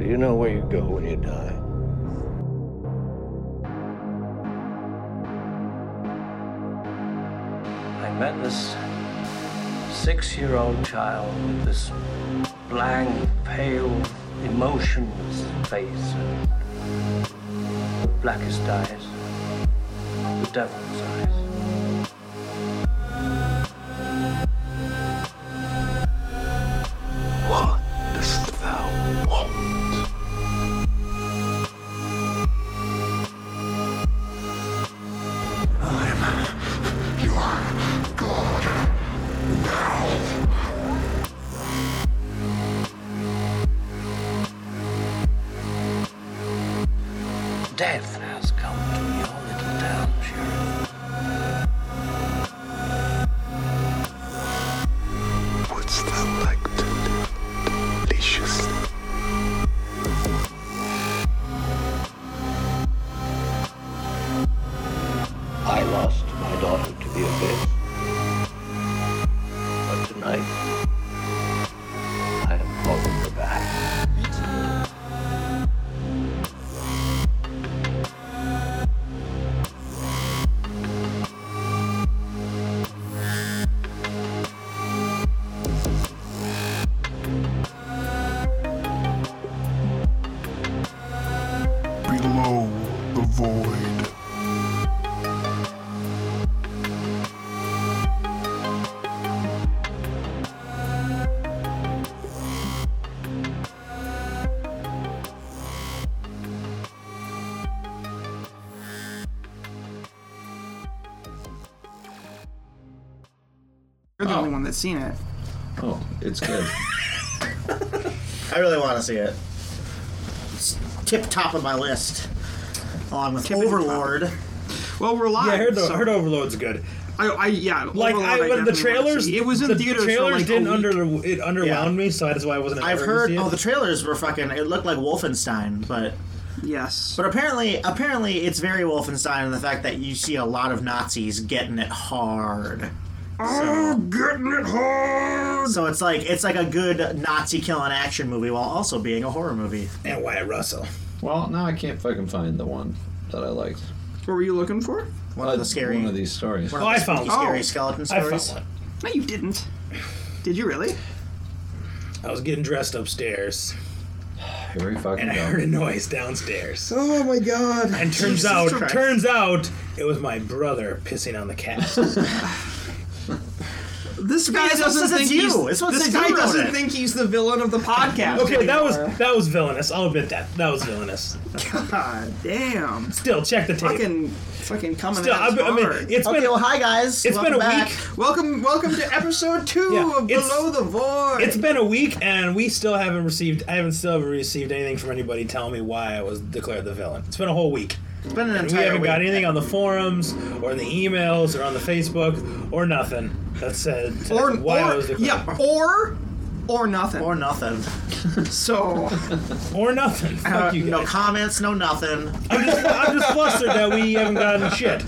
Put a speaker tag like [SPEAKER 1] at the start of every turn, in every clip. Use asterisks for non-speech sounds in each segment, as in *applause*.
[SPEAKER 1] You know where you go when you die.
[SPEAKER 2] I met this six year old child with this blank, pale, emotionless face and the blackest eyes, the devil's eyes.
[SPEAKER 1] What dost thou want?
[SPEAKER 2] Death has come to your little town, Sheriff.
[SPEAKER 1] Wouldst thou like to live deliciously? I lost my daughter to the abyss. But tonight, I am calling her back.
[SPEAKER 3] below the void.
[SPEAKER 4] You're the only one that's seen it.
[SPEAKER 5] Oh, it's good.
[SPEAKER 6] I really want to see it. It's tip top of my list, along with
[SPEAKER 4] and top.
[SPEAKER 6] Overlord.
[SPEAKER 4] Well, we're live.
[SPEAKER 7] Yeah, I heard, the,
[SPEAKER 4] so-
[SPEAKER 7] heard Overload's good.
[SPEAKER 4] I, I yeah.
[SPEAKER 7] Like
[SPEAKER 4] Overlord,
[SPEAKER 7] I, when the
[SPEAKER 4] definitely wanna
[SPEAKER 7] trailers,
[SPEAKER 4] see. It was in
[SPEAKER 7] the
[SPEAKER 4] theaters.
[SPEAKER 7] trailers
[SPEAKER 4] for like
[SPEAKER 7] didn't
[SPEAKER 4] a week.
[SPEAKER 7] under it underwhelmed me, so that's why I wasn't.
[SPEAKER 6] I've
[SPEAKER 7] ever
[SPEAKER 6] heard.
[SPEAKER 7] see it.
[SPEAKER 6] Oh, the trailers were fucking. It looked like Wolfenstein, but
[SPEAKER 4] Yes.
[SPEAKER 6] but apparently, apparently, it's very Wolfenstein in the fact that you see a lot of Nazis getting it hard.
[SPEAKER 4] oh, getting it hard.
[SPEAKER 6] So it's like it's like a good Nazi killing action movie while also being a horror movie.
[SPEAKER 7] and Wyatt Russell.
[SPEAKER 5] well, now I can't fucking find the one that I liked.
[SPEAKER 4] What were you looking for?
[SPEAKER 6] One
[SPEAKER 5] Uh,
[SPEAKER 6] of the scary,
[SPEAKER 5] One of these stories.
[SPEAKER 6] one
[SPEAKER 7] Oh, I
[SPEAKER 6] the spooky,
[SPEAKER 7] found-
[SPEAKER 6] scary
[SPEAKER 4] oh,
[SPEAKER 6] skeleton
[SPEAKER 7] I found
[SPEAKER 6] stories.
[SPEAKER 7] one.
[SPEAKER 4] No, you didn't. Did you really?
[SPEAKER 7] I was getting dressed upstairs,
[SPEAKER 5] Here we fucking
[SPEAKER 7] and I
[SPEAKER 5] go.
[SPEAKER 7] heard a noise downstairs.
[SPEAKER 5] Oh my god.
[SPEAKER 7] And turns
[SPEAKER 6] Jesus
[SPEAKER 7] out,
[SPEAKER 6] Christ.
[SPEAKER 7] turns out, it was my brother pissing on
[SPEAKER 4] *laughs*
[SPEAKER 7] the cat.
[SPEAKER 4] This guy
[SPEAKER 6] this one
[SPEAKER 4] doesn't
[SPEAKER 6] says
[SPEAKER 4] think
[SPEAKER 6] it's you.
[SPEAKER 4] he's.
[SPEAKER 6] This one says
[SPEAKER 4] guy
[SPEAKER 6] you wrote
[SPEAKER 4] doesn't
[SPEAKER 6] it.
[SPEAKER 4] think he's the villain of the podcast.
[SPEAKER 7] okay, that was
[SPEAKER 4] anymore.
[SPEAKER 7] that was villainous. I'll admit that. That was villainous.
[SPEAKER 4] God damn.
[SPEAKER 7] Still, check the tape.
[SPEAKER 4] Fucking fucking coming
[SPEAKER 7] Still,
[SPEAKER 4] at
[SPEAKER 7] I,
[SPEAKER 4] us
[SPEAKER 7] I mean,
[SPEAKER 4] hard.
[SPEAKER 7] it's
[SPEAKER 6] Okay,
[SPEAKER 7] been
[SPEAKER 6] well, hi guys.
[SPEAKER 7] it's
[SPEAKER 6] Welcome
[SPEAKER 7] been a
[SPEAKER 6] back.
[SPEAKER 7] week.
[SPEAKER 4] welcome, welcome to episode two
[SPEAKER 7] Yeah,
[SPEAKER 4] of
[SPEAKER 7] it's-
[SPEAKER 4] Below the Void.
[SPEAKER 7] It's been a week, and we still haven't received. I haven't still received anything from anybody telling me why I was declared the villain. It's been a whole week.
[SPEAKER 6] It's been an
[SPEAKER 7] And we
[SPEAKER 6] entire
[SPEAKER 7] haven't
[SPEAKER 6] week.
[SPEAKER 7] got anything on the forums or the emails or on the Facebook or nothing that said
[SPEAKER 4] or,
[SPEAKER 7] why I
[SPEAKER 4] or
[SPEAKER 7] was declared
[SPEAKER 4] yeah, or or nothing.
[SPEAKER 6] or nothing.
[SPEAKER 4] so
[SPEAKER 7] *laughs* or nothing. Fuck you
[SPEAKER 6] Uh, No
[SPEAKER 7] guys.
[SPEAKER 6] comments. No nothing.
[SPEAKER 7] I'm, just, I'm just flustered that we haven't gotten shit.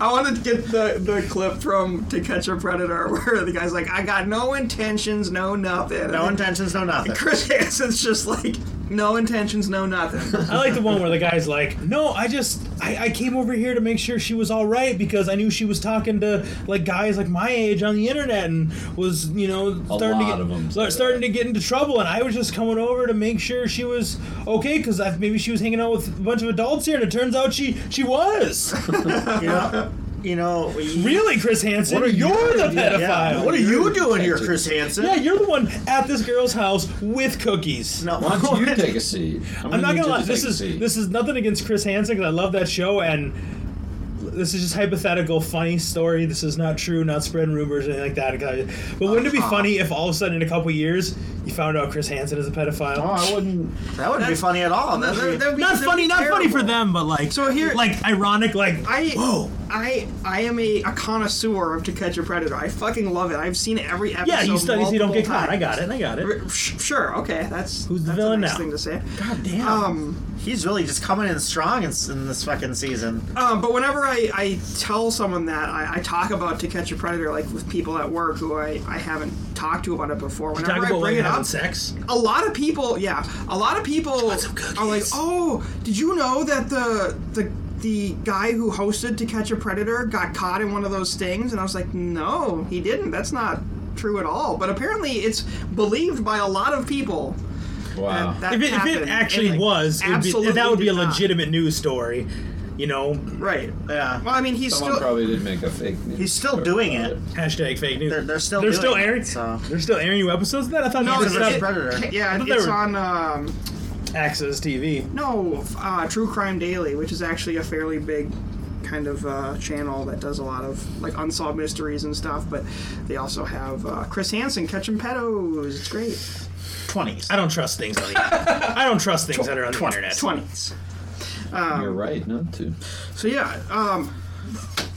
[SPEAKER 4] I wanted to get the, the clip from To Catch a Predator *laughs* where the guy's like, I got no intentions, no nothing.
[SPEAKER 6] No
[SPEAKER 7] *laughs*
[SPEAKER 4] And
[SPEAKER 6] intentions. No
[SPEAKER 4] *laughs*
[SPEAKER 6] nothing.
[SPEAKER 4] Chris Hansen's just like, no intentions, no
[SPEAKER 7] *laughs*
[SPEAKER 4] nothing.
[SPEAKER 7] I like the one where the guy's like, "No, I just I, I came over here to make sure she was all right because I knew she was talking to like guys like my age on the internet and was you know starting to
[SPEAKER 5] lot
[SPEAKER 7] get
[SPEAKER 5] of 'em say
[SPEAKER 7] like, starting to get into trouble and I was just coming over to make sure she was okay because maybe she was hanging out with a bunch of adults here and it turns out she she was
[SPEAKER 6] You know. You know. you-
[SPEAKER 7] really Chris Hansen. you're the pedophile.
[SPEAKER 6] Yeah. What are you doing here, Chris Hansen?
[SPEAKER 7] Yeah, you're the one at this girl's house with cookies.
[SPEAKER 6] No,
[SPEAKER 5] Why don't you take a seat? I'm,
[SPEAKER 7] I'm not
[SPEAKER 5] need
[SPEAKER 7] gonna
[SPEAKER 5] you
[SPEAKER 7] lie.
[SPEAKER 5] to
[SPEAKER 7] This
[SPEAKER 5] take a
[SPEAKER 7] is
[SPEAKER 5] seat.
[SPEAKER 7] this is nothing against Chris Hansen because I love that show and this is just hypothetical, funny story. This is not true, not spreading rumors or anything like that. But wouldn't it be
[SPEAKER 4] Uh-huh.
[SPEAKER 7] funny if all of a sudden in a couple years you found out Chris Hansen is a pedophile?
[SPEAKER 5] Oh, I wouldn't.
[SPEAKER 6] that wouldn't be funny at all. That'd be-
[SPEAKER 4] That- that would be-
[SPEAKER 7] not
[SPEAKER 4] that would
[SPEAKER 7] funny,
[SPEAKER 4] be
[SPEAKER 7] not funny for
[SPEAKER 4] terrible.
[SPEAKER 7] them, but like
[SPEAKER 4] So here-
[SPEAKER 7] like ironic, like
[SPEAKER 4] I-
[SPEAKER 7] whoa,
[SPEAKER 4] I I am a, a connoisseur of To Catch a Predator. I fucking love it. I've seen every episode.
[SPEAKER 7] Yeah, you study so you don't get
[SPEAKER 4] multiple
[SPEAKER 7] caught. I
[SPEAKER 4] times.
[SPEAKER 7] got it. I got it.
[SPEAKER 4] R- sh- Sure. Okay. That's
[SPEAKER 7] Who's the
[SPEAKER 4] that's
[SPEAKER 7] villain
[SPEAKER 4] a nice
[SPEAKER 7] now?
[SPEAKER 4] Thing to say.
[SPEAKER 6] God damn.
[SPEAKER 4] Um,
[SPEAKER 6] He's really just coming in strong in, in this fucking season.
[SPEAKER 4] um, but whenever I, I tell someone that I, I talk about To Catch a Predator, like with people at work who I, I haven't talked to about it before,
[SPEAKER 7] Talk
[SPEAKER 4] whenever I
[SPEAKER 7] about
[SPEAKER 4] bring
[SPEAKER 7] women
[SPEAKER 4] it
[SPEAKER 7] having
[SPEAKER 4] up,
[SPEAKER 7] sex.
[SPEAKER 4] a lot of people, yeah, a lot of people are like, "Oh, did you know that the the the guy who hosted To Catch a Predator got caught in one of those things?" And I was like, "No, he didn't. That's not true at all." But apparently, it's believed by a lot of people.
[SPEAKER 5] Wow.
[SPEAKER 4] that that
[SPEAKER 7] If it, if it
[SPEAKER 4] happened.
[SPEAKER 7] actually
[SPEAKER 4] And, like,
[SPEAKER 7] was, it'd be,
[SPEAKER 4] absolutely
[SPEAKER 7] that would be
[SPEAKER 4] did
[SPEAKER 7] a
[SPEAKER 4] not.
[SPEAKER 7] legitimate news story. You know,
[SPEAKER 4] right?
[SPEAKER 6] Yeah.
[SPEAKER 4] Well, I mean, he's
[SPEAKER 5] Someone
[SPEAKER 4] still
[SPEAKER 5] probably did make a fake news.
[SPEAKER 6] He's still
[SPEAKER 5] story
[SPEAKER 6] doing
[SPEAKER 5] about
[SPEAKER 6] it.
[SPEAKER 7] hashtag fake news.
[SPEAKER 6] They're, they're still
[SPEAKER 7] They're
[SPEAKER 6] doing
[SPEAKER 7] still
[SPEAKER 6] it,
[SPEAKER 7] airing.
[SPEAKER 6] So.
[SPEAKER 7] They're still airing new episodes of that. I thought
[SPEAKER 4] No,
[SPEAKER 7] no,
[SPEAKER 4] it's-
[SPEAKER 7] was
[SPEAKER 6] versus
[SPEAKER 7] just
[SPEAKER 4] it-
[SPEAKER 6] Predator.
[SPEAKER 4] yeah.
[SPEAKER 7] I thought they
[SPEAKER 4] It's
[SPEAKER 7] were-
[SPEAKER 4] on um,
[SPEAKER 7] Access TV.
[SPEAKER 4] no uh, True Crime Daily, which is actually a fairly big kind of uh, channel that does a lot of like unsolved mysteries and stuff. But they also have uh, Chris Hansen catching pedos. It's great.
[SPEAKER 6] 20s.
[SPEAKER 7] I don't trust things on the
[SPEAKER 4] *laughs*
[SPEAKER 7] internet. I don't trust things that are on the internet.
[SPEAKER 4] Twenties.
[SPEAKER 5] it. You're right not to.
[SPEAKER 4] So yeah, um,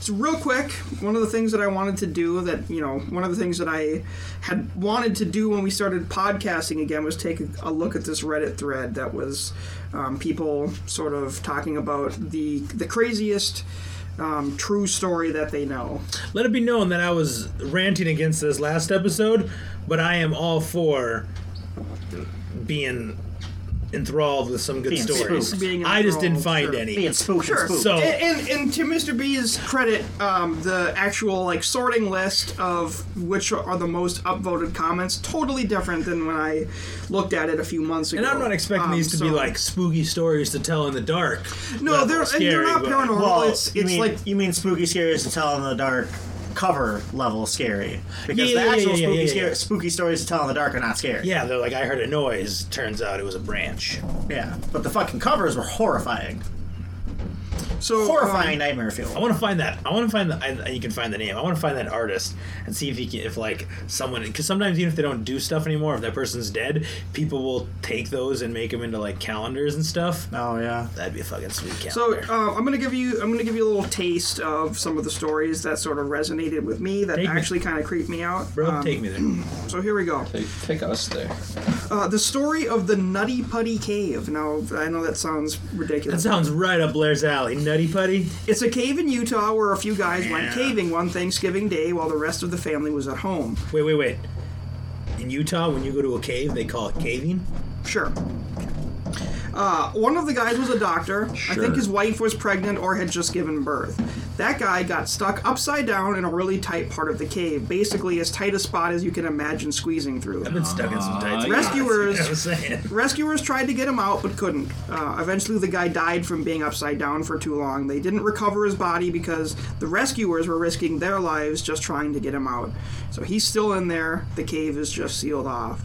[SPEAKER 4] so real quick, one of the things that I wanted to do that you know, one of the things that I had wanted to do when we started podcasting again was take a, a look at this Reddit thread that was um, people sort of talking about the the craziest. Um, true story that they know.
[SPEAKER 7] Let it be known that I was ranting against this last episode, but I am all for being enthralled with some good
[SPEAKER 6] Being
[SPEAKER 7] stories.
[SPEAKER 6] spooked.
[SPEAKER 4] Being
[SPEAKER 7] I just didn't
[SPEAKER 4] enthralled,
[SPEAKER 7] find
[SPEAKER 4] sure.
[SPEAKER 7] any.
[SPEAKER 6] Being spooked and
[SPEAKER 4] Sure.
[SPEAKER 6] spooked.
[SPEAKER 7] So-
[SPEAKER 4] and, and, and to Mr. B's credit, um, the actual like sorting list of which are the most upvoted comments totally different than when I looked at it a few months ago.
[SPEAKER 7] and I'm not expecting
[SPEAKER 4] Um,
[SPEAKER 7] these to be
[SPEAKER 4] so-
[SPEAKER 7] like spooky stories to tell in the dark.
[SPEAKER 4] no,
[SPEAKER 7] level
[SPEAKER 4] they're and they're
[SPEAKER 7] scary,
[SPEAKER 4] not
[SPEAKER 7] but-
[SPEAKER 4] paranormal.
[SPEAKER 6] well,
[SPEAKER 4] it's
[SPEAKER 6] you
[SPEAKER 4] it's
[SPEAKER 6] mean,
[SPEAKER 4] like
[SPEAKER 6] you mean spooky scary is to tell in the dark cover level scary because
[SPEAKER 7] Yeah,
[SPEAKER 6] the
[SPEAKER 7] yeah, yeah,
[SPEAKER 6] actual
[SPEAKER 7] yeah, yeah,
[SPEAKER 6] spooky,
[SPEAKER 7] yeah,
[SPEAKER 6] scary,
[SPEAKER 7] yeah.
[SPEAKER 6] spooky stories to tell in the dark are not scary.
[SPEAKER 7] Yeah, they're like I heard a noise. Turns out it was a branch.
[SPEAKER 6] yeah. But the fucking covers were horrifying,
[SPEAKER 4] so
[SPEAKER 6] horrifying
[SPEAKER 4] um,
[SPEAKER 6] nightmare
[SPEAKER 7] I
[SPEAKER 6] fuel.
[SPEAKER 7] want to find that. I want to find the. I, you can find the name. I want to find that artist and see if he can, if like someone. Because sometimes even if they don't do stuff anymore, if that person's dead, people will take those and make them into like calendars and stuff.
[SPEAKER 6] Oh yeah.
[SPEAKER 7] That'd be a fucking sweet
[SPEAKER 4] so
[SPEAKER 7] calendar.
[SPEAKER 4] uh, I'm gonna give you I'm gonna give you a little taste of some of the stories that sort of resonated with me that
[SPEAKER 7] Take me.
[SPEAKER 4] actually kind of creeped me out.
[SPEAKER 7] Bro,
[SPEAKER 4] Um,
[SPEAKER 7] take me there.
[SPEAKER 4] so here we go.
[SPEAKER 5] Take, take us there.
[SPEAKER 4] Uh, the story of the Nutty Putty Cave. Now I know that sounds ridiculous.
[SPEAKER 7] That sounds right up Blair's alley. Nutty Putty.
[SPEAKER 4] It's a cave in Utah where a few guys went caving one Thanksgiving day while the rest of the family was at home.
[SPEAKER 7] Wait, wait, wait. In Utah, when you go to a cave, they call it caving.
[SPEAKER 4] Sure. Uh, one of the guys was a doctor. I think his wife was pregnant or had just given birth. That guy got stuck upside down in a really tight part of the cave, basically as tight a spot as you can imagine squeezing through.
[SPEAKER 7] I've been stuck in some
[SPEAKER 4] Uh,
[SPEAKER 7] tights.
[SPEAKER 4] Rescuers.
[SPEAKER 7] You *laughs* know what I'm saying.
[SPEAKER 4] Rescuers tried to get him out but couldn't. Uh, eventually, the guy died from being upside down for too long. They didn't recover his body because the rescuers were risking their lives just trying to get him out. So he's still in there. The cave is just sealed off.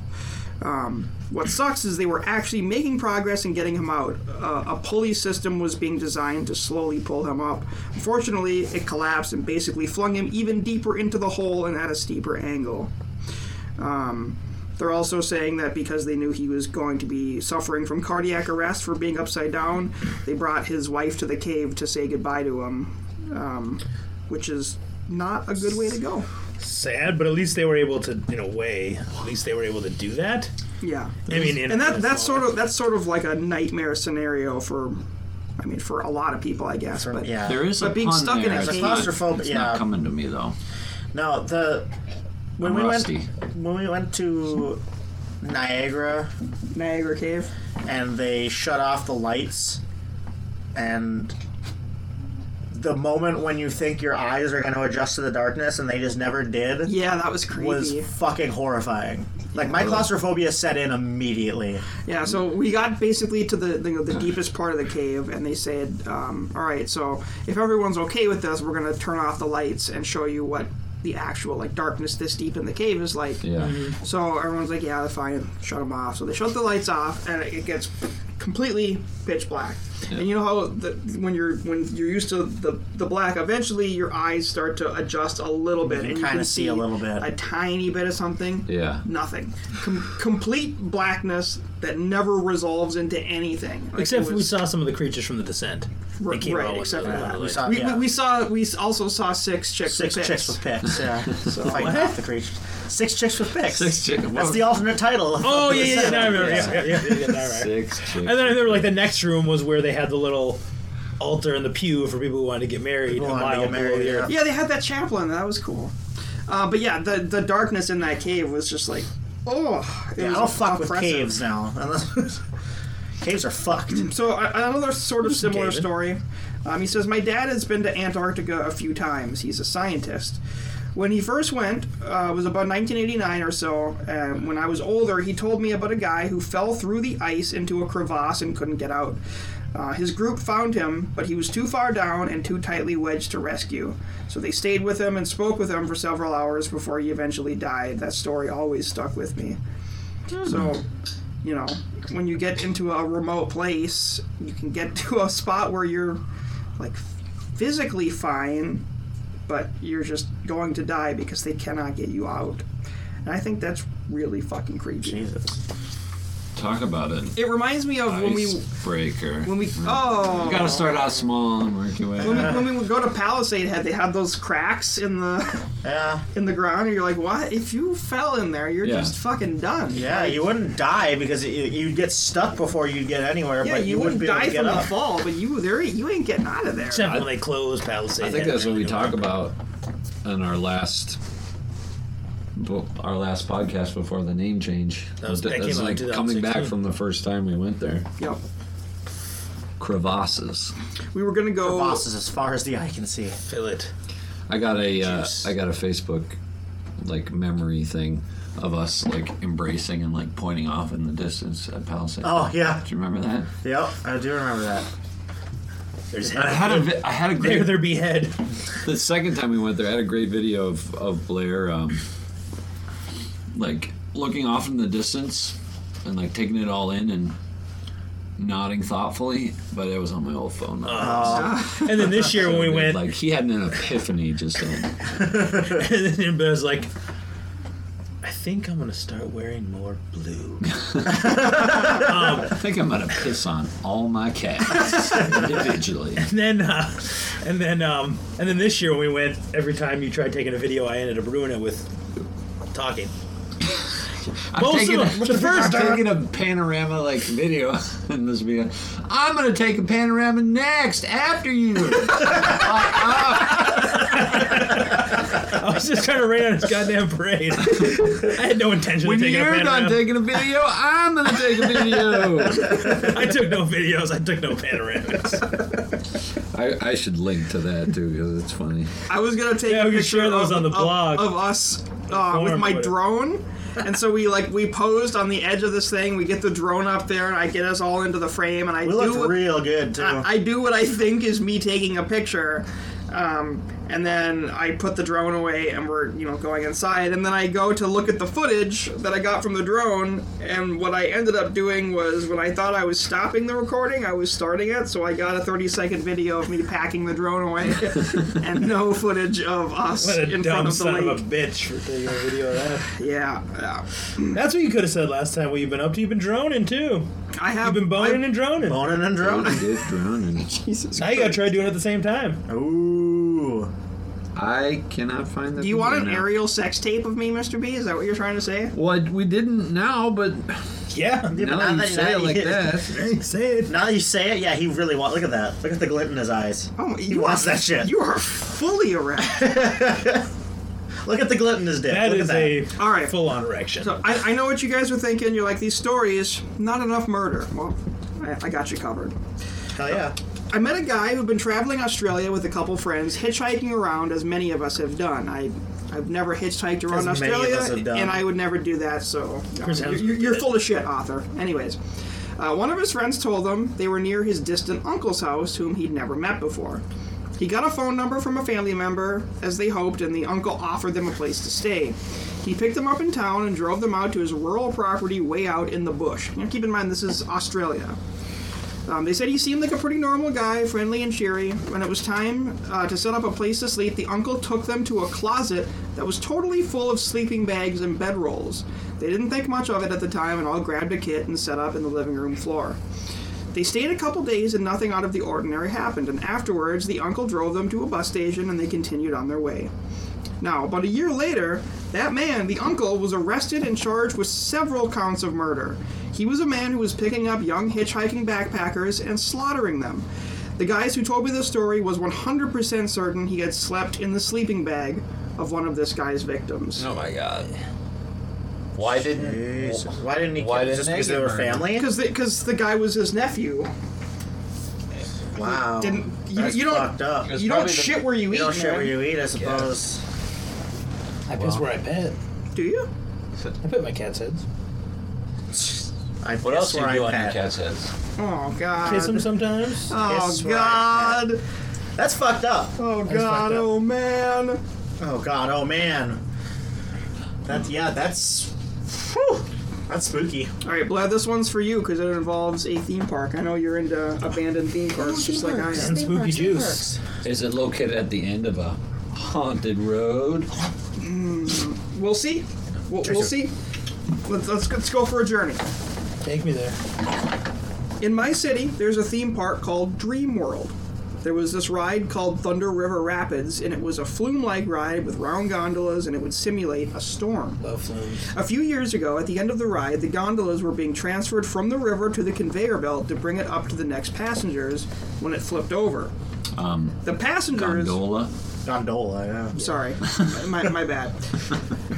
[SPEAKER 4] Um, what sucks is they were actually making progress in getting him out. Uh, a pulley system was being designed to slowly pull him up. Unfortunately, it collapsed and basically flung him even deeper into the hole and at a steeper angle. They're also saying that because they knew he was going to be suffering from cardiac arrest for being upside down, they brought his wife to the cave to say goodbye to him, um, which is not a good way to go.
[SPEAKER 7] Sad, but at least they were able to, in a way, at least they were able to do that.
[SPEAKER 4] Yeah,
[SPEAKER 7] I mean, in-
[SPEAKER 4] and that that's sort of that's sort of like a nightmare scenario for, I mean, for a lot of people, I guess. But
[SPEAKER 6] Yeah.
[SPEAKER 2] There is
[SPEAKER 4] But
[SPEAKER 2] a
[SPEAKER 4] being
[SPEAKER 2] pun
[SPEAKER 4] stuck in
[SPEAKER 2] there.
[SPEAKER 4] a
[SPEAKER 2] It's
[SPEAKER 4] cave-
[SPEAKER 2] not-
[SPEAKER 6] Claustrophobic,
[SPEAKER 2] It's
[SPEAKER 6] yeah.
[SPEAKER 2] not coming to me though.
[SPEAKER 6] No, the when
[SPEAKER 2] I'm
[SPEAKER 6] we
[SPEAKER 2] rusty.
[SPEAKER 6] went when we went to Niagara
[SPEAKER 4] Niagara Cave.
[SPEAKER 6] and they shut off the lights and the moment when you think your eyes are going to adjust to the darkness and they just never did
[SPEAKER 4] Yeah, that was creepy.
[SPEAKER 6] was fucking horrifying. Like my claustrophobia set in immediately.
[SPEAKER 4] Yeah, so we got basically to the the, the deepest part of the cave, and they said, um, "All right, so if everyone's okay with this, we're gonna turn off the lights and show you what the actual like darkness this deep in the cave is like."
[SPEAKER 5] Yeah.
[SPEAKER 4] So everyone's like, "Yeah, fine, shut them off." So they shut the lights off, and it gets completely pitch black. And you know how the, when you're when you're used to the the black, eventually your eyes start to adjust a little bit, and you
[SPEAKER 6] kinda
[SPEAKER 4] can
[SPEAKER 6] see a little bit.
[SPEAKER 4] a tiny bit of something.
[SPEAKER 5] Yeah.
[SPEAKER 4] nothing. Com- complete blackness that never resolves into anything. Like,
[SPEAKER 8] Except
[SPEAKER 4] it
[SPEAKER 8] we
[SPEAKER 4] was-
[SPEAKER 8] saw some of the creatures from The Descent. They
[SPEAKER 4] Right,
[SPEAKER 8] came
[SPEAKER 4] right,
[SPEAKER 8] out with
[SPEAKER 4] except
[SPEAKER 8] the-
[SPEAKER 4] for that.
[SPEAKER 8] the-
[SPEAKER 6] We saw-
[SPEAKER 4] we,
[SPEAKER 6] yeah.
[SPEAKER 4] we, we saw we also saw six chicks.
[SPEAKER 6] Six
[SPEAKER 4] with pits.
[SPEAKER 6] chicks with picks,
[SPEAKER 7] *laughs*
[SPEAKER 6] yeah. so fighting off the creatures. Six chicks with picks.
[SPEAKER 5] Six chicken.
[SPEAKER 6] That's the alternate title. of
[SPEAKER 7] Oh
[SPEAKER 6] the
[SPEAKER 7] yeah, yeah, yeah.
[SPEAKER 6] set.
[SPEAKER 7] Now I remember. Yeah, yeah, yeah. yeah, yeah, now I remember.
[SPEAKER 5] Six chicken.
[SPEAKER 7] And then I remember, like the next room was where they had the little altar in the pew for people who wanted to get married.
[SPEAKER 6] People
[SPEAKER 7] a
[SPEAKER 6] wanted to
[SPEAKER 7] mile
[SPEAKER 6] get married,
[SPEAKER 7] below the
[SPEAKER 6] yeah.
[SPEAKER 7] earth.
[SPEAKER 4] Yeah, they had that chaplain. That was cool. Uh, but yeah, the the darkness in that cave was just like, oh, it
[SPEAKER 6] Yeah,
[SPEAKER 4] was
[SPEAKER 6] I'll fuck with
[SPEAKER 4] oppressive.
[SPEAKER 6] caves now. *laughs* Unless- caves are fucked.
[SPEAKER 4] So uh, another sort of similar
[SPEAKER 7] David.
[SPEAKER 4] story. Um, he says, "My dad has been to Antarctica a few times. He's a scientist. When he first went, uh, it was about 1989 or so. And when I was older, he told me about a guy who fell through the ice into a crevasse and couldn't get out. Uh, his group found him, but he was too far down and too tightly wedged to rescue. So they stayed with him and spoke with him for several hours before he eventually died. That story always stuck with me. So, you know, when you get into a remote place, you can get *laughs* to a spot where you're like physically fine, but you're just going to die because they cannot get you out. And I think that's really fucking creepy.
[SPEAKER 7] *laughs*
[SPEAKER 6] Jesus.
[SPEAKER 5] Talk about it.
[SPEAKER 4] It reminds me of when we
[SPEAKER 5] Icebreaker.
[SPEAKER 4] when we oh
[SPEAKER 5] You gotta start out small and work your way.
[SPEAKER 4] when we,
[SPEAKER 5] up.
[SPEAKER 4] when we would go to Palisade Head, they had those cracks in the *laughs*
[SPEAKER 6] Yeah,
[SPEAKER 4] in the ground, and you're like, what? If you fell in there, you're
[SPEAKER 5] Yeah.
[SPEAKER 4] just fucking done.
[SPEAKER 6] yeah. You wouldn't die because you, you'd get stuck before you'd get anywhere.
[SPEAKER 4] Yeah,
[SPEAKER 6] but
[SPEAKER 4] you, wouldn't
[SPEAKER 6] wouldn't be able
[SPEAKER 4] die
[SPEAKER 6] to get
[SPEAKER 4] from the
[SPEAKER 6] up.
[SPEAKER 4] fall, but you there you ain't getting out of there.
[SPEAKER 8] Except when they closed Palisade.
[SPEAKER 5] I think that's what we talk about in our last bo- our last podcast before the name change.
[SPEAKER 8] That was- that
[SPEAKER 5] That's
[SPEAKER 8] came out in
[SPEAKER 5] like coming back
[SPEAKER 8] 2016.
[SPEAKER 5] from the first time we went there.
[SPEAKER 4] Yep.
[SPEAKER 5] Crevasses.
[SPEAKER 4] We were gonna go.
[SPEAKER 6] Boss is as far as the eye can see.
[SPEAKER 8] Fill it.
[SPEAKER 5] I got a uh,
[SPEAKER 8] Juice.
[SPEAKER 5] I got a Facebook like memory thing of us like embracing and like pointing off in the distance at Palisade.
[SPEAKER 6] Oh yeah,
[SPEAKER 5] Do you remember that?
[SPEAKER 6] yep. I do remember that.
[SPEAKER 8] There's
[SPEAKER 5] I had a vi- I had a
[SPEAKER 7] There,
[SPEAKER 5] great
[SPEAKER 7] there be head.
[SPEAKER 5] the second time we went there, I had a great video of, of Blair, um, like looking off in the distance and like taking it all in and nodding thoughtfully. But it was on my old phone.
[SPEAKER 7] And then this year Uh-huh. when we went,
[SPEAKER 5] like he had an epiphany just then.
[SPEAKER 7] *laughs* and then I was like, I think I'm gonna start wearing more blue. *laughs*
[SPEAKER 5] I think I'm gonna piss on all my cats *laughs* individually.
[SPEAKER 7] And then, uh, and then, um, and then this year when we went, every time you tried taking a video, I ended up ruining it with talking.
[SPEAKER 5] I'm
[SPEAKER 7] Most of
[SPEAKER 5] taking
[SPEAKER 7] them-
[SPEAKER 5] a,
[SPEAKER 7] the *laughs* first-
[SPEAKER 5] I'm taking a panorama like video *laughs* in this video. I'm gonna take a panorama next after you.
[SPEAKER 7] *laughs* I was just trying to rain on his
[SPEAKER 4] *laughs*
[SPEAKER 7] goddamn parade. I had no intention
[SPEAKER 5] when
[SPEAKER 7] of taking a
[SPEAKER 5] you're done
[SPEAKER 7] panorama.
[SPEAKER 5] taking a video, I'm gonna take a
[SPEAKER 7] *laughs*
[SPEAKER 5] video.
[SPEAKER 7] I took no videos. I took
[SPEAKER 4] *laughs*
[SPEAKER 7] no panoramas.
[SPEAKER 5] I, I should link to that too because it's funny.
[SPEAKER 4] I was gonna take
[SPEAKER 7] Yeah,
[SPEAKER 4] a
[SPEAKER 7] we can
[SPEAKER 4] picture
[SPEAKER 7] share those
[SPEAKER 4] of,
[SPEAKER 7] on the
[SPEAKER 4] of-
[SPEAKER 7] blog.
[SPEAKER 4] of, us uh, with
[SPEAKER 7] Form,
[SPEAKER 4] my
[SPEAKER 7] whatever.
[SPEAKER 4] drone, and so we like we posed on the edge of this thing. We get the drone up there, and I get us all into the frame, and I
[SPEAKER 6] We
[SPEAKER 4] do
[SPEAKER 6] looked
[SPEAKER 4] what,
[SPEAKER 6] real good
[SPEAKER 4] *laughs*
[SPEAKER 6] too.
[SPEAKER 4] I, I do what I think is me taking a picture. Um, and then I put the drone away, and we're you know going inside. And then I go to look at the footage that I got from the drone, and what I ended up doing was when I thought I was stopping the recording, I was starting it. So I got a 30 second video of me packing the drone
[SPEAKER 7] *laughs*
[SPEAKER 4] away, and no footage of us
[SPEAKER 7] What a
[SPEAKER 4] in front
[SPEAKER 7] dumb
[SPEAKER 4] of the
[SPEAKER 7] son
[SPEAKER 4] lake.
[SPEAKER 7] of a bitch for taking a video of that.
[SPEAKER 4] yeah, yeah,
[SPEAKER 7] That's what you could have said last time. What you've been up to? You've been droning too.
[SPEAKER 4] I have
[SPEAKER 7] I've been boning and droning.
[SPEAKER 6] Boning and droning.
[SPEAKER 5] Get drowning.
[SPEAKER 7] Now you gotta try doing it at the same time.
[SPEAKER 6] Ooh.
[SPEAKER 5] I cannot find that.
[SPEAKER 4] Do you want an aerial sex tape of me, Mr. B? Is that what you're trying to say?
[SPEAKER 5] Well, we didn't now, but
[SPEAKER 7] Yeah.
[SPEAKER 5] now you say it like that.
[SPEAKER 7] Say it.
[SPEAKER 6] Now that you say it, yeah, he really wants. Look at that. Look at the glint in his eyes.
[SPEAKER 4] Oh,
[SPEAKER 6] he wants that shit.
[SPEAKER 4] You are fully erect.
[SPEAKER 6] look at the glint in his dick.
[SPEAKER 7] That
[SPEAKER 6] look
[SPEAKER 7] is
[SPEAKER 6] at that.
[SPEAKER 7] a
[SPEAKER 4] All right.
[SPEAKER 7] full on erection.
[SPEAKER 4] So I, I know what you guys are thinking. You're like, these stories, not enough murder. Well, I, I got you covered.
[SPEAKER 6] Hell yeah.
[SPEAKER 4] I met a guy who'd been traveling Australia with a couple friends, hitchhiking around, as many of us have done. I, I've never hitchhiked around
[SPEAKER 6] As many of
[SPEAKER 4] Australia,
[SPEAKER 6] us have done.
[SPEAKER 4] and I would never do that. So no,
[SPEAKER 7] Chris
[SPEAKER 4] you're,
[SPEAKER 7] Hemsworth
[SPEAKER 4] you're- you're
[SPEAKER 7] did.
[SPEAKER 4] full of shit, author. Anyways. Uh, one of his friends told him they were near his distant uncle's house, whom he'd never met before. He got a phone number from a family member, as they hoped, and the uncle offered them a place to stay. He picked them up in town and drove them out to his rural property way out in the bush. Now, keep in mind, this is Australia. Um, they said he seemed like a pretty normal guy, friendly and cheery. When it was time uh, to set up a place to sleep, the uncle took them to a closet that was totally full of sleeping bags and bedrolls. They didn't think much of it at the time and all grabbed a kit and set up in the living room floor. They stayed a couple days and nothing out of the ordinary happened, and afterwards the uncle drove them to a bus station and they continued on their way. Now, about a year later, that man, the uncle, was arrested and charged with several counts of murder. He was a man who was picking up young hitchhiking backpackers and slaughtering them. The guys who told me this story was 100% certain he had slept in the sleeping bag of one of this guy's victims.
[SPEAKER 9] Oh my god. Why didn't?
[SPEAKER 6] Jesus. Why didn't he?
[SPEAKER 9] Why
[SPEAKER 6] kill-
[SPEAKER 9] didn't
[SPEAKER 6] just
[SPEAKER 9] they
[SPEAKER 6] because they
[SPEAKER 9] get
[SPEAKER 6] were
[SPEAKER 9] burned?
[SPEAKER 6] family?
[SPEAKER 4] Because the, guy was his nephew.
[SPEAKER 6] Wow.
[SPEAKER 4] Didn't you,
[SPEAKER 6] That's
[SPEAKER 4] you don't
[SPEAKER 6] fucked up.
[SPEAKER 9] It's
[SPEAKER 4] you don't
[SPEAKER 9] probably the-
[SPEAKER 4] shit where you,
[SPEAKER 6] You
[SPEAKER 4] eat,
[SPEAKER 6] don't shit
[SPEAKER 4] man.
[SPEAKER 6] where you eat, I suppose.
[SPEAKER 8] I piss where I pet.
[SPEAKER 4] Do you?
[SPEAKER 8] I pet my cat's heads.
[SPEAKER 6] I
[SPEAKER 9] What
[SPEAKER 6] piss
[SPEAKER 9] else do you
[SPEAKER 6] where
[SPEAKER 9] do
[SPEAKER 6] I
[SPEAKER 9] on your
[SPEAKER 6] pet.
[SPEAKER 9] cat's heads?
[SPEAKER 4] Oh god.
[SPEAKER 7] Kiss him sometimes.
[SPEAKER 4] oh
[SPEAKER 6] Kiss where I
[SPEAKER 4] god.
[SPEAKER 6] That's fucked up.
[SPEAKER 4] Oh
[SPEAKER 7] fucked
[SPEAKER 4] god.
[SPEAKER 7] up.
[SPEAKER 4] Oh man.
[SPEAKER 6] Oh god. Oh man. That's yeah. That's. Whew, that's spooky.
[SPEAKER 4] All right, Blad, this one's for you because it involves a theme park. I know you're into abandoned theme parks, just like I am.
[SPEAKER 7] and spooky juice.
[SPEAKER 5] Is it located at the end of a haunted road?
[SPEAKER 4] We'll see. We'll, we'll see. Let's, let's let's go for a journey.
[SPEAKER 7] Take me there.
[SPEAKER 4] In my city, there's a theme park called Dream World. There was this ride called Thunder River Rapids, and it was a flume like ride with round gondolas, and it would simulate a storm.
[SPEAKER 7] Love flames.
[SPEAKER 4] A few years ago, at the end of the ride, the gondolas were being transferred from the river to the conveyor belt to bring it up to the next passengers when it flipped over.
[SPEAKER 5] Um,
[SPEAKER 4] The passengers.
[SPEAKER 5] gondola.
[SPEAKER 6] Gondola. Yeah.
[SPEAKER 4] Sorry, my, my bad.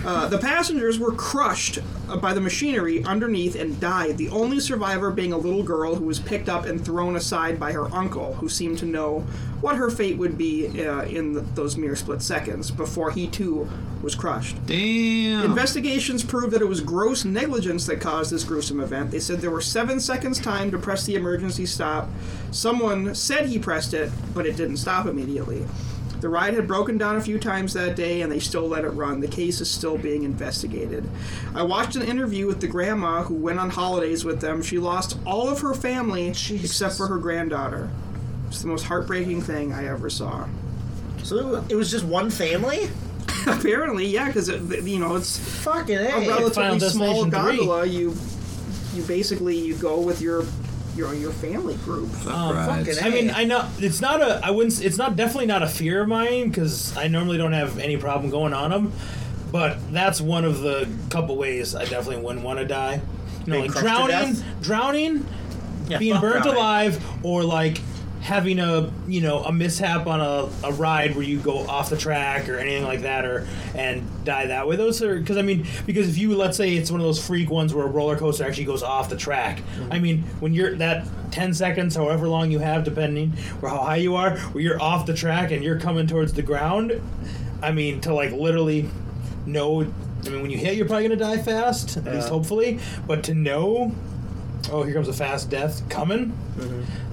[SPEAKER 4] Uh, the passengers were crushed uh, by the machinery underneath and died. The only survivor being a little girl who was picked up and thrown aside by her uncle, who seemed to know what her fate would be uh, in th those mere split seconds before he too was crushed.
[SPEAKER 5] Damn.
[SPEAKER 4] Investigations proved that it was gross negligence that caused this gruesome event. They said there were seven seconds time to press the emergency stop. Someone said he pressed it, but it didn't stop immediately. The ride had broken down a few times that day, and they still let it run. The case is still being investigated. I watched an interview with the grandma who went on holidays with them. She lost all of her family except for her granddaughter. It's the most heartbreaking thing I ever saw.
[SPEAKER 6] So it was just one family.
[SPEAKER 4] Apparently, yeah, because you know it's
[SPEAKER 6] Fucking
[SPEAKER 4] a
[SPEAKER 6] a.
[SPEAKER 7] Final
[SPEAKER 4] relatively small
[SPEAKER 7] Destination three.
[SPEAKER 4] gondola, you you basically you go with your your your family group.
[SPEAKER 7] Um,
[SPEAKER 5] Right.
[SPEAKER 6] fucking
[SPEAKER 7] I mean,
[SPEAKER 6] A.
[SPEAKER 7] I know it's not a. I wouldn't. s- It's not definitely not a fear of mine because I normally don't have any problem going on them. But that's one of the couple ways I definitely wouldn't want to die. You know,
[SPEAKER 6] Being
[SPEAKER 7] like
[SPEAKER 6] crushed to
[SPEAKER 7] drowning,
[SPEAKER 6] death?
[SPEAKER 7] drowning,
[SPEAKER 6] Yeah,
[SPEAKER 7] being
[SPEAKER 6] fuck
[SPEAKER 7] burnt
[SPEAKER 6] drowning.
[SPEAKER 7] alive, or like having a you know a mishap on a, a ride where you go off the track or anything like that, or and die that way. Those are because I mean because if you let's say it's one of those freak ones where a roller coaster actually goes off the track.
[SPEAKER 6] Mm-hmm.
[SPEAKER 7] I mean when you're that ten seconds, however long you have, depending or how high you are, where you're off the track and you're coming towards the ground. I mean to like literally know. I mean, when you hit, you're probably gonna die fast, at least hopefully. But to know Oh, here comes a fast death coming.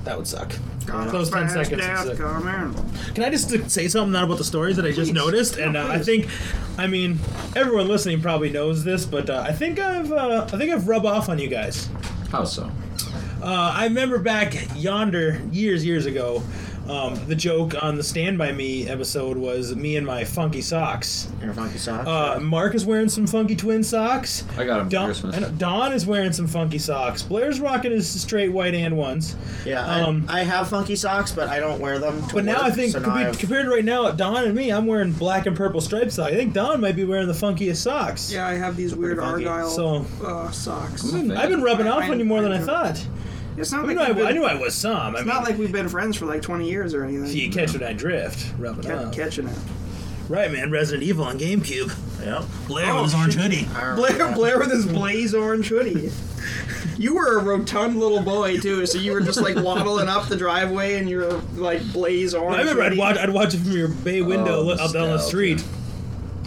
[SPEAKER 7] That would suck. Those ten seconds. would suck. Can I just uh, say something not about the stories that I just noticed? And uh, I think, I mean, everyone listening probably knows this, but uh, I think I've, uh, I think I've rub off on you guys.
[SPEAKER 5] How so?
[SPEAKER 7] Uh, I remember back yonder years, years ago. Um, the joke on the Stand By Me episode was me and my funky socks.
[SPEAKER 6] Your funky sock.
[SPEAKER 7] Uh, Mark is wearing some funky twin socks.
[SPEAKER 5] I got 'em for
[SPEAKER 7] Don,
[SPEAKER 5] Christmas.
[SPEAKER 7] I know- Don is wearing some funky socks. Blair's rocking his straight white and ones.
[SPEAKER 6] yeah.
[SPEAKER 7] um,
[SPEAKER 6] I, I have funky socks, but I don't wear them. To
[SPEAKER 7] But now
[SPEAKER 6] work,
[SPEAKER 7] I think
[SPEAKER 6] So now
[SPEAKER 7] compa-
[SPEAKER 6] I've-
[SPEAKER 7] compared to right now, Don and me, I'm wearing black and purple striped socks. I think Don might be wearing the funkiest socks.
[SPEAKER 4] Yeah, I have these weird
[SPEAKER 6] funky.
[SPEAKER 4] argyle
[SPEAKER 7] So-
[SPEAKER 4] uh, socks.
[SPEAKER 7] I've been rubbing off
[SPEAKER 4] I-
[SPEAKER 7] on you more than I
[SPEAKER 4] I-
[SPEAKER 7] thought.
[SPEAKER 4] It's not
[SPEAKER 7] I
[SPEAKER 4] like
[SPEAKER 7] knew I,
[SPEAKER 4] we've been,
[SPEAKER 7] I knew I was some. I
[SPEAKER 4] it's
[SPEAKER 7] mean,
[SPEAKER 4] not like we've been friends for like 20 years or anything.
[SPEAKER 7] you catch what I drift, rubbing
[SPEAKER 4] Kept
[SPEAKER 7] off.
[SPEAKER 4] catching it.
[SPEAKER 7] Right, man. Resident Evil on GameCube.
[SPEAKER 6] Yep.
[SPEAKER 7] Blair with his
[SPEAKER 4] Oh,
[SPEAKER 7] orange hoodie.
[SPEAKER 4] Blair, Blair with his blaze orange *laughs* hoodie. You were a rotund little boy too, so you were just like waddling up the driveway and you're like blaze orange.
[SPEAKER 7] I remember I'd
[SPEAKER 4] hoodie.
[SPEAKER 7] watch, I'd watch it from your bay window
[SPEAKER 5] Oh,
[SPEAKER 7] look out down the
[SPEAKER 5] nostalgia.
[SPEAKER 7] street.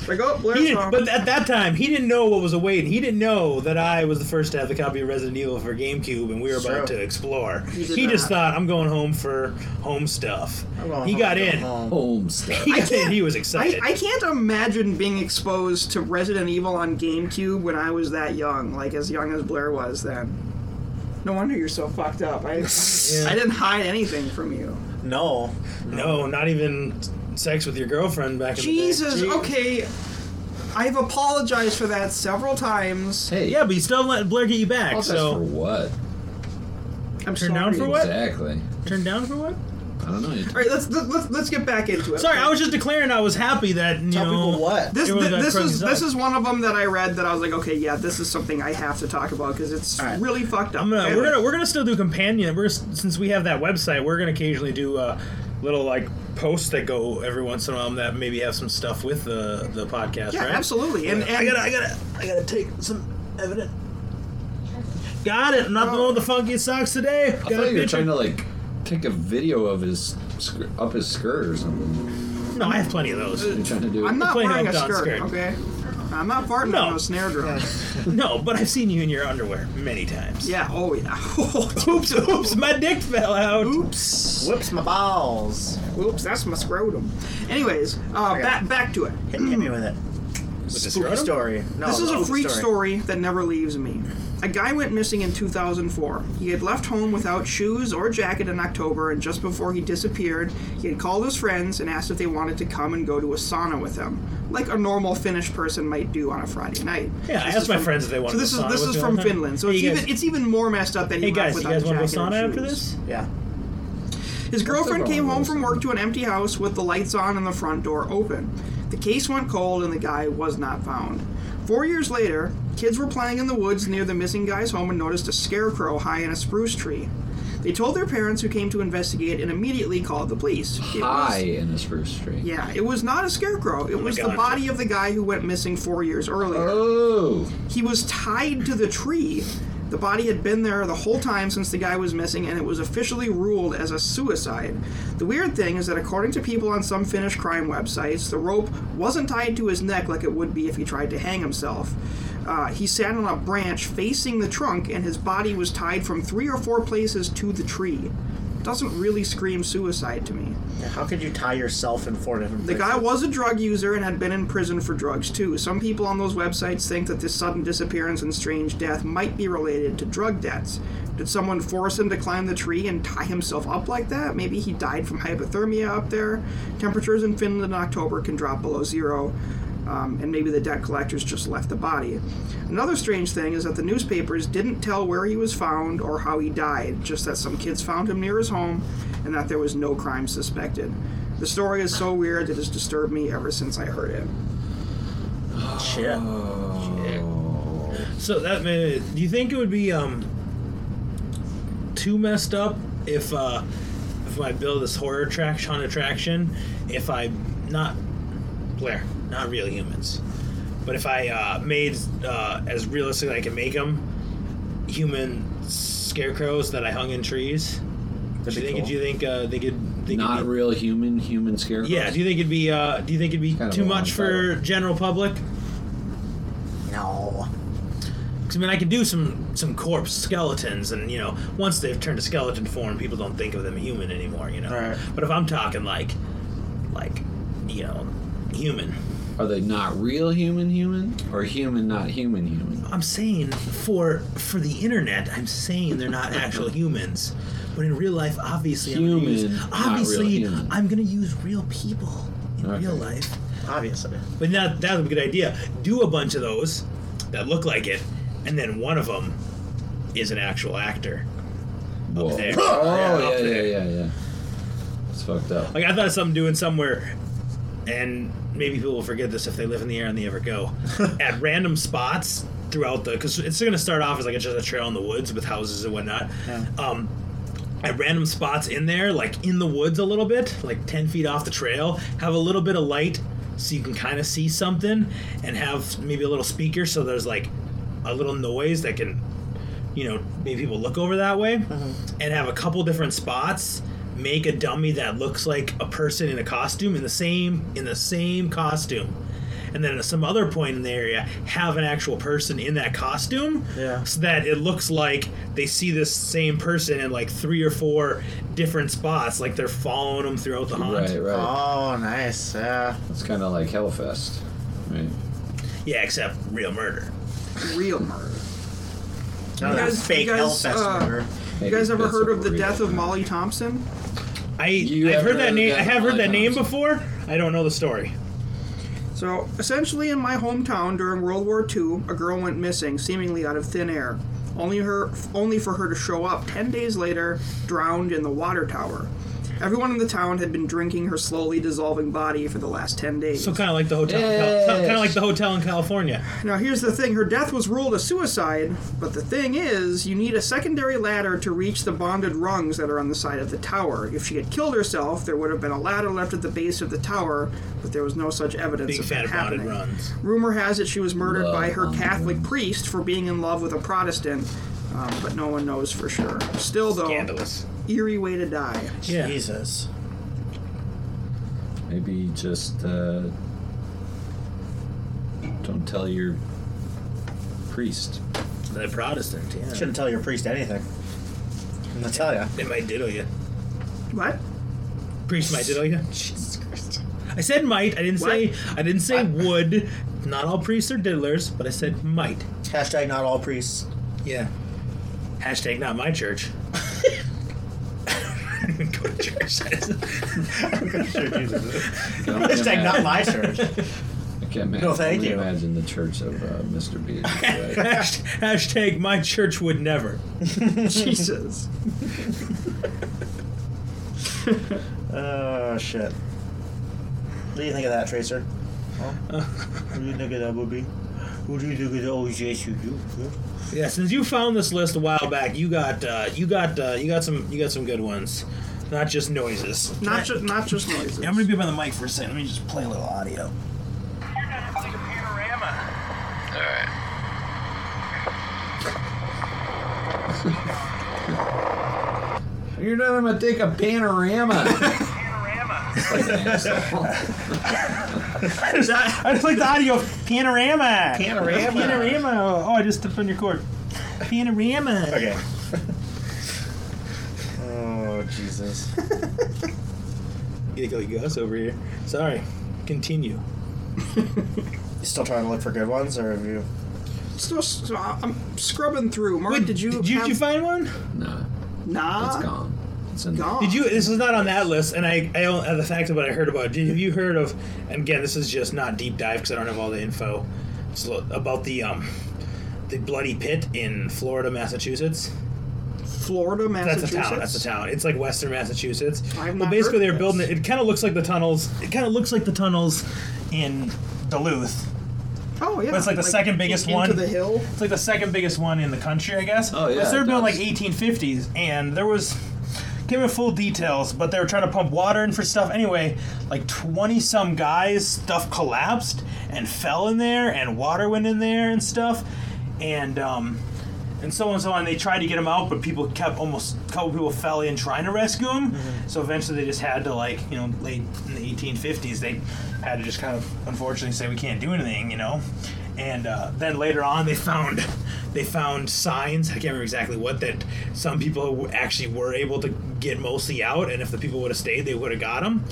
[SPEAKER 4] Like, oh,
[SPEAKER 7] He
[SPEAKER 4] Blair's
[SPEAKER 7] didn't,
[SPEAKER 4] home.
[SPEAKER 7] but at that time, he didn't know what was awaiting. He didn't know that I was the first to have the copy of Resident Evil for GameCube, and we were about
[SPEAKER 6] True.
[SPEAKER 7] to explore. He,
[SPEAKER 4] did
[SPEAKER 7] just
[SPEAKER 4] not.
[SPEAKER 7] thought, "I'm going home for home stuff."
[SPEAKER 6] I'm going
[SPEAKER 7] He
[SPEAKER 6] home,
[SPEAKER 7] got
[SPEAKER 6] I'm going
[SPEAKER 7] in.
[SPEAKER 6] home.
[SPEAKER 5] Home *laughs* stuff.
[SPEAKER 7] He,
[SPEAKER 4] I
[SPEAKER 7] got in.
[SPEAKER 4] can't-
[SPEAKER 7] he was
[SPEAKER 4] I,
[SPEAKER 7] excited.
[SPEAKER 4] I can't imagine being exposed to Resident Evil on GameCube when I was that young, like as young as Blair was then. No wonder you're so fucked up. I, I didn't hide anything from you.
[SPEAKER 6] No.
[SPEAKER 7] No, not even sex with your girlfriend back in
[SPEAKER 4] Jesus,
[SPEAKER 7] the day.
[SPEAKER 4] okay. I've apologized for that several times.
[SPEAKER 5] Hey,
[SPEAKER 7] Yeah, but you still haven't let Blair get you back.
[SPEAKER 5] apologize for
[SPEAKER 7] so
[SPEAKER 5] what?
[SPEAKER 4] I'm
[SPEAKER 7] Turn
[SPEAKER 4] sorry.
[SPEAKER 7] down for what?
[SPEAKER 5] Exactly.
[SPEAKER 7] turned down for what?
[SPEAKER 5] I don't know.
[SPEAKER 4] All right, let's let's let's get back into it.
[SPEAKER 7] Sorry, I was uh, just declaring I was happy that you
[SPEAKER 6] Tell
[SPEAKER 7] know
[SPEAKER 6] people what.
[SPEAKER 4] This,
[SPEAKER 7] Everyone's got
[SPEAKER 4] this
[SPEAKER 7] crumbs
[SPEAKER 4] is
[SPEAKER 7] up.
[SPEAKER 4] this is one of them that I read that I was like, okay, yeah, this is something I have to talk about because it's
[SPEAKER 6] right.
[SPEAKER 4] really fucked up.
[SPEAKER 7] I'm gonna
[SPEAKER 4] And-
[SPEAKER 7] we're gonna we're gonna still do companion. We're gonna, since we have that website, we're gonna occasionally do uh, little like posts that go every once in a while that maybe have some stuff with the the podcast.
[SPEAKER 4] yeah,
[SPEAKER 7] right?
[SPEAKER 4] absolutely. And, and
[SPEAKER 7] I gotta I gotta I gotta take some evidence. Got it. I'm
[SPEAKER 4] Oh.
[SPEAKER 7] not the one with the funky socks today.
[SPEAKER 5] I
[SPEAKER 7] Got a
[SPEAKER 5] thought you were
[SPEAKER 7] picture.
[SPEAKER 5] trying to like take a video of his sk- up his skirt or something.
[SPEAKER 7] No, I have plenty
[SPEAKER 4] *laughs*
[SPEAKER 7] of those.
[SPEAKER 5] You're trying to do.
[SPEAKER 4] I'm not
[SPEAKER 7] playing
[SPEAKER 4] wearing a
[SPEAKER 7] Uptown
[SPEAKER 4] skirt,
[SPEAKER 7] Skirt.
[SPEAKER 4] okay? I'm not farting
[SPEAKER 7] No.
[SPEAKER 4] on a snare drum.
[SPEAKER 7] No, but I've seen you in your underwear many times. *laughs*
[SPEAKER 4] Yeah. Oh yeah. *laughs*
[SPEAKER 7] Oops, oops, my dick fell out.
[SPEAKER 4] Oops.
[SPEAKER 6] Whoops, my balls.
[SPEAKER 4] Oops. That's my scrotum. Anyways, uh, back back to it.
[SPEAKER 6] Hit, hit me with it. Spooky story. No,
[SPEAKER 4] This is
[SPEAKER 6] love
[SPEAKER 4] a
[SPEAKER 6] the
[SPEAKER 4] freak story. that never leaves me. A guy went missing in 2004. He had left home without shoes or jacket in October, and just before he disappeared, he had called his friends and asked if they wanted to come and go to a sauna with him, like a normal Finnish person might do on a Friday night.
[SPEAKER 7] Yeah, I
[SPEAKER 4] This
[SPEAKER 7] asked
[SPEAKER 4] is
[SPEAKER 7] my
[SPEAKER 4] from-
[SPEAKER 7] friends if they wanted
[SPEAKER 4] So this
[SPEAKER 7] to
[SPEAKER 4] is
[SPEAKER 7] sauna
[SPEAKER 4] this
[SPEAKER 7] with
[SPEAKER 4] is
[SPEAKER 7] me.
[SPEAKER 4] from Finland. So
[SPEAKER 7] Hey,
[SPEAKER 4] it's
[SPEAKER 7] guys.
[SPEAKER 4] even it's even more messed up than
[SPEAKER 7] Hey
[SPEAKER 4] he left
[SPEAKER 7] guys, you
[SPEAKER 4] without
[SPEAKER 7] guys
[SPEAKER 4] a
[SPEAKER 7] want to go
[SPEAKER 4] jacket and
[SPEAKER 7] sauna after
[SPEAKER 4] shoes.
[SPEAKER 7] this?
[SPEAKER 6] Yeah.
[SPEAKER 4] His girlfriend
[SPEAKER 5] wrong
[SPEAKER 4] came
[SPEAKER 5] with
[SPEAKER 4] home
[SPEAKER 5] this?
[SPEAKER 4] from work to an empty house with the lights on and the front door open. The case went cold and the guy was not found. Four years later, kids were playing in the woods near the missing guy's home and noticed a scarecrow high in a spruce tree. They told their parents, who came to investigate, and immediately called the police. It was-
[SPEAKER 5] high in a spruce tree.
[SPEAKER 4] yeah, it was not a scarecrow. It was the
[SPEAKER 7] God.
[SPEAKER 4] body of the guy who went missing four years earlier.
[SPEAKER 5] Oh,
[SPEAKER 4] He was tied to the tree. The body had been there the whole time since the guy was missing, and it was officially ruled as a suicide. The weird thing is that, according to people on some Finnish crime websites, the rope wasn't tied to his neck like it would be if he tried to hang himself. Uh, he sat on a branch facing the trunk, and his body was tied from three or four places to the tree. Doesn't really scream suicide to me.
[SPEAKER 6] Yeah, How could you tie yourself in four different
[SPEAKER 4] The guy
[SPEAKER 6] places?
[SPEAKER 4] was a drug user and had been in prison for drugs too. Some people on those websites think that this sudden disappearance and strange death might be related to drug debts. Did someone force him to climb the tree and tie himself up like that? Maybe he died from hypothermia up there. Temperatures in Finland in October can drop below zero. Um, and maybe the debt collectors just left the body. Another strange thing is that the newspapers didn't tell where he was found or how he died, just that some kids found him near his home and that there was no crime suspected. The story is so weird that it's disturbed me ever since I heard it.
[SPEAKER 6] Shit.
[SPEAKER 7] So that may- do you think it would be um too messed up if uh if I build this horror attraction attraction if I not Blair not real humans but if I uh, made uh, as realistic as I can make them human scarecrows that I hung in trees do you think do you think uh, they could they
[SPEAKER 5] not
[SPEAKER 7] could be,
[SPEAKER 5] real human. Human scarecrow.
[SPEAKER 7] yeah do you think it'd be uh, do you think it'd be
[SPEAKER 5] Kind of a
[SPEAKER 7] too
[SPEAKER 5] long
[SPEAKER 7] much for
[SPEAKER 5] title.
[SPEAKER 7] general public
[SPEAKER 6] No.
[SPEAKER 7] 'Cause, I mean, I can do some some corpse skeletons, and you know, once they've turned to skeleton form, people don't think of them human anymore. You know.
[SPEAKER 6] Right.
[SPEAKER 7] But if I'm talking like, like, you know, human,
[SPEAKER 5] Are they not real human? Human or human? Not human? Human.
[SPEAKER 7] I'm saying for for the internet, I'm saying they're
[SPEAKER 5] *laughs*
[SPEAKER 7] not actual humans. But in real life, obviously, I'm gonna
[SPEAKER 5] Human,
[SPEAKER 7] use,
[SPEAKER 5] not real
[SPEAKER 7] obviously,
[SPEAKER 5] human.
[SPEAKER 7] I'm gonna use real people in
[SPEAKER 5] Okay.
[SPEAKER 7] real life.
[SPEAKER 6] Obviously.
[SPEAKER 7] But that that would be a good idea. Do a bunch of those that look like it, and then one of them is an actual actor.
[SPEAKER 5] Whoa.
[SPEAKER 7] there.
[SPEAKER 5] Oh
[SPEAKER 7] Yeah,
[SPEAKER 5] yeah,
[SPEAKER 7] up
[SPEAKER 5] yeah,
[SPEAKER 7] there.
[SPEAKER 5] yeah, yeah. It's fucked up.
[SPEAKER 7] Like I thought of something doing somewhere, and maybe people will forget this if they live in the air and they ever go at random spots throughout the because it's going to start off as like just a trail in the woods with houses and whatnot. Um, at random spots in there, like in the woods a little bit, like ten feet off the trail, have a little bit of light so you can kind of see something, and have maybe a little speaker so there's like a little noise that can you know, maybe people look over that way and have a couple different spots make a dummy that looks like a person in a costume in the same in the same costume and then at some other point in the area have an actual person in that costume
[SPEAKER 6] Yeah.
[SPEAKER 7] so that it looks like they see this same person in like three or four different spots like they're following them throughout the haunt
[SPEAKER 5] Right, right.
[SPEAKER 6] Oh, nice. Yeah.
[SPEAKER 5] It's kind of like Hellfest, right?
[SPEAKER 7] yeah except real murder
[SPEAKER 4] Real murder.
[SPEAKER 6] None of Oh, that
[SPEAKER 4] guys-
[SPEAKER 6] fake
[SPEAKER 4] you guys,
[SPEAKER 6] Hellfest
[SPEAKER 4] uh,
[SPEAKER 6] murder.
[SPEAKER 4] You guys ever heard of the death of Molly Thompson?
[SPEAKER 7] I
[SPEAKER 5] You
[SPEAKER 7] I've
[SPEAKER 5] have
[SPEAKER 7] heard that
[SPEAKER 5] heard
[SPEAKER 7] name.
[SPEAKER 5] that
[SPEAKER 7] I have heard
[SPEAKER 5] Molly
[SPEAKER 7] that name
[SPEAKER 5] Thompson.
[SPEAKER 7] before. I don't know the story.
[SPEAKER 4] So, essentially, in my hometown during World War II, a girl went missing, seemingly out of thin air, only her only for her to show up ten days later, drowned in the water tower. Everyone in the town had been drinking her slowly dissolving body for the last ten days.
[SPEAKER 7] So kind of like the hotel.
[SPEAKER 9] Yes.
[SPEAKER 7] Kind of like the hotel in California.
[SPEAKER 4] Now, here's the thing her death was ruled a suicide, but the thing is, you need a secondary ladder to reach the bonded rungs that are on the side of the tower. If she had killed herself, there would have been a ladder left at the base of the tower, but there was no such evidence
[SPEAKER 7] Big
[SPEAKER 4] of
[SPEAKER 7] fan
[SPEAKER 4] that
[SPEAKER 7] of bonded
[SPEAKER 4] happening.
[SPEAKER 7] runs.
[SPEAKER 4] Rumor has it she was murdered
[SPEAKER 5] Love
[SPEAKER 4] by her
[SPEAKER 5] bonded
[SPEAKER 4] Catholic priest for being in love with a Protestant, um, but no one knows for sure. Still, though,
[SPEAKER 7] Scandalous.
[SPEAKER 4] eerie way to die.
[SPEAKER 7] Yeah.
[SPEAKER 6] Jesus.
[SPEAKER 5] Maybe just uh, don't tell your priest.
[SPEAKER 7] *laughs* The Protestant. Yeah.
[SPEAKER 6] Shouldn't tell your priest anything. I'm gonna tell you.
[SPEAKER 7] They might diddle you.
[SPEAKER 4] What?
[SPEAKER 7] Priest might diddle you. Jesus Christ. I said might. I didn't say. I didn't say would. Not all priests are diddlers, but I said might.
[SPEAKER 6] Hashtag not all *laughs* priests.
[SPEAKER 7] Yeah. Hashtag not my *laughs* church. Go to church.
[SPEAKER 6] *laughs* Hashtag not *laughs* my church.
[SPEAKER 5] I can't ma-
[SPEAKER 6] No, thank
[SPEAKER 5] only
[SPEAKER 6] you.
[SPEAKER 5] imagine the church of uh, Mr.
[SPEAKER 7] *laughs*
[SPEAKER 5] B.
[SPEAKER 7] Hasht- Hashtag my church would never.
[SPEAKER 4] Jesus.
[SPEAKER 6] Oh shit. What do you think of that, Tracer? Huh? what do you think of that, Bobby? What do you think of that? Oh yes, you do. Huh?
[SPEAKER 7] Yeah, since you found this list a while back, you got uh, you got uh, you got some you got some good ones, not just noises.
[SPEAKER 4] Not, ju- not just noises.
[SPEAKER 7] Yeah, I'm gonna be by the mic for a second. Let me just play a
[SPEAKER 6] *laughs*
[SPEAKER 7] little audio.
[SPEAKER 5] You're not gonna take a panorama.
[SPEAKER 7] I just like the audio. of Panorama. Panorama. Panorama. Oh, I just stepped on your *laughs* cord. Panorama.
[SPEAKER 6] Okay. *laughs* oh Jesus.
[SPEAKER 7] Giggly Gus over here. Sorry. Continue.
[SPEAKER 6] You still trying to look for good ones, or have you?
[SPEAKER 4] Still, so I'm scrubbing through. Mark,
[SPEAKER 7] Wait,
[SPEAKER 4] did you?
[SPEAKER 7] Did you,
[SPEAKER 4] have-
[SPEAKER 7] did you find one?
[SPEAKER 5] no,
[SPEAKER 4] Nah.
[SPEAKER 5] it's gone. It's in
[SPEAKER 4] Gone.
[SPEAKER 7] Did you? This is not on that list, and I, I don't have the fact about. it, I heard about. it. Did, have you heard of? And again, this is just not deep dive because I don't have all the info. It's lo- about the um, the bloody pit in Florida, Massachusetts.
[SPEAKER 4] Florida,
[SPEAKER 7] That's a
[SPEAKER 4] Massachusetts.
[SPEAKER 7] town. That's a town. It's like Western Massachusetts.
[SPEAKER 4] I have
[SPEAKER 7] well,
[SPEAKER 4] not
[SPEAKER 7] basically,
[SPEAKER 4] heard
[SPEAKER 7] they're
[SPEAKER 4] of
[SPEAKER 7] building
[SPEAKER 4] this.
[SPEAKER 7] it. It kind of looks like the tunnels. It kind of looks like the tunnels in Duluth.
[SPEAKER 4] Oh yeah.
[SPEAKER 7] But it's like the second biggest
[SPEAKER 4] into
[SPEAKER 7] one.
[SPEAKER 4] the hill.
[SPEAKER 7] It's like the second biggest one in the country, I guess.
[SPEAKER 5] Oh, yeah,
[SPEAKER 7] They were
[SPEAKER 5] it
[SPEAKER 7] built like
[SPEAKER 5] does.
[SPEAKER 7] 1850s, and there was give me full details, but they were trying to pump water in for stuff. Anyway, like 20 some guys, stuff collapsed and fell in there, and water went in there and stuff, and um, and so on and so on. They tried to get them out, but people kept almost a couple people fell in trying to rescue them. So eventually, they just had to like you know late in the 1850s, they had to just kind of unfortunately say we can't do anything, you know. And uh, then later on, they found *laughs* they found signs. I can't remember exactly what that. Some people w- actually were able to get mostly out, and if the people would have stayed, they would have got them.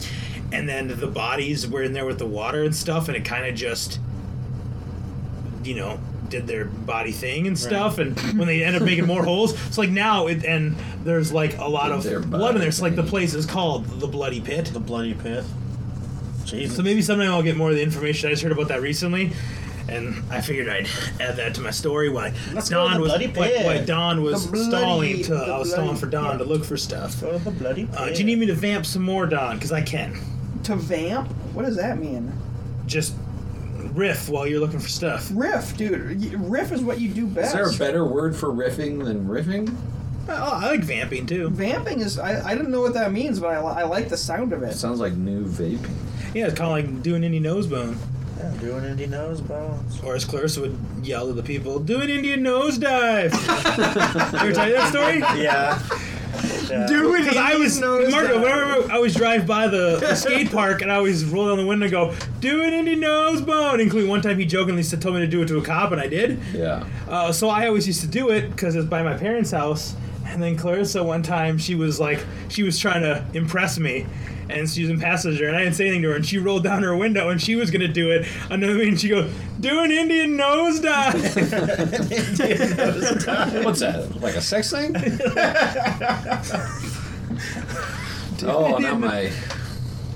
[SPEAKER 7] And then the bodies were in there with the water and stuff, and it kind of just you know did their body thing and
[SPEAKER 6] *clears throat*
[SPEAKER 7] stuff and when they end up making more holes it's like now it and there's like a lot
[SPEAKER 5] Did their
[SPEAKER 7] of blood in there so like the
[SPEAKER 5] body
[SPEAKER 7] place is called the bloody pit
[SPEAKER 6] The bloody pit. Jesus.
[SPEAKER 7] so maybe sometime i'll get more of the information i just heard about that recently and i figured i'd add that to my story why
[SPEAKER 6] Let's go to
[SPEAKER 7] don
[SPEAKER 6] the
[SPEAKER 7] was
[SPEAKER 6] bloody
[SPEAKER 7] why,
[SPEAKER 6] pit.
[SPEAKER 7] why don was
[SPEAKER 6] The bloody-
[SPEAKER 7] stalling to
[SPEAKER 6] the
[SPEAKER 7] i was stalling
[SPEAKER 6] bloody Oh,
[SPEAKER 7] for don to look for stuff
[SPEAKER 6] Go to the bloody pit.
[SPEAKER 7] uh, do you need me to vamp some more don because i can
[SPEAKER 4] To vamp? What does that mean?
[SPEAKER 7] just riff while you're looking for stuff
[SPEAKER 4] Riff, dude. Y- Riff is what you do
[SPEAKER 5] Is
[SPEAKER 4] best.
[SPEAKER 5] there a better word for riffing than riffing?
[SPEAKER 7] oh, i like vamping too
[SPEAKER 4] Vamping is. I, I didn't know what that means, but I, li- I like the sound of
[SPEAKER 5] It
[SPEAKER 4] it.
[SPEAKER 5] sounds like new vaping.
[SPEAKER 7] yeah it's kind of like doing any nose bone
[SPEAKER 6] Yeah, doing indie nose bones.
[SPEAKER 7] Or as Clarissa would yell to the people, do an Indian nosedive. *laughs* you ever tell you that story?
[SPEAKER 6] Yeah. yeah.
[SPEAKER 4] Doing
[SPEAKER 7] Because I was
[SPEAKER 4] Indian
[SPEAKER 7] Marco,
[SPEAKER 4] nosedive.
[SPEAKER 7] whenever I always drive by the,
[SPEAKER 6] *laughs*
[SPEAKER 7] the skate park and I always roll down the window and go, do an Indian nose bone. Including one time he jokingly said, told me to do it to a cop and I did.
[SPEAKER 5] Yeah.
[SPEAKER 7] Uh, so I always used to do it because it's by my parents' house. And then Clarissa, one time, she was like, she was trying to impress me, and Susan passes her, and I didn't say anything to her, and she rolled down her window, and she was gonna do it. Another thing, and she goes, "Do an Indian nose dive."
[SPEAKER 9] What's that? Like a sex thing? oh, now my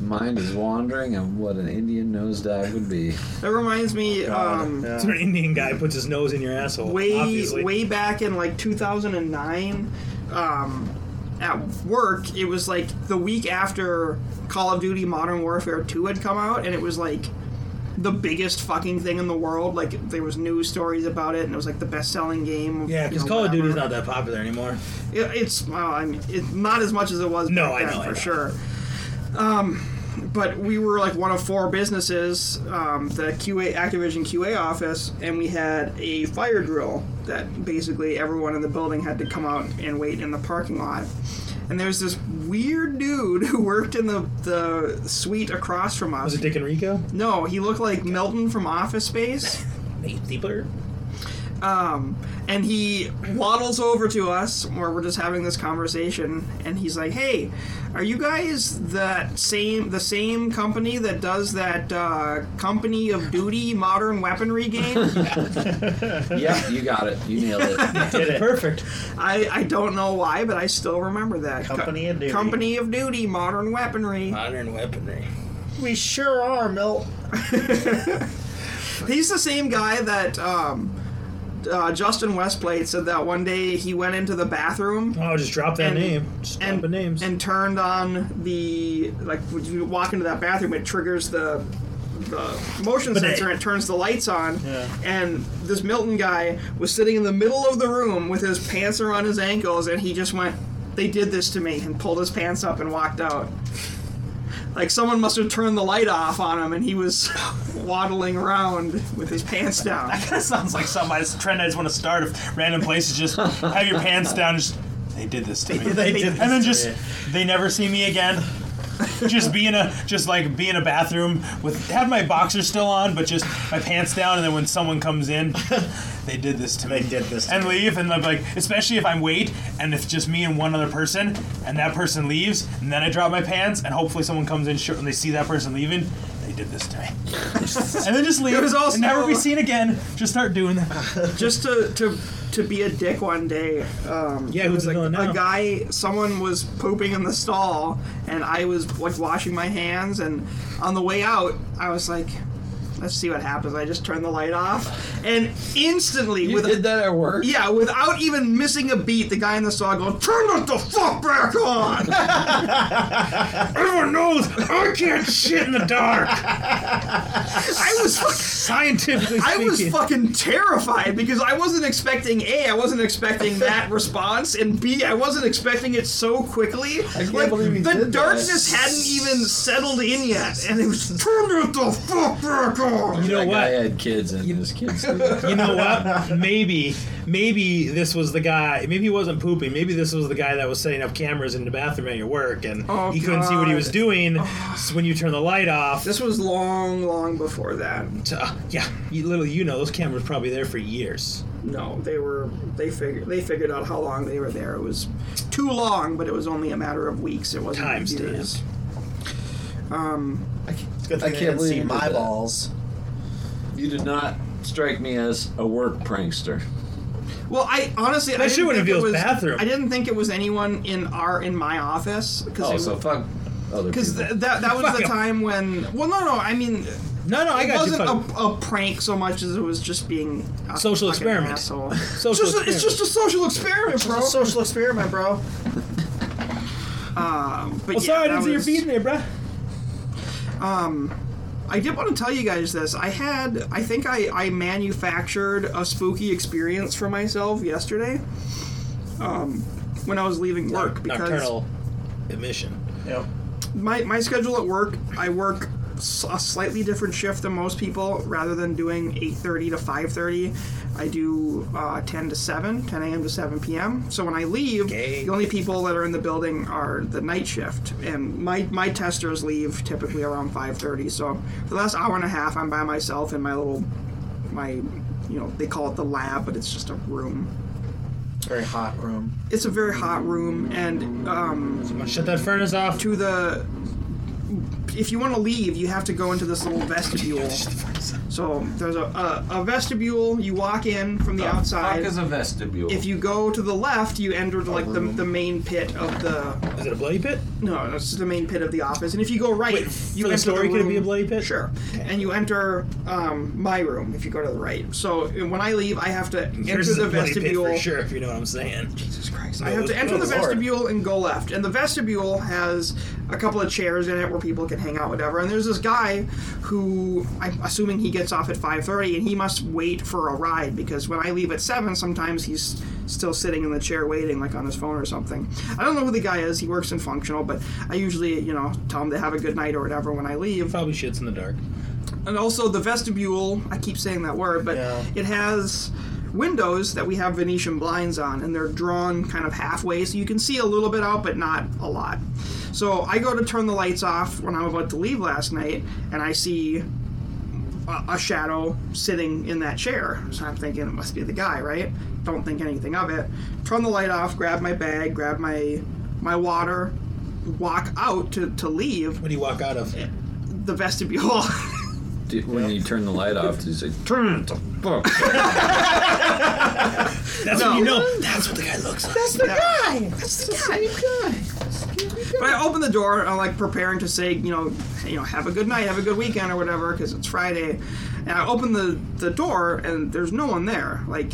[SPEAKER 9] mind is wandering on what an Indian nosedive would be.
[SPEAKER 4] That reminds me, um,
[SPEAKER 7] That's when an Indian guy puts his nose in your asshole.
[SPEAKER 4] way
[SPEAKER 7] obviously.
[SPEAKER 4] way back in like 2009 um, at work it was like the week after call of duty modern warfare 2 had come out and it was like the biggest fucking thing in the world like there was news stories about it and it was like the best selling game
[SPEAKER 7] Yeah, because
[SPEAKER 4] you know,
[SPEAKER 7] Call of
[SPEAKER 4] whatever.
[SPEAKER 7] Duty's not that popular anymore.
[SPEAKER 4] It- it's well, I mean, it's not as much as it was.
[SPEAKER 7] No,
[SPEAKER 4] back
[SPEAKER 7] I
[SPEAKER 4] then,
[SPEAKER 7] know, I
[SPEAKER 4] for
[SPEAKER 7] know.
[SPEAKER 4] sure. Um, but we were like one of four businesses, um, the QA Activision QA office, and we had a fire drill that basically everyone in the building had to come out and wait in the parking lot. And there's this weird dude *laughs* who worked in the, the suite across from us.
[SPEAKER 7] Was it Dick and Rico?
[SPEAKER 4] no, he looked like Milton from Office Space.
[SPEAKER 7] Nate Diebler?
[SPEAKER 4] and he waddles over to us where we're just having this conversation and he's like hey are you guys that same the same company that does that uh, company of duty modern weaponry game
[SPEAKER 6] *laughs*
[SPEAKER 9] Yep, you got it. You nailed it.
[SPEAKER 6] Did it.
[SPEAKER 7] Perfect.
[SPEAKER 4] I, I don't know why but i still remember that Co-
[SPEAKER 6] Company of Duty.
[SPEAKER 4] company of duty modern weaponry
[SPEAKER 8] Modern weaponry.
[SPEAKER 6] We sure are, Milt.
[SPEAKER 4] he's the same guy that um, uh, justin westplate said that one day he went into the bathroom
[SPEAKER 7] Oh, just drop that
[SPEAKER 4] And-
[SPEAKER 7] name. Just drop the names.
[SPEAKER 4] and turned on the like when you walk into that bathroom it triggers the the motion
[SPEAKER 7] Bidet.
[SPEAKER 4] sensor and it turns the lights on
[SPEAKER 6] Yeah.
[SPEAKER 4] and this milton guy was sitting in the middle of the room with his pants around his ankles and he just went they did this to me and pulled his pants up and walked out like someone must have turned the light off on him and he was *laughs* waddling around with his pants
[SPEAKER 7] *laughs*
[SPEAKER 4] down
[SPEAKER 7] that sounds like something. It's a trend I just want to start of random places. Just have your pants down. Just they did this to me.
[SPEAKER 6] *laughs* They did
[SPEAKER 7] and then
[SPEAKER 6] this to
[SPEAKER 7] just
[SPEAKER 6] me.
[SPEAKER 7] they never see me again. just be in a just like be in a bathroom with have my boxers still on, but just my pants down. And then when someone comes in, they did this to me.
[SPEAKER 6] They did this to
[SPEAKER 7] and leave. And I'm like, especially if I'm wait and it's just me and one other person, and that person leaves, and then I drop my pants, and hopefully someone comes in short and they see that person leaving. They did this to me. and then just leave.
[SPEAKER 4] There was also-
[SPEAKER 7] and never be seen again. Just start doing that.
[SPEAKER 4] just to to to be a dick one day. Um, it
[SPEAKER 7] Yeah, who's
[SPEAKER 4] was like
[SPEAKER 7] it going now?
[SPEAKER 4] a guy. Someone was pooping in the stall, and I was like washing my hands. And on the way out, I was like, "Let's see what happens." I just turned the light off, and instantly,
[SPEAKER 9] You
[SPEAKER 4] with
[SPEAKER 9] did that at work?
[SPEAKER 4] yeah, without even missing a beat, the guy in the stall goes, "Turn it the fuck
[SPEAKER 9] *laughs*
[SPEAKER 4] back on!"
[SPEAKER 7] Everyone knows I can't shit in the dark.
[SPEAKER 4] I was. Fucking-
[SPEAKER 7] *laughs* Scientifically
[SPEAKER 4] I
[SPEAKER 7] speaking,
[SPEAKER 4] was fucking terrified because I wasn't expecting A, I wasn't *laughs* expecting that response, and B, I wasn't expecting it so quickly. I
[SPEAKER 9] can't believe you
[SPEAKER 4] the
[SPEAKER 9] did that.
[SPEAKER 4] darkness hadn't even settled in yet, and it *laughs* was turn it the fuck back on.
[SPEAKER 7] You know
[SPEAKER 9] that guy
[SPEAKER 7] what?
[SPEAKER 9] had kids and his kids. did.
[SPEAKER 7] You
[SPEAKER 4] *laughs*
[SPEAKER 7] know what? Maybe, maybe this was the guy. Maybe he wasn't pooping. Maybe this was the guy that was setting up cameras in the bathroom at your work, and
[SPEAKER 4] Oh,
[SPEAKER 7] he couldn't see what he
[SPEAKER 4] God. Oh.
[SPEAKER 7] was doing so when you turn the light off.
[SPEAKER 4] This was long, long before that.
[SPEAKER 7] Uh, yeah, you, little you know, those cameras were probably there for years.
[SPEAKER 4] No, they were they figured they figured out how long they were there. It was too long, but it was only a matter of weeks. It wasn't
[SPEAKER 7] Time
[SPEAKER 4] years.
[SPEAKER 7] stamp.
[SPEAKER 6] It's a good thing I
[SPEAKER 9] can't
[SPEAKER 6] can't didn't
[SPEAKER 9] believe
[SPEAKER 6] see
[SPEAKER 9] you did
[SPEAKER 6] my
[SPEAKER 9] that.
[SPEAKER 6] balls.
[SPEAKER 9] You did not strike me as a work prankster.
[SPEAKER 4] Well, I honestly I
[SPEAKER 7] That shit
[SPEAKER 4] didn't
[SPEAKER 7] would
[SPEAKER 4] think it
[SPEAKER 7] reveal
[SPEAKER 4] was
[SPEAKER 7] his bathroom.
[SPEAKER 4] I didn't think it was anyone in our in my office because
[SPEAKER 9] Oh, so fuck other
[SPEAKER 4] Because
[SPEAKER 9] people.
[SPEAKER 4] th- that that was
[SPEAKER 7] Fuck
[SPEAKER 4] the
[SPEAKER 7] 'em.
[SPEAKER 4] time when. Well, no, no. I mean,
[SPEAKER 7] No, no, I
[SPEAKER 4] it
[SPEAKER 7] got you.
[SPEAKER 4] wasn't
[SPEAKER 7] fuck.
[SPEAKER 4] a, a prank so much as it was just being a
[SPEAKER 7] Social
[SPEAKER 4] fucking
[SPEAKER 7] experiment.
[SPEAKER 4] asshole.
[SPEAKER 7] *laughs*
[SPEAKER 4] it's,
[SPEAKER 7] Social
[SPEAKER 4] just a, it's
[SPEAKER 7] experiment.
[SPEAKER 4] just a social experiment, bro.
[SPEAKER 6] It's a social experiment,
[SPEAKER 4] *laughs*
[SPEAKER 6] bro.
[SPEAKER 4] But
[SPEAKER 7] Well,
[SPEAKER 4] Um, yeah,
[SPEAKER 7] sorry, I
[SPEAKER 4] that
[SPEAKER 7] didn't see your
[SPEAKER 4] was-
[SPEAKER 7] feet in there, bruh.
[SPEAKER 4] I did want to tell you guys this. I had, I think I, I manufactured a spooky experience for myself yesterday. Um, when I was leaving work because
[SPEAKER 7] Nocturnal emission.
[SPEAKER 6] Yep.
[SPEAKER 4] my, my schedule at work i work s- a slightly different shift than most people rather than doing 8.30 to 5.30 i do uh, 10 to 7 10 a.m to 7 p.m so when i leave
[SPEAKER 7] Okay.
[SPEAKER 4] the only people that are in the building are the night shift and my, my testers leave typically around 5.30 so for the last hour and a half i'm by myself in my little my you know they call it the lab but it's just a room
[SPEAKER 6] Very hot room.
[SPEAKER 4] it's a very hot room and um,
[SPEAKER 7] So I'm gonna shut that furnace off.
[SPEAKER 4] to the if you want to leave, you have to go into this little vestibule. So there's a, a, a vestibule. You walk in from the outside.
[SPEAKER 2] Fuck is a vestibule.
[SPEAKER 4] If you go to the left, you enter like the, the main pit of the
[SPEAKER 7] Is it a bloody pit?
[SPEAKER 4] no, this is the main pit of the office. And if you go right, you
[SPEAKER 7] for the
[SPEAKER 4] enter
[SPEAKER 7] story, could it be a
[SPEAKER 4] room-
[SPEAKER 7] bloody pit?
[SPEAKER 4] Sure. And you enter um, my room if you go to the right. So when I leave, I have to
[SPEAKER 7] Yours
[SPEAKER 4] enter
[SPEAKER 7] is
[SPEAKER 4] the
[SPEAKER 7] a bloody pit
[SPEAKER 4] vestibule.
[SPEAKER 7] for sure. If you know what I'm saying.
[SPEAKER 4] Jesus Christ. I have to enter
[SPEAKER 7] oh,
[SPEAKER 4] the
[SPEAKER 7] Lord.
[SPEAKER 4] vestibule and go left. And the vestibule has a couple of chairs in it where people can hang out, whatever. And there's this guy who I'm assuming he gets off at 5:30, and he must wait for a ride because when I leave at seven, sometimes he's still sitting in the chair waiting, like on his phone or something. I don't know who the guy is. He works in functional, but I usually, you know, tell him to have a good night or whatever when I leave
[SPEAKER 7] Probably shits in the dark.
[SPEAKER 4] and also the vestibule i keep saying that word but
[SPEAKER 6] Yeah.
[SPEAKER 4] it has windows that we have venetian blinds on and they're drawn kind of halfway so you can see a little bit out but not a lot so i go to turn the lights off when i'm about to leave last night and i see a, a shadow sitting in that chair so i'm thinking it must be the guy right don't think anything of it turn the light off grab my bag grab my my water walk out to, to leave
[SPEAKER 7] What do you walk out of?
[SPEAKER 4] the vestibule *laughs*
[SPEAKER 9] Do- when you turn the light off, do you say, turn it the fuck off."
[SPEAKER 7] That's what you know.
[SPEAKER 8] That's what the guy looks like.
[SPEAKER 4] That's the guy. That's the guy. But I open the door. and I'm like preparing to say, you know, you know, have a good night, have a good weekend, or whatever, because it's Friday. And I open the the door, and there's no one there. Like,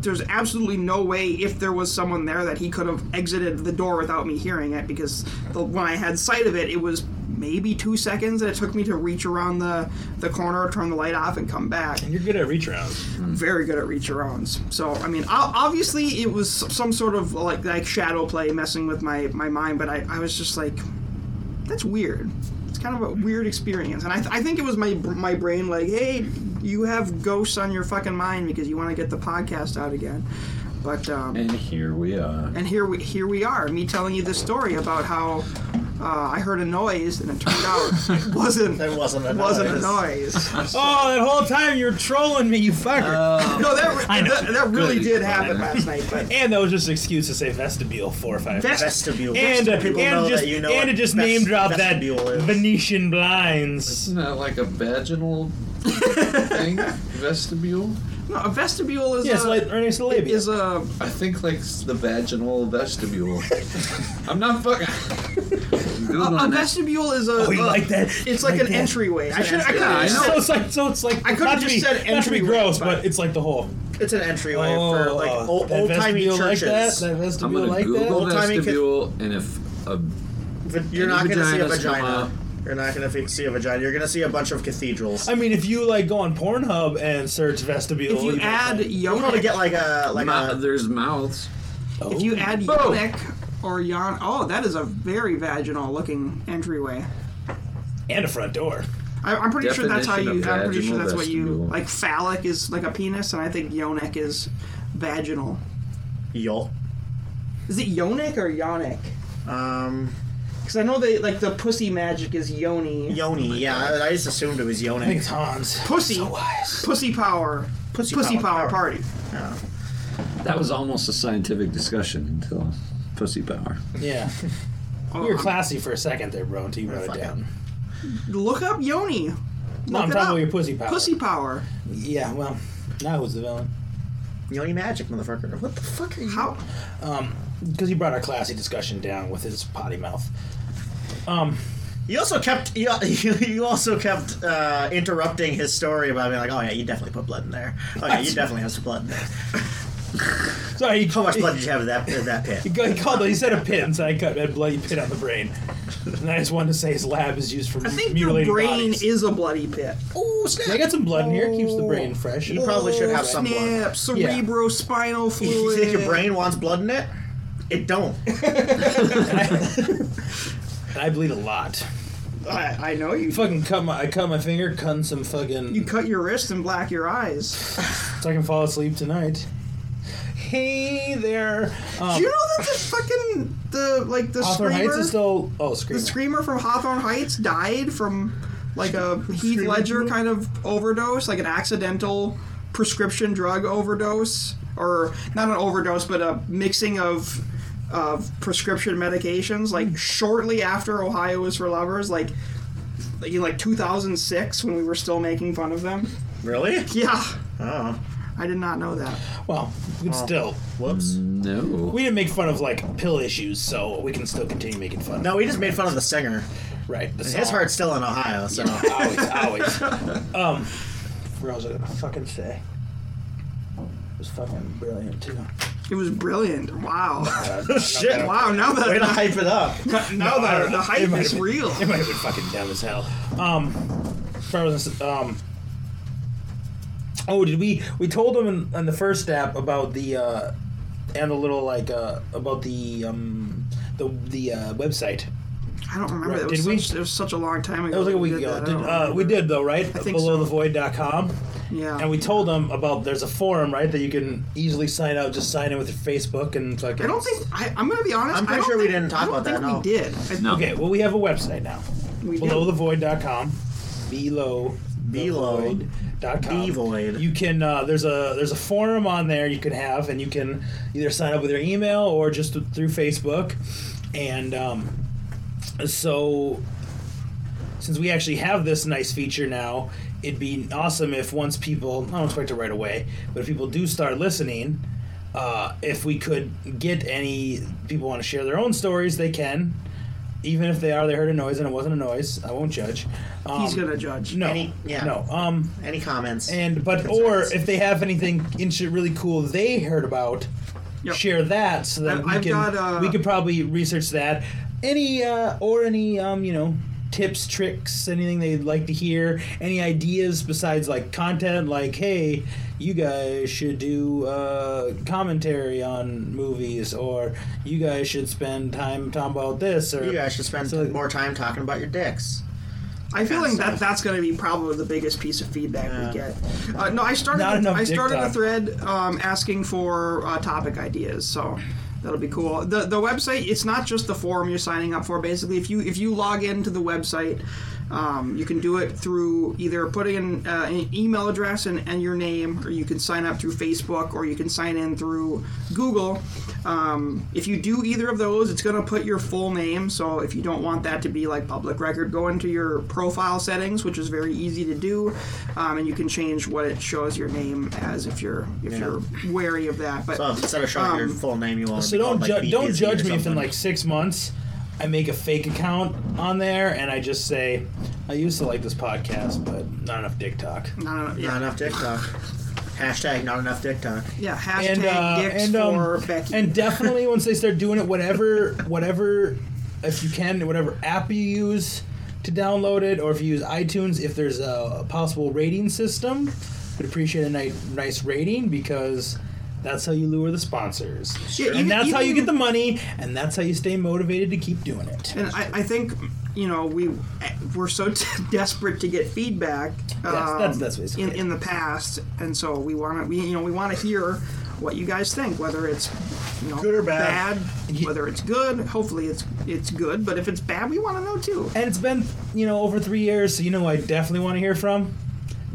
[SPEAKER 4] there's absolutely no way if there was someone there that he could have exited the door without me hearing it, because the, when I had sight of it, it was maybe two seconds that it took me to reach around the the corner, turn the light off, and come back
[SPEAKER 7] You're good at reach rounds.
[SPEAKER 4] very good at reach-arounds. So I mean, o- obviously it was some sort of like like shadow play messing with my my mind, but I, I was just like, that's weird. It's kind of a weird experience, and I, th- I think it was my br- my brain like, hey, you have ghosts on your fucking mind because you want to get the podcast out again. But um,
[SPEAKER 9] And here we are.
[SPEAKER 4] and here we here we are, me telling you this story about how. Uh, I heard a noise, and it turned out it wasn't
[SPEAKER 6] It wasn't a
[SPEAKER 4] wasn't a
[SPEAKER 6] noise.
[SPEAKER 4] noise.
[SPEAKER 7] *laughs* Oh, that whole time you're trolling me, you fucker.
[SPEAKER 6] Uh,
[SPEAKER 4] no, that, that, that really
[SPEAKER 9] Good.
[SPEAKER 4] did happen last night. But
[SPEAKER 7] and that was just an excuse to say vestibule four or five.
[SPEAKER 4] Vest-
[SPEAKER 6] Vestibule.
[SPEAKER 7] and uh,
[SPEAKER 6] So people
[SPEAKER 7] and
[SPEAKER 6] know
[SPEAKER 7] just
[SPEAKER 6] that you know
[SPEAKER 7] and
[SPEAKER 6] what
[SPEAKER 7] it just
[SPEAKER 6] vest-
[SPEAKER 7] name dropped that
[SPEAKER 6] vestibule is.
[SPEAKER 7] Venetian blinds.
[SPEAKER 9] Isn't that like a vaginal
[SPEAKER 4] *laughs*
[SPEAKER 9] thing? Vestibule?
[SPEAKER 4] No, a vestibule is
[SPEAKER 7] Yes,
[SPEAKER 4] a,
[SPEAKER 7] like right next to the labia.
[SPEAKER 4] is a
[SPEAKER 9] I think like it's the vaginal vestibule. I'm not fucking.
[SPEAKER 4] a
[SPEAKER 9] Googling it.
[SPEAKER 4] vestibule is a.
[SPEAKER 7] oh, you
[SPEAKER 4] a-
[SPEAKER 7] like that?
[SPEAKER 4] It's like
[SPEAKER 7] Like
[SPEAKER 4] an
[SPEAKER 7] that.
[SPEAKER 4] entryway. I should. I could.
[SPEAKER 9] Yeah, I
[SPEAKER 7] So it's like so it's like
[SPEAKER 4] I could've
[SPEAKER 7] not to
[SPEAKER 4] just
[SPEAKER 7] be,
[SPEAKER 4] said
[SPEAKER 7] not to be
[SPEAKER 4] entryway,
[SPEAKER 7] gross,
[SPEAKER 4] but-
[SPEAKER 7] but it's like the whole
[SPEAKER 6] It's an entryway for like
[SPEAKER 7] oh,
[SPEAKER 6] old,
[SPEAKER 7] that
[SPEAKER 6] old timey
[SPEAKER 7] vestibule
[SPEAKER 6] churches.
[SPEAKER 7] like that. That
[SPEAKER 9] I'm
[SPEAKER 7] vestibule
[SPEAKER 9] gonna
[SPEAKER 7] like
[SPEAKER 9] Google
[SPEAKER 7] that.
[SPEAKER 6] Old-timey kid-
[SPEAKER 9] vestibule, and if a
[SPEAKER 6] But you're not going to see a
[SPEAKER 9] Vaginas come out.
[SPEAKER 6] vagina. You're not going to see a vagina. You're going to see a bunch of cathedrals.
[SPEAKER 7] I mean, if you like go on Pornhub and search vestibule,
[SPEAKER 4] If you
[SPEAKER 7] might
[SPEAKER 4] add
[SPEAKER 7] find-
[SPEAKER 6] You'll probably
[SPEAKER 4] Yonek,
[SPEAKER 6] get like a like
[SPEAKER 9] mou-
[SPEAKER 6] a
[SPEAKER 9] there's mouths.
[SPEAKER 4] if you add
[SPEAKER 9] Boom.
[SPEAKER 4] Yonek or Yon, oh, that is a very vaginal looking entryway.
[SPEAKER 7] and a front door.
[SPEAKER 4] I, I'm pretty sure that's how you.
[SPEAKER 9] Definition of
[SPEAKER 4] I'm pretty sure
[SPEAKER 9] vaginal
[SPEAKER 4] that's what you
[SPEAKER 9] vestibule.
[SPEAKER 4] like. Phallic is like a penis, and I think Yonek is vaginal.
[SPEAKER 6] yo.
[SPEAKER 4] Is it Yonek or Yonek?
[SPEAKER 6] Um,
[SPEAKER 4] Because I know they like the pussy magic is Yoni.
[SPEAKER 7] Oh
[SPEAKER 6] yoni. Yeah, I, I just assumed it was
[SPEAKER 7] I think
[SPEAKER 6] yoni.
[SPEAKER 7] it's Hans.
[SPEAKER 4] Pussy. Pussy power.
[SPEAKER 6] Pussy
[SPEAKER 4] Pussy
[SPEAKER 6] power.
[SPEAKER 4] power party.
[SPEAKER 9] That was almost a scientific discussion until pussy power.
[SPEAKER 4] *laughs*
[SPEAKER 7] Yeah, you were classy for a second there, bro. Until you wrote
[SPEAKER 6] fuck
[SPEAKER 7] it down.
[SPEAKER 4] Look up Yoni.
[SPEAKER 7] No,
[SPEAKER 4] Look
[SPEAKER 7] I'm
[SPEAKER 4] it
[SPEAKER 7] talking
[SPEAKER 4] up.
[SPEAKER 7] about your pussy power.
[SPEAKER 4] Pussy power.
[SPEAKER 7] Yeah, well, now who's the villain?
[SPEAKER 6] Yoni magic, motherfucker. What the fuck are you?
[SPEAKER 4] How?
[SPEAKER 7] Because he brought our classy discussion down with his potty mouth.
[SPEAKER 6] You also kept you, *laughs* you also kept uh, interrupting his story about being like, oh yeah, you definitely put blood in there. Oh yeah, you definitely have some blood in there.
[SPEAKER 7] Sorry, he,
[SPEAKER 6] How much blood did you have in that in that
[SPEAKER 7] He,
[SPEAKER 6] pit?
[SPEAKER 7] he called it. He said a pit, and so I cut that bloody pit on the brain. And I just wanted to say his lab is used for
[SPEAKER 4] I think your
[SPEAKER 7] mutilating
[SPEAKER 4] brain
[SPEAKER 7] bodies.
[SPEAKER 4] is Oh. a bloody pit.
[SPEAKER 7] Oh, snap. I got some blood in here. Keeps the brain fresh.
[SPEAKER 6] You probably should have some blood.
[SPEAKER 4] Snap, cerebrospinal fluid.
[SPEAKER 6] *laughs* You think your brain wants blood in it? It don't.
[SPEAKER 7] And I bleed a lot.
[SPEAKER 4] I, I know you.
[SPEAKER 7] Fucking cut my. I cut my finger. Cut some fucking.
[SPEAKER 4] You cut your wrist and black your eyes.
[SPEAKER 7] so I can fall asleep tonight. Hey there. Um,
[SPEAKER 4] Do you know that the fucking the like the
[SPEAKER 7] Hawthorne
[SPEAKER 4] screamer,
[SPEAKER 7] Heights is still. Oh,
[SPEAKER 4] the
[SPEAKER 7] screamer.
[SPEAKER 4] screamer from Hawthorne Heights died from like a Heath Ledger kind of overdose, like an accidental prescription drug overdose, or not an overdose, but a mixing of of prescription medications. Like shortly after Ohio was for lovers, like like, in like 2006 when we were still making fun of them.
[SPEAKER 6] Really?
[SPEAKER 4] Yeah,
[SPEAKER 6] Oh.
[SPEAKER 4] I did not know that.
[SPEAKER 7] Well, we can still.
[SPEAKER 6] Whoops.
[SPEAKER 5] No.
[SPEAKER 7] We didn't make fun of like pill issues, so we can still continue making fun.
[SPEAKER 6] No, we just made fun of the singer.
[SPEAKER 7] right. the
[SPEAKER 6] His
[SPEAKER 7] song.
[SPEAKER 6] heart's still in Ohio, so. *laughs*
[SPEAKER 7] always, always. Um, *laughs* what was I gonna fucking say? It was fucking brilliant too.
[SPEAKER 4] It was brilliant. Wow.
[SPEAKER 7] Shit.
[SPEAKER 4] *laughs* Wow. Now
[SPEAKER 6] Way to
[SPEAKER 4] that
[SPEAKER 6] hype it up.
[SPEAKER 4] now
[SPEAKER 7] I
[SPEAKER 4] that
[SPEAKER 7] don't
[SPEAKER 4] the
[SPEAKER 7] know. It
[SPEAKER 4] hype
[SPEAKER 7] might
[SPEAKER 4] is
[SPEAKER 7] have-
[SPEAKER 4] real.
[SPEAKER 7] It might have been fucking dumb as hell. Um, as far as um, oh, did we we told them in, in the first app about the uh, and a little like uh about the um the the uh, website.
[SPEAKER 4] I don't remember.
[SPEAKER 7] Right,
[SPEAKER 4] It, was
[SPEAKER 7] did we?
[SPEAKER 4] such, it was such a long time ago.
[SPEAKER 7] That was like a
[SPEAKER 4] that we
[SPEAKER 7] week
[SPEAKER 4] did
[SPEAKER 7] ago.
[SPEAKER 4] that. I
[SPEAKER 7] Did,
[SPEAKER 4] don't
[SPEAKER 7] uh, we
[SPEAKER 4] remember.
[SPEAKER 7] did though, right?
[SPEAKER 4] think
[SPEAKER 7] BelowTheVoid.com.
[SPEAKER 4] Yeah.
[SPEAKER 7] And we told them about there's a forum, right, that you can easily sign up. Just sign in with your Facebook and fucking.
[SPEAKER 4] I don't think I, I'm gonna be honest.
[SPEAKER 6] I'm
[SPEAKER 4] I
[SPEAKER 6] pretty
[SPEAKER 4] don't
[SPEAKER 6] sure we
[SPEAKER 4] think-
[SPEAKER 6] didn't talk
[SPEAKER 4] I don't
[SPEAKER 6] about
[SPEAKER 4] think
[SPEAKER 6] that, no.
[SPEAKER 4] We did. I think
[SPEAKER 5] No.
[SPEAKER 7] Okay, well, we have a website now.
[SPEAKER 4] We did.
[SPEAKER 7] BelowTheVoid.com. Below.
[SPEAKER 6] Below.
[SPEAKER 7] Below.com.
[SPEAKER 6] Devoid.
[SPEAKER 7] You can uh, there's a there's a forum on there you can have, and you can either sign up with your email or just through Facebook. And um, so, since we actually have this nice feature now, it'd be awesome if once people I don't expect it right away, but if people do start listening, uh, if we could get any people want to share their own stories, they can. Even if they are, they heard a noise and it wasn't a noise. I won't judge. Um,
[SPEAKER 4] He's gonna judge.
[SPEAKER 7] no,
[SPEAKER 6] Any- yeah.
[SPEAKER 7] no. Um,
[SPEAKER 6] Any comments?
[SPEAKER 7] and but
[SPEAKER 6] Concerns.
[SPEAKER 7] or if they have anything inter- really cool they heard about,
[SPEAKER 4] Yep.
[SPEAKER 7] share that so that
[SPEAKER 4] I-
[SPEAKER 7] we
[SPEAKER 4] I've
[SPEAKER 7] can
[SPEAKER 4] got, uh,
[SPEAKER 7] we could probably research that. Any uh, or any um, you know tips, tricks, anything they'd like to hear, any ideas besides like content, like hey, you guys should do uh, commentary on movies, or you guys should spend time talking about this, or
[SPEAKER 6] you guys should spend
[SPEAKER 7] So-
[SPEAKER 6] more time talking about your dicks.
[SPEAKER 4] I feel like that
[SPEAKER 6] stuff.
[SPEAKER 4] that's going to be probably the biggest piece of feedback we get. Uh, no, I started.
[SPEAKER 7] Not enough
[SPEAKER 4] I started
[SPEAKER 7] dick
[SPEAKER 4] a thread um, asking for uh, topic ideas, so that'll be cool. the The website it's not just the forum you're signing up for. Basically, if you if you log into the website, um, you can do it through either putting in uh, an email address and, and your name, or you can sign up through Facebook, or you can sign in through Google. Um, if you do either of those, it's going to put your full name. So if you don't want that to be like public record, go into your profile settings, which is very easy to do, um, and you can change what it shows your name as if you're if you're wary of that. But
[SPEAKER 6] So Oh, instead of showing your
[SPEAKER 4] Um,
[SPEAKER 6] full name, you want to
[SPEAKER 7] So
[SPEAKER 6] be
[SPEAKER 7] don't
[SPEAKER 6] called,
[SPEAKER 7] ju-
[SPEAKER 6] like, BDZ
[SPEAKER 7] don't judge
[SPEAKER 6] E or
[SPEAKER 7] me if in
[SPEAKER 6] something.
[SPEAKER 7] like six months I make a fake account on there and I just say I used to like this podcast, but not enough dick talk.
[SPEAKER 4] I don't know,
[SPEAKER 6] Not
[SPEAKER 4] yeah,
[SPEAKER 6] enough dick talk. Hashtag not enough dick talk.
[SPEAKER 4] yeah, hashtag
[SPEAKER 7] And uh,
[SPEAKER 4] dicks
[SPEAKER 7] and um,
[SPEAKER 4] for Becky.
[SPEAKER 7] and definitely once they start doing it, whatever whatever if you can whatever app you use to download it, or if you use iTunes, if there's a, a possible rating system, would appreciate a nice nice rating because. That's how you lure the sponsors.
[SPEAKER 4] Yeah,
[SPEAKER 7] and
[SPEAKER 4] even-
[SPEAKER 7] that's how you
[SPEAKER 4] even-
[SPEAKER 7] get the money, and that's how you stay motivated to keep doing it.
[SPEAKER 4] And I, I think you know we we're so *laughs* t- desperate to get feedback. Um,
[SPEAKER 7] that's- that's what it's
[SPEAKER 4] in,
[SPEAKER 7] okay.
[SPEAKER 4] in the past, and so we want to we you know we want to hear what you guys think, whether it's you know
[SPEAKER 6] Good or bad.
[SPEAKER 4] bad, whether it's good. Hopefully, it's it's good, but if it's bad, we want to know too.
[SPEAKER 7] And it's been, you know, over three years, so you know who I definitely want to hear from?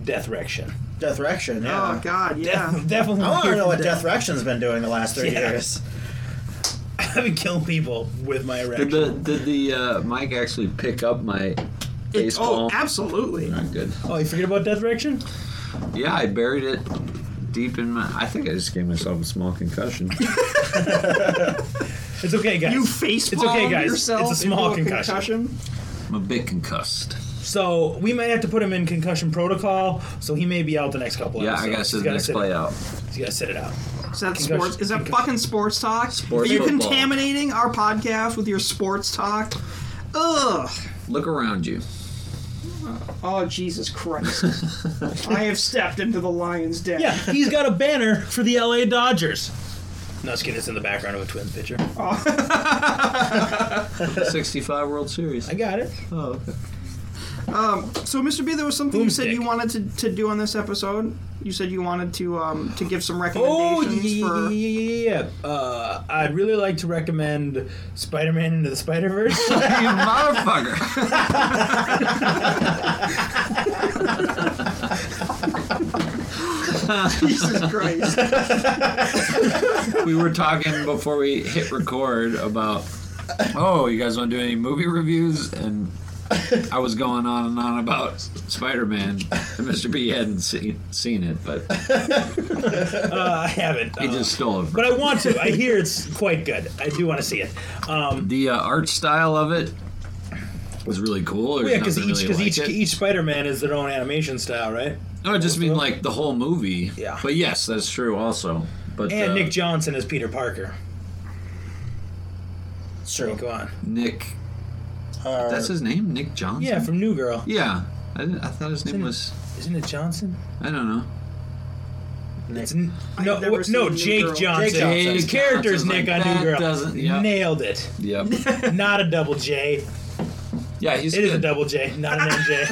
[SPEAKER 7] Death Rection.
[SPEAKER 6] Death Rection, yeah.
[SPEAKER 7] uh,
[SPEAKER 4] Oh God, yeah.
[SPEAKER 7] *laughs* definitely
[SPEAKER 6] Oh, I
[SPEAKER 7] want
[SPEAKER 6] want to
[SPEAKER 7] hear
[SPEAKER 6] know
[SPEAKER 7] from
[SPEAKER 6] what Death Rection's been doing the last three
[SPEAKER 7] Yeah.
[SPEAKER 6] years.
[SPEAKER 7] *laughs* I've been killing people with my
[SPEAKER 5] Did
[SPEAKER 7] erection.
[SPEAKER 5] the did the uh, mic actually pick up my
[SPEAKER 4] It-
[SPEAKER 5] face
[SPEAKER 4] oh,
[SPEAKER 5] palm?
[SPEAKER 4] absolutely.
[SPEAKER 5] Not good.
[SPEAKER 7] oh, you forget about Death Rection?
[SPEAKER 5] Yeah, I buried it deep in my. I think I just gave myself a small concussion.
[SPEAKER 7] It's okay, guys.
[SPEAKER 4] You facepalm
[SPEAKER 7] It's okay, guys.
[SPEAKER 4] yourself.
[SPEAKER 7] It's a small
[SPEAKER 4] into
[SPEAKER 7] concussion.
[SPEAKER 5] I'm a bit concussed.
[SPEAKER 7] so we might have to put him in concussion protocol, so he may be out the next couple.
[SPEAKER 5] Yeah, I
[SPEAKER 7] episodes.
[SPEAKER 5] gotta sit
[SPEAKER 7] He's
[SPEAKER 5] the next
[SPEAKER 7] sit
[SPEAKER 5] play out.
[SPEAKER 7] He's gotta sit it out.
[SPEAKER 4] Is that
[SPEAKER 7] Concussion-
[SPEAKER 4] sports? Is that
[SPEAKER 7] concussion.
[SPEAKER 4] fucking sports talk?
[SPEAKER 5] Sports
[SPEAKER 4] Are you
[SPEAKER 5] football.
[SPEAKER 4] contaminating our podcast with your sports talk? Ugh.
[SPEAKER 5] Look around you.
[SPEAKER 4] Oh Jesus Christ! I have stepped into the lion's den.
[SPEAKER 7] Yeah, he's got a banner for the L.A. Dodgers. No, it's kidding. It's in the background of a Twins picture.
[SPEAKER 5] 65 World Series.
[SPEAKER 7] I got it.
[SPEAKER 5] Oh, okay.
[SPEAKER 4] So, Mr. B, there was something you said
[SPEAKER 7] Boomstick.
[SPEAKER 4] you wanted to, to do on this episode. You said you wanted to um, to give some recommendations
[SPEAKER 7] Oh, yeah,
[SPEAKER 4] for.
[SPEAKER 7] yeah, yeah, yeah. Uh, I'd really like to recommend Spider-Man into the Spider-Verse. Uh,
[SPEAKER 5] you
[SPEAKER 7] *laughs*
[SPEAKER 5] motherfucker.
[SPEAKER 4] Jesus Christ!
[SPEAKER 5] We were talking before we hit record about, oh, you guys want to do any movie reviews? And I was going on and on about Spider Man, and Mr. B hadn't seen, seen it, but
[SPEAKER 7] Uh, I haven't.
[SPEAKER 5] he
[SPEAKER 7] uh,
[SPEAKER 5] just stole it.
[SPEAKER 7] but I want to. I hear it's quite good. I do want to see it. Um,
[SPEAKER 5] the uh, art style of it was really cool. There's
[SPEAKER 7] yeah, because
[SPEAKER 5] nothing
[SPEAKER 7] each
[SPEAKER 5] really
[SPEAKER 7] because
[SPEAKER 5] like
[SPEAKER 7] each
[SPEAKER 5] it.
[SPEAKER 7] each Spider-Man is their own animation style, right?
[SPEAKER 5] No, I just mean like the whole movie.
[SPEAKER 7] Yeah.
[SPEAKER 5] But yes, that's true also. But
[SPEAKER 7] And
[SPEAKER 5] uh,
[SPEAKER 7] Nick Johnson is Peter Parker.
[SPEAKER 6] Sure.
[SPEAKER 7] Go on.
[SPEAKER 5] Nick,
[SPEAKER 6] Uh,
[SPEAKER 5] that's his name, Nick Johnson.
[SPEAKER 7] Yeah, from New Girl.
[SPEAKER 5] Yeah. I, didn't, I thought his name was.
[SPEAKER 7] Isn't it Johnson?
[SPEAKER 5] I don't know.
[SPEAKER 7] It's n-
[SPEAKER 4] I've
[SPEAKER 7] no,
[SPEAKER 4] never
[SPEAKER 7] what- no,
[SPEAKER 4] seen New
[SPEAKER 7] Jake
[SPEAKER 4] Girl.
[SPEAKER 7] Johnson.
[SPEAKER 6] Jake Johnson.
[SPEAKER 7] His character's
[SPEAKER 5] Johnson's
[SPEAKER 7] Nick
[SPEAKER 5] like,
[SPEAKER 7] on New
[SPEAKER 5] that
[SPEAKER 7] Girl.
[SPEAKER 5] doesn't- yeah.
[SPEAKER 7] Nailed it.
[SPEAKER 5] Yep.
[SPEAKER 7] *laughs* Not a double J.
[SPEAKER 5] Yeah, he's
[SPEAKER 7] It is a
[SPEAKER 5] good.
[SPEAKER 7] double J, not an MJ.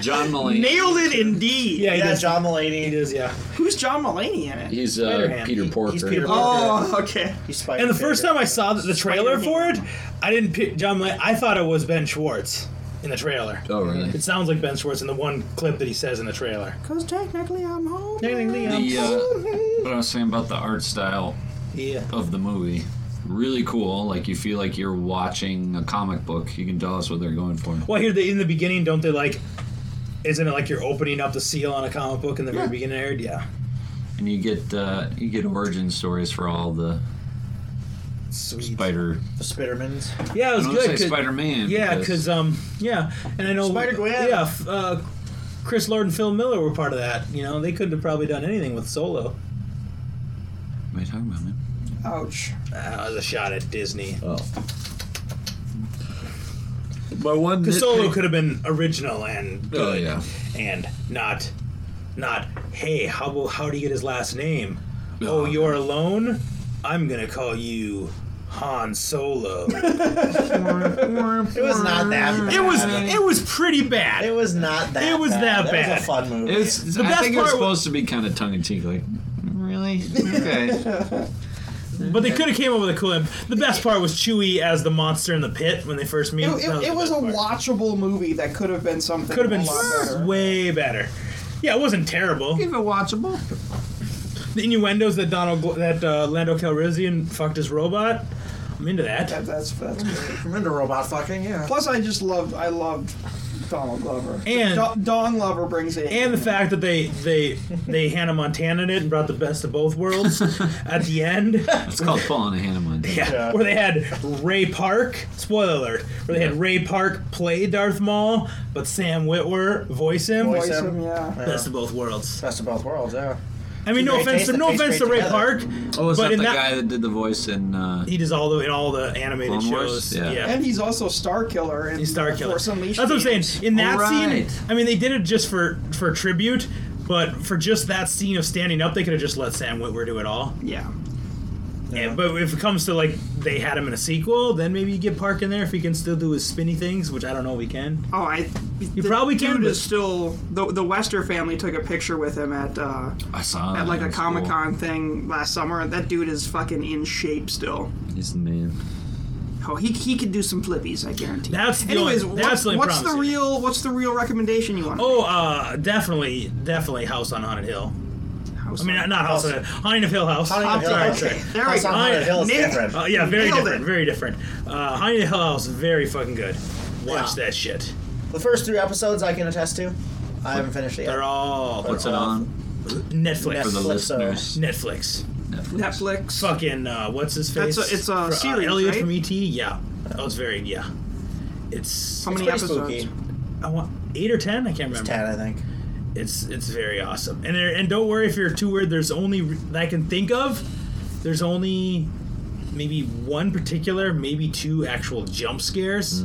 [SPEAKER 5] John Mulaney.
[SPEAKER 4] Nailed it indeed.
[SPEAKER 7] Yeah, he
[SPEAKER 6] yeah,
[SPEAKER 7] does.
[SPEAKER 6] John
[SPEAKER 7] He
[SPEAKER 6] Mulaney.
[SPEAKER 7] does, yeah.
[SPEAKER 4] Who's John Mulaney in it?
[SPEAKER 5] He's uh,
[SPEAKER 7] Spider-Man.
[SPEAKER 5] Peter
[SPEAKER 7] He-
[SPEAKER 5] Porker.
[SPEAKER 6] He's Peter Parker.
[SPEAKER 4] Oh, okay.
[SPEAKER 6] He's Spider.
[SPEAKER 7] And the first
[SPEAKER 6] Parker.
[SPEAKER 7] time I saw the, the trailer for it, I didn't pick John. Mulaney. I thought it was Ben Schwartz in the trailer.
[SPEAKER 5] Oh, really?
[SPEAKER 7] It sounds like Ben Schwartz in the one clip that he says in the trailer.
[SPEAKER 4] Because technically I'm home.
[SPEAKER 7] Technically, I'm-
[SPEAKER 5] The, uh, what I was saying about the art style
[SPEAKER 7] yeah.
[SPEAKER 5] of the movie, really cool. Like you feel like you're watching a comic book. You can tell us what they're going for.
[SPEAKER 7] Well, here they, in the beginning, don't they like? Isn't it like you're opening up the seal on a comic book in the very beginning? Aired, yeah.
[SPEAKER 5] And you get uh, you get origin stories for all the
[SPEAKER 7] Sweet.
[SPEAKER 5] Spider.
[SPEAKER 6] the Spidermans.
[SPEAKER 7] Yeah, it
[SPEAKER 5] I
[SPEAKER 7] was
[SPEAKER 5] don't
[SPEAKER 7] good.
[SPEAKER 5] wanna
[SPEAKER 7] 'cause-
[SPEAKER 5] say Spider Man.
[SPEAKER 7] yeah,
[SPEAKER 5] uh,
[SPEAKER 7] because um, yeah, and I know
[SPEAKER 6] Spider-Gwen.
[SPEAKER 7] Yeah, f- uh, Chris Lord and Phil Miller were part of that. You know, they couldn't have probably done anything with Solo.
[SPEAKER 5] What am I talking about, man?
[SPEAKER 4] Ouch.
[SPEAKER 7] That was a shot at Disney.
[SPEAKER 5] My one.
[SPEAKER 7] The solo could have been original and
[SPEAKER 5] Oh yeah.
[SPEAKER 7] and not not hey how will- how do you get his last name?
[SPEAKER 5] Oh.
[SPEAKER 7] Oh, you're alone. I'm gonna call you Han Solo.
[SPEAKER 5] *laughs*
[SPEAKER 6] It was not that. Bad.
[SPEAKER 7] *laughs* it was it was pretty bad.
[SPEAKER 6] It was not that.
[SPEAKER 7] It was that
[SPEAKER 6] That
[SPEAKER 7] bad.
[SPEAKER 6] was a fun movie.
[SPEAKER 5] It's,
[SPEAKER 7] The
[SPEAKER 5] I
[SPEAKER 7] best
[SPEAKER 5] think it was
[SPEAKER 7] part wa-
[SPEAKER 5] supposed to be kind of tongue in cheek, like really. Okay.
[SPEAKER 7] but they could have came up with a cool. The best part was Chewie as the monster in the pit when they first meet.
[SPEAKER 4] It, it, it was a watchable movie that could have been something.
[SPEAKER 7] could have been
[SPEAKER 4] a lot better.
[SPEAKER 7] way better. Yeah, it wasn't terrible.
[SPEAKER 5] Even watchable.
[SPEAKER 7] The innuendos that Donald Glo- that uh, Lando Calrissian fucked his robot. I'm into that.
[SPEAKER 4] That, that's that's great.
[SPEAKER 6] I'm into robot fucking. Yeah.
[SPEAKER 4] Plus, I just loved I loved Donald Glover.
[SPEAKER 7] And-
[SPEAKER 4] Do- Don Glover brings it.
[SPEAKER 7] And the fact that they they they Hannah Montana it and brought the best of both worlds at the
[SPEAKER 6] *laughs*
[SPEAKER 7] end,
[SPEAKER 5] It's
[SPEAKER 7] *laughs*
[SPEAKER 5] called Falling a Hannah Montana.
[SPEAKER 7] yeah, where they had Ray Park. Spoiler alert! Where they had Ray Park play Darth Maul, but Sam Whitwer voice him.
[SPEAKER 6] Voice
[SPEAKER 4] voice
[SPEAKER 6] him.
[SPEAKER 4] him, yeah.
[SPEAKER 7] Best of both worlds.
[SPEAKER 6] Best of both worlds. Yeah.
[SPEAKER 7] I mean, no
[SPEAKER 6] Great
[SPEAKER 7] offense,
[SPEAKER 6] taste
[SPEAKER 7] to,
[SPEAKER 6] that
[SPEAKER 7] no
[SPEAKER 6] tastes
[SPEAKER 7] offense to
[SPEAKER 6] great
[SPEAKER 7] Ray
[SPEAKER 6] together.
[SPEAKER 7] Park,
[SPEAKER 5] Oh, is
[SPEAKER 7] but
[SPEAKER 5] that the
[SPEAKER 7] in that
[SPEAKER 5] guy that did the voice in? Uh,
[SPEAKER 7] he does all the in all the animated
[SPEAKER 5] Clone Wars?
[SPEAKER 7] shows.
[SPEAKER 5] Yeah.
[SPEAKER 7] yeah.
[SPEAKER 4] And he's also Star Killer in
[SPEAKER 7] He's Star Killer.
[SPEAKER 4] Force Unleashed.
[SPEAKER 7] That's what I'm saying. In that
[SPEAKER 5] Alright.
[SPEAKER 7] scene, I mean, they did it just for for tribute, but for just that scene of standing up, they could have just let Sam Witwer do it all.
[SPEAKER 4] Yeah.
[SPEAKER 7] And, but if it comes to like they had him in a sequel, then maybe you get Park in there if he can still do his spinny things, which I don't know if he can.
[SPEAKER 4] Oh, I. You
[SPEAKER 7] probably
[SPEAKER 4] dude
[SPEAKER 7] can, but-
[SPEAKER 4] is still the the Wester family took a picture with him at uh,
[SPEAKER 5] I saw that.
[SPEAKER 4] at like
[SPEAKER 5] It
[SPEAKER 4] a
[SPEAKER 5] was
[SPEAKER 4] Comic Con thing last summer. That dude is fucking in shape still.
[SPEAKER 5] Cool. He's the man.
[SPEAKER 4] Oh, he, he could do some flippies, I guarantee.
[SPEAKER 7] That's the
[SPEAKER 4] Anyways,
[SPEAKER 7] only-
[SPEAKER 4] what's,
[SPEAKER 7] that's the only
[SPEAKER 4] what's the
[SPEAKER 7] promising.
[SPEAKER 4] real what's the real recommendation you want?
[SPEAKER 7] Oh, uh, definitely, definitely House on Haunted Hill.
[SPEAKER 4] House
[SPEAKER 7] I mean,
[SPEAKER 4] on-
[SPEAKER 7] not House on Haunted Hill House.
[SPEAKER 6] Haunting of Hill
[SPEAKER 7] Sorry.
[SPEAKER 6] House.
[SPEAKER 7] *laughs*
[SPEAKER 4] okay. There we
[SPEAKER 6] House
[SPEAKER 4] go.
[SPEAKER 6] on Haunting of Hill is
[SPEAKER 4] Nick-
[SPEAKER 6] different.
[SPEAKER 7] Uh, yeah, very
[SPEAKER 4] Nailed
[SPEAKER 7] different.
[SPEAKER 4] it.
[SPEAKER 7] Very different. Uh, Haunted Hill House, very fucking good. Watch
[SPEAKER 6] Yeah.
[SPEAKER 7] that shit.
[SPEAKER 6] The first three episodes I can attest to. I haven't finished it
[SPEAKER 7] They're
[SPEAKER 6] yet.
[SPEAKER 7] all
[SPEAKER 5] What's it on?
[SPEAKER 7] Netflix.
[SPEAKER 5] For the
[SPEAKER 6] Netflix,
[SPEAKER 5] listeners.
[SPEAKER 7] Netflix.
[SPEAKER 4] Netflix.
[SPEAKER 7] Fucking uh, what's his face?
[SPEAKER 4] That's a- it's a
[SPEAKER 7] For, uh,
[SPEAKER 4] series,
[SPEAKER 7] Elliot
[SPEAKER 4] right?
[SPEAKER 7] from ET. Yeah, that was very yeah. It's
[SPEAKER 4] How many
[SPEAKER 6] pretty
[SPEAKER 4] episodes?
[SPEAKER 6] spooky.
[SPEAKER 7] I want eight or ten. I can't remember.
[SPEAKER 6] Ten, I think.
[SPEAKER 7] It's it's very awesome. And there, and don't worry if you're too weird. There's only that I can think of. There's only maybe one particular, maybe two actual jump scares.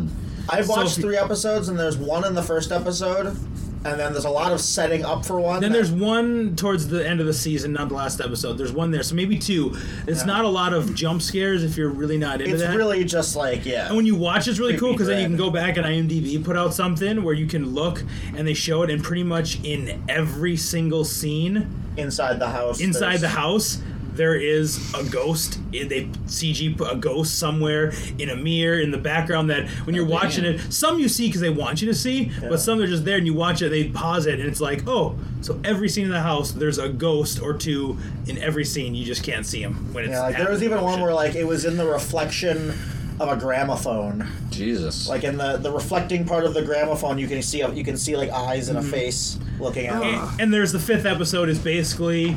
[SPEAKER 6] I've
[SPEAKER 7] So
[SPEAKER 6] watched
[SPEAKER 7] if you-
[SPEAKER 6] three episodes, and there's one in the first episode, and then there's a lot of setting up for one.
[SPEAKER 7] Then
[SPEAKER 6] that-
[SPEAKER 7] there's one towards the end of the season, not the last episode. There's one there, so maybe two. It's not a lot of jump scares if you're really not into
[SPEAKER 6] It's
[SPEAKER 7] that.
[SPEAKER 6] really just like yeah.
[SPEAKER 7] And when you watch, it's really cool because then you can
[SPEAKER 6] Creepy
[SPEAKER 7] go back and IMDb put out something where you can look and they show it, and pretty much in every single scene
[SPEAKER 6] inside the house.
[SPEAKER 7] inside
[SPEAKER 6] there's-
[SPEAKER 7] the house, there is a ghost. I- They CG put a ghost somewhere in a mirror in the background that when
[SPEAKER 6] Oh,
[SPEAKER 7] you're watching it, some you see because they want you to see, but some they're just there and you watch it, they pause it, and it's like, oh, so every scene in the house, there's a ghost or two in every scene. You just can't see them when it's.
[SPEAKER 6] Yeah, like there was
[SPEAKER 7] happening.
[SPEAKER 6] even one where like it was in the reflection of a gramophone.
[SPEAKER 10] Jesus.
[SPEAKER 6] Like in the, the reflecting part of the gramophone, you can see you can see like eyes and a face looking at. you.
[SPEAKER 7] And, and there's the fifth episode is basically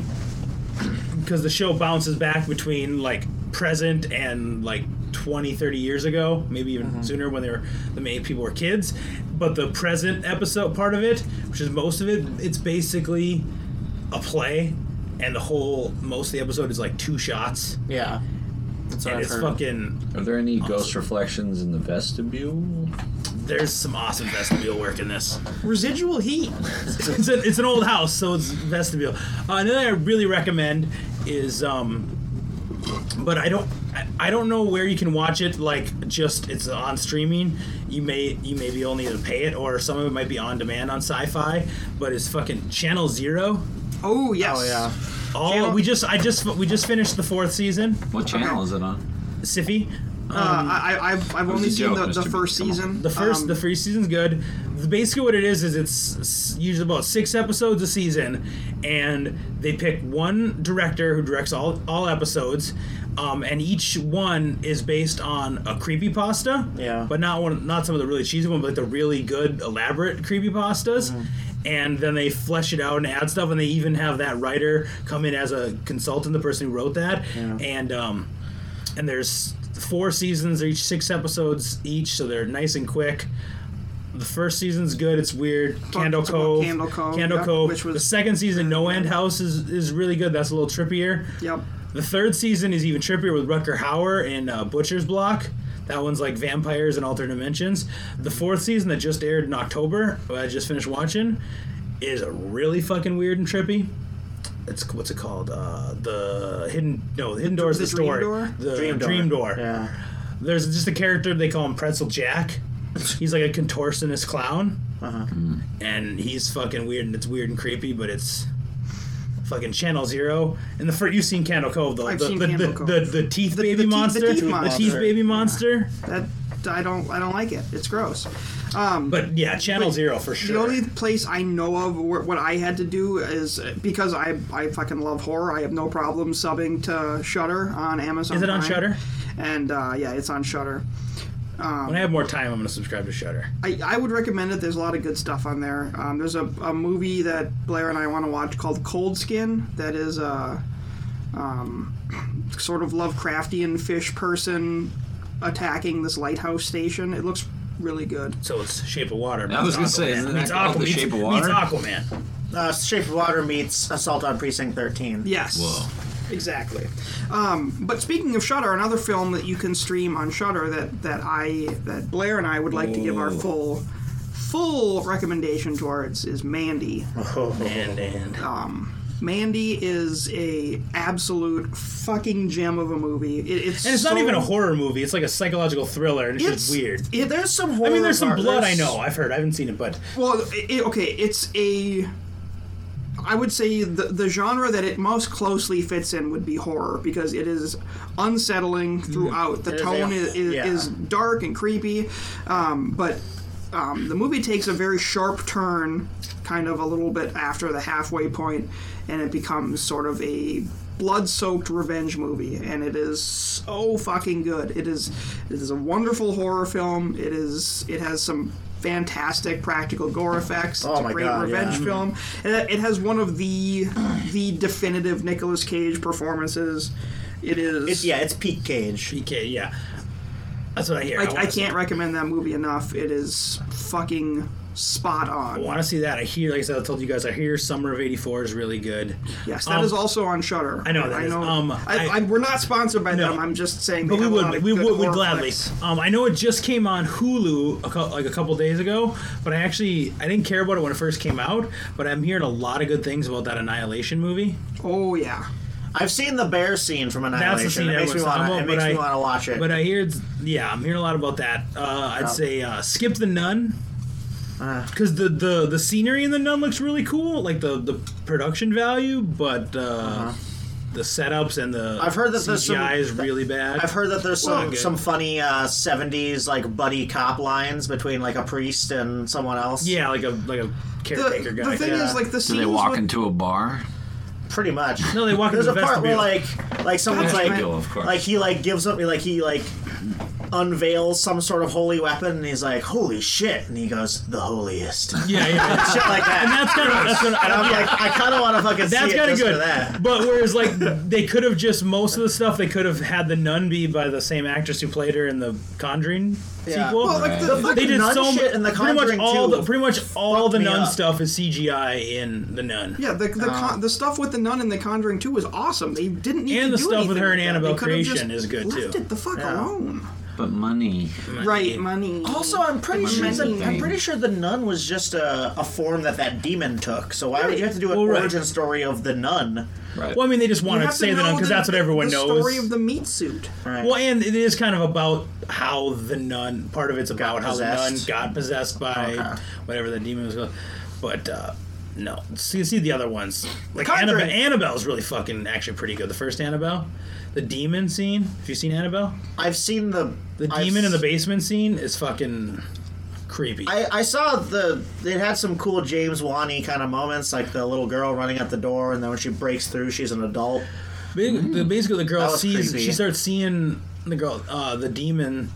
[SPEAKER 7] because the show bounces back between like present and like 20 30 years ago maybe even
[SPEAKER 6] Mm-hmm.
[SPEAKER 7] sooner when they were the main people were kids but the present episode part of it which is most of it it's basically a play and the whole most of the episode is like two shots
[SPEAKER 6] Yeah, that's what
[SPEAKER 7] and
[SPEAKER 6] I've
[SPEAKER 7] it's
[SPEAKER 6] heard.
[SPEAKER 7] fucking
[SPEAKER 10] Are there any ghost reflections in the vestibule?
[SPEAKER 7] there's some awesome vestibule work in this
[SPEAKER 4] Residual heat.
[SPEAKER 7] it's, a, it's an old house, so it's vestibule. Uh, another I really recommend is, um, but I don't, I, I don't know where you can watch it. Like, just it's on streaming. You may, you maybe you'll need to pay it, or some of it might be on demand on Sci-Fi. But it's fucking Channel Zero.
[SPEAKER 4] Oh yes.
[SPEAKER 6] Oh yeah,
[SPEAKER 7] All
[SPEAKER 4] Channel-
[SPEAKER 7] we just, I just, we just finished the fourth season.
[SPEAKER 5] What channel is it on?
[SPEAKER 7] Sifi.
[SPEAKER 6] Um,
[SPEAKER 4] Uh, I, I- I've, I've only
[SPEAKER 5] a
[SPEAKER 4] seen
[SPEAKER 5] joke,
[SPEAKER 4] the, the
[SPEAKER 5] Mr.
[SPEAKER 4] first
[SPEAKER 5] Bean. Come on.
[SPEAKER 4] season.
[SPEAKER 7] The first,
[SPEAKER 4] Um,
[SPEAKER 7] the first season's good. The- Basically, what it is is it's s- usually about six episodes a season, and they pick one director who directs all all episodes, um, and each one is based on a creepy pasta.
[SPEAKER 6] Yeah.
[SPEAKER 7] But not one, not some of the really cheesy ones, but like the really good elaborate creepy pastas.
[SPEAKER 4] Mm-hmm.
[SPEAKER 7] And then they flesh it out and add stuff, and they even have that writer come in as a consultant, the person who wrote that, and um, and there's four seasons each six episodes each so they're nice and quick the first season's good it's weird candle
[SPEAKER 4] it's about
[SPEAKER 7] cove
[SPEAKER 4] Candle Cove,
[SPEAKER 7] candle
[SPEAKER 4] yep,
[SPEAKER 7] cove
[SPEAKER 4] which was-
[SPEAKER 7] the second season no end house is, is really good that's a little trippier
[SPEAKER 4] yep.
[SPEAKER 7] the third season is even trippier with Rutger Hauer and uh, Butcher's Block. That one's like vampires and alternate dimensions. The fourth season that just aired in October, who I just finished watching, is really fucking weird and trippy. It's what's it called? Uh, the hidden no, the hidden door is the,
[SPEAKER 4] The Dream
[SPEAKER 7] story.
[SPEAKER 4] Door?
[SPEAKER 7] The
[SPEAKER 6] Dream
[SPEAKER 7] dream
[SPEAKER 6] Door.
[SPEAKER 7] door.
[SPEAKER 6] yeah.
[SPEAKER 7] There's just a character they call him Pretzel Jack. He's like a contortionist clown,
[SPEAKER 6] Uh-huh.
[SPEAKER 7] and he's fucking weird and it's weird and creepy, but it's fucking Channel Zero. And the first you've seen Candle Cove though,
[SPEAKER 4] I've
[SPEAKER 7] the,
[SPEAKER 4] seen
[SPEAKER 7] the,
[SPEAKER 4] Candle
[SPEAKER 7] the,
[SPEAKER 4] Cove.
[SPEAKER 7] the the teeth
[SPEAKER 4] The- the
[SPEAKER 7] baby
[SPEAKER 4] teeth- the
[SPEAKER 7] monster,
[SPEAKER 4] teeth
[SPEAKER 7] the
[SPEAKER 4] monster.
[SPEAKER 7] teeth baby monster.
[SPEAKER 4] That I don't I don't like it. It's gross. Um,
[SPEAKER 7] But yeah, Channel Zero for
[SPEAKER 4] The
[SPEAKER 7] sure.
[SPEAKER 4] only place I know of where, what I had to do is uh, because I I fucking love horror. I have no problem subbing to Shutter on Amazon.
[SPEAKER 7] Is it on
[SPEAKER 4] Prime.
[SPEAKER 7] Shutter?
[SPEAKER 4] And uh, yeah, it's on Shutter.
[SPEAKER 7] When I have more time, I'm gonna subscribe to Shutter.
[SPEAKER 4] I, I would recommend it. There's a lot of good stuff on there. Um, there's a, a movie that Blair and I want to watch called Cold Skin. That is a um, *clears throat* sort of Lovecraftian fish person attacking this lighthouse station. It looks really good.
[SPEAKER 7] So it's Shape of Water.
[SPEAKER 5] I was
[SPEAKER 7] meets
[SPEAKER 5] gonna say,
[SPEAKER 7] Aquaman,
[SPEAKER 5] isn't that
[SPEAKER 7] meets
[SPEAKER 5] called
[SPEAKER 7] Aqua-
[SPEAKER 5] The
[SPEAKER 7] meets-
[SPEAKER 5] Shape of
[SPEAKER 7] meets
[SPEAKER 5] Water?
[SPEAKER 7] Aquaman?
[SPEAKER 6] Uh, Shape of Water meets Assault on Precinct 13.
[SPEAKER 4] Yes.
[SPEAKER 5] Whoa.
[SPEAKER 4] Exactly. Um, but speaking of Shutter, another film that you can stream on Shutter that that I that Blair and I would like to give our full full recommendation towards is
[SPEAKER 7] *laughs*
[SPEAKER 4] Mandy.
[SPEAKER 7] And and
[SPEAKER 4] Oh, Mandy is a absolute fucking gem of a movie. It, it's
[SPEAKER 7] and it's not
[SPEAKER 4] so-
[SPEAKER 7] even a horror movie. It's like a psychological thriller, and it's,
[SPEAKER 4] It's
[SPEAKER 7] just weird.
[SPEAKER 4] It,
[SPEAKER 6] There's some
[SPEAKER 7] I
[SPEAKER 6] horror.
[SPEAKER 7] mean, there's some
[SPEAKER 6] part-
[SPEAKER 7] blood. I
[SPEAKER 6] there's-
[SPEAKER 7] know. I've heard. I haven't seen it, but
[SPEAKER 4] well, it, it- okay, it's a. I would say the, the genre that it most closely fits in would be horror because it is unsettling throughout. The
[SPEAKER 6] Mm-hmm. is a-
[SPEAKER 4] tone is, is,
[SPEAKER 6] yeah.
[SPEAKER 4] is dark and creepy, um, but um, the movie takes a very sharp turn, kind of a little bit after the halfway point, and it becomes sort of a blood-soaked revenge movie, and it is so fucking good. It is, it is a wonderful horror film. It is, it has some fantastic practical gore effects. It's
[SPEAKER 6] Oh my
[SPEAKER 4] a great
[SPEAKER 6] God, yeah.
[SPEAKER 7] Um,
[SPEAKER 4] revenge film. And it- it has one of the, the definitive Nicolas Cage performances. It is.
[SPEAKER 6] It's, yeah, it's Pete Cage.
[SPEAKER 7] PK, yeah, that's what I hear.
[SPEAKER 4] I,
[SPEAKER 7] wanna
[SPEAKER 4] I
[SPEAKER 7] see-
[SPEAKER 4] can't recommend that movie enough. It is fucking spot on.
[SPEAKER 7] I want to see that. I hear, like I said, I told you guys, I hear Summer of '84 is really good.
[SPEAKER 4] Yes, that is
[SPEAKER 7] Um,
[SPEAKER 4] also on Shutter.
[SPEAKER 7] I know that
[SPEAKER 4] I
[SPEAKER 7] is.
[SPEAKER 4] know.
[SPEAKER 7] Um,
[SPEAKER 4] I, I,
[SPEAKER 7] I-
[SPEAKER 4] we're not sponsored by
[SPEAKER 7] No.
[SPEAKER 4] them. I'm just saying.
[SPEAKER 7] But
[SPEAKER 4] they
[SPEAKER 7] we
[SPEAKER 4] have a
[SPEAKER 7] would,
[SPEAKER 4] lot of
[SPEAKER 7] we
[SPEAKER 4] good
[SPEAKER 7] would, we'd
[SPEAKER 4] horror
[SPEAKER 7] gladly.
[SPEAKER 4] flicks.
[SPEAKER 7] Um, I know it just came on Hulu a cou- like a couple days ago, but I actually I didn't care about it when it first came out. But I'm hearing a lot of good things about that Annihilation movie.
[SPEAKER 4] Oh yeah,
[SPEAKER 6] I've seen the bear scene from
[SPEAKER 7] That's the
[SPEAKER 6] Annihilation.
[SPEAKER 7] scene
[SPEAKER 6] It makes me
[SPEAKER 7] everyone's
[SPEAKER 6] want
[SPEAKER 7] talking
[SPEAKER 6] to. It
[SPEAKER 7] about.
[SPEAKER 6] makes
[SPEAKER 7] but
[SPEAKER 6] me
[SPEAKER 7] I-
[SPEAKER 6] want to watch it.
[SPEAKER 7] But I hear, it's, yeah, I'm hearing a lot about that. Uh, I'd say uh, skip the nun.
[SPEAKER 6] Uh.
[SPEAKER 7] Because the, the the scenery in the nun looks really cool, like the, the production value, but uh, the setups and the
[SPEAKER 6] Uh-huh. I've heard that
[SPEAKER 7] CGI
[SPEAKER 6] there's some-
[SPEAKER 7] is really bad.
[SPEAKER 6] I've heard that there's
[SPEAKER 7] Well,
[SPEAKER 6] some
[SPEAKER 7] good.
[SPEAKER 6] some funny uh, '70s like buddy cop lines between like a priest and someone else.
[SPEAKER 7] yeah, like a like a
[SPEAKER 4] the,
[SPEAKER 7] caretaker guy.
[SPEAKER 4] the thing
[SPEAKER 7] yeah.
[SPEAKER 4] is, like the
[SPEAKER 5] Do
[SPEAKER 4] scenes
[SPEAKER 5] they walk
[SPEAKER 4] with,
[SPEAKER 5] into a bar?
[SPEAKER 6] pretty much.
[SPEAKER 7] No, they walk
[SPEAKER 6] There's
[SPEAKER 7] into
[SPEAKER 6] a
[SPEAKER 7] the
[SPEAKER 6] part where
[SPEAKER 7] vestibule.
[SPEAKER 6] like like someone's
[SPEAKER 5] Vestibule,
[SPEAKER 6] like
[SPEAKER 5] of course.
[SPEAKER 6] like he like gives up like he like unveils some sort of holy weapon, and he's like, "Holy shit!" And he goes, "The holiest." *laughs*
[SPEAKER 7] Yeah, yeah.
[SPEAKER 6] Shit like that.
[SPEAKER 7] And that's kind of that's kind
[SPEAKER 6] And
[SPEAKER 7] of
[SPEAKER 6] I'm like, I kind of want to fucking
[SPEAKER 7] that's
[SPEAKER 6] see it
[SPEAKER 7] kind of
[SPEAKER 6] just
[SPEAKER 7] good.
[SPEAKER 6] for that.
[SPEAKER 7] *laughs* But whereas like they could have just most of the stuff they could have had the nun be by the same actress who played her in the Conjuring
[SPEAKER 6] Yeah.
[SPEAKER 7] sequel.
[SPEAKER 4] Well, like the,
[SPEAKER 7] they
[SPEAKER 4] fucking
[SPEAKER 7] did
[SPEAKER 6] nun
[SPEAKER 7] so
[SPEAKER 6] shit
[SPEAKER 7] mu-
[SPEAKER 6] in The
[SPEAKER 7] pretty much
[SPEAKER 6] Conjuring
[SPEAKER 7] all
[SPEAKER 6] too
[SPEAKER 7] the pretty much all the
[SPEAKER 6] me
[SPEAKER 7] nun
[SPEAKER 6] up.
[SPEAKER 7] stuff is CGI in the nun.
[SPEAKER 4] yeah, the
[SPEAKER 5] Oh.
[SPEAKER 4] the, con- the stuff with the nun in the Conjuring too is awesome. They didn't need
[SPEAKER 7] And
[SPEAKER 4] to
[SPEAKER 7] the
[SPEAKER 4] do
[SPEAKER 7] stuff with
[SPEAKER 4] anything
[SPEAKER 7] her and
[SPEAKER 4] that.
[SPEAKER 7] Annabelle
[SPEAKER 4] They could've
[SPEAKER 7] Creation
[SPEAKER 4] just
[SPEAKER 7] is good,
[SPEAKER 4] left
[SPEAKER 7] too.
[SPEAKER 4] It the fuck
[SPEAKER 6] Yeah.
[SPEAKER 4] alone.
[SPEAKER 5] But money.
[SPEAKER 4] Right, money.
[SPEAKER 6] Also, I'm pretty sure
[SPEAKER 4] Money
[SPEAKER 6] that, I'm
[SPEAKER 4] thing.
[SPEAKER 6] pretty sure the nun was just a, a form that that demon took. So why would you have to do an
[SPEAKER 7] Well, right.
[SPEAKER 6] origin story of the nun?
[SPEAKER 5] Right.
[SPEAKER 7] Well, I mean, they just
[SPEAKER 4] You
[SPEAKER 7] wanted to
[SPEAKER 4] have
[SPEAKER 7] say the
[SPEAKER 4] know
[SPEAKER 7] nun because
[SPEAKER 4] the-
[SPEAKER 7] that's what everyone
[SPEAKER 4] the
[SPEAKER 7] knows.
[SPEAKER 4] Story of the meat suit.
[SPEAKER 6] Right.
[SPEAKER 7] Well, and it is kind of about how the nun. Part of it's about how the nun
[SPEAKER 6] possessed.
[SPEAKER 7] got possessed by whatever the demon was. Called. But uh, no, see, see the other ones. Like Annabelle,
[SPEAKER 6] Conjuring.
[SPEAKER 7] Annabelle's really fucking actually pretty good. The first Annabelle, the demon scene. Have you seen Annabelle?
[SPEAKER 6] I've seen the
[SPEAKER 7] The
[SPEAKER 6] I've
[SPEAKER 7] demon in the
[SPEAKER 6] s-
[SPEAKER 7] basement scene is fucking creepy.
[SPEAKER 6] I, I saw the it had some cool James Wani kind of moments, like the little girl running at the door, and then when she breaks through, she's an adult.
[SPEAKER 7] Ba- the- Basically, the girl
[SPEAKER 6] Mm. That was
[SPEAKER 7] sees.
[SPEAKER 6] creepy.
[SPEAKER 7] She starts seeing the girl, uh, the demon,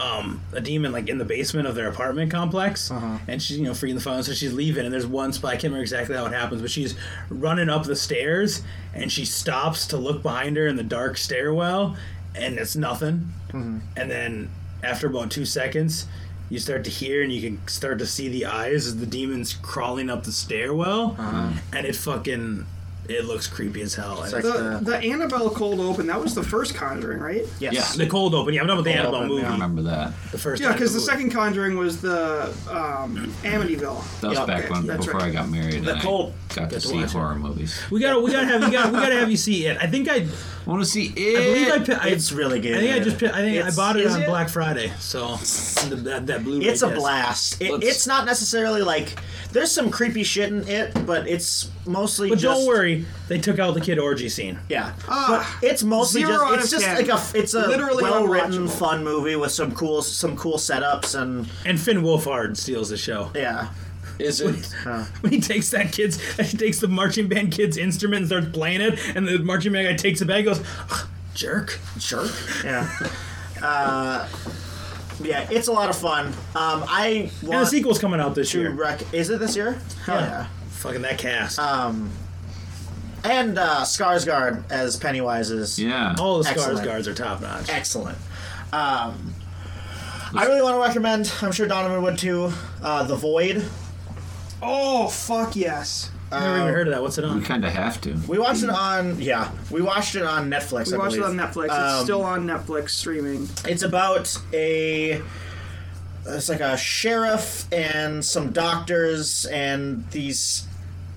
[SPEAKER 7] um, a demon like in the basement of their apartment complex,
[SPEAKER 6] Uh-huh.
[SPEAKER 7] and she's you know freaking the phone. So she's leaving, and there's one spot. I can't remember exactly how it happens, but she's running up the stairs, and she stops to look behind her in the dark stairwell, and it's nothing.
[SPEAKER 6] Mm-hmm.
[SPEAKER 7] And then after about two seconds. You start to hear and you can start to see the eyes of the demons crawling up the stairwell,
[SPEAKER 6] Uh-huh.
[SPEAKER 7] and it fucking it looks creepy as hell. And
[SPEAKER 6] like
[SPEAKER 7] it's-
[SPEAKER 4] The, the Annabelle cold open. That was the first Conjuring, right?
[SPEAKER 6] Yes.
[SPEAKER 5] Yeah.
[SPEAKER 7] the cold open. Yeah, I'm done with the Annabelle
[SPEAKER 6] open,
[SPEAKER 7] movie.
[SPEAKER 5] I remember that.
[SPEAKER 7] The first.
[SPEAKER 4] Yeah, because
[SPEAKER 7] Annabelle
[SPEAKER 4] the second Conjuring was the um, Amityville.
[SPEAKER 5] That was
[SPEAKER 6] Yeah,
[SPEAKER 5] back when
[SPEAKER 4] that's
[SPEAKER 5] before
[SPEAKER 4] right.
[SPEAKER 5] I got married and
[SPEAKER 6] cult.
[SPEAKER 5] I got to
[SPEAKER 7] That's
[SPEAKER 5] see
[SPEAKER 7] why.
[SPEAKER 5] horror movies.
[SPEAKER 7] movie. We gotta, we gotta have, you gotta, we gotta have you see it. I think I,
[SPEAKER 5] I want to see
[SPEAKER 7] I believe I,
[SPEAKER 5] it.
[SPEAKER 7] pi- I
[SPEAKER 6] It's really good.
[SPEAKER 7] I think I just, pi- I think
[SPEAKER 6] It's-
[SPEAKER 7] I bought it
[SPEAKER 6] is
[SPEAKER 7] on Black Friday. So and the- that, that blue.
[SPEAKER 6] It's a blast. It,
[SPEAKER 5] Let's-
[SPEAKER 6] it's not necessarily like there's some creepy shit in it, but it's mostly.
[SPEAKER 7] But
[SPEAKER 6] just,
[SPEAKER 7] don't worry, they took out the kid orgy scene.
[SPEAKER 6] Yeah,
[SPEAKER 4] Ah,
[SPEAKER 6] but it's mostly
[SPEAKER 4] zero
[SPEAKER 6] just
[SPEAKER 4] out
[SPEAKER 6] it's
[SPEAKER 4] of
[SPEAKER 6] just
[SPEAKER 4] 10.
[SPEAKER 6] like a it's a
[SPEAKER 4] Literally
[SPEAKER 6] well written
[SPEAKER 4] unwatchable.
[SPEAKER 6] fun movie with some cool some cool setups and
[SPEAKER 7] And Finn Wolfhard steals the show.
[SPEAKER 6] yeah
[SPEAKER 5] Is it?
[SPEAKER 7] *laughs* When he takes that kid's, *laughs* he takes the marching band kid's instrument and starts playing it, and the marching band guy takes it back. and goes, "Ugh, jerk.
[SPEAKER 6] jerk yeah. uh, yeah, it's a lot of fun. Um, I
[SPEAKER 7] And the
[SPEAKER 6] want
[SPEAKER 7] sequel's coming out this
[SPEAKER 6] to
[SPEAKER 7] year.
[SPEAKER 6] rec. Is it this year? Hell Oh, yeah. Uh,
[SPEAKER 7] Fucking that cast.
[SPEAKER 6] And uh, Skarsgård as Pennywise is
[SPEAKER 5] Yeah.
[SPEAKER 9] Oh.
[SPEAKER 7] All the Scar's
[SPEAKER 6] excellent.
[SPEAKER 7] guards are top notch.
[SPEAKER 6] excellent. Um, I really want to recommend. I'm sure Donovan would too. Uh, the Void.
[SPEAKER 4] Oh fuck yes!
[SPEAKER 7] Never
[SPEAKER 6] Oh.
[SPEAKER 7] even heard of that. What's it
[SPEAKER 5] we
[SPEAKER 7] on?
[SPEAKER 5] kind of have to.
[SPEAKER 6] We watched it on yeah. We watched it on Netflix.
[SPEAKER 4] We
[SPEAKER 6] I
[SPEAKER 4] watched it
[SPEAKER 6] believe.
[SPEAKER 4] on Netflix. it's
[SPEAKER 6] Um,
[SPEAKER 4] still on Netflix streaming.
[SPEAKER 6] It's about a. It's like a sheriff and some doctors and these.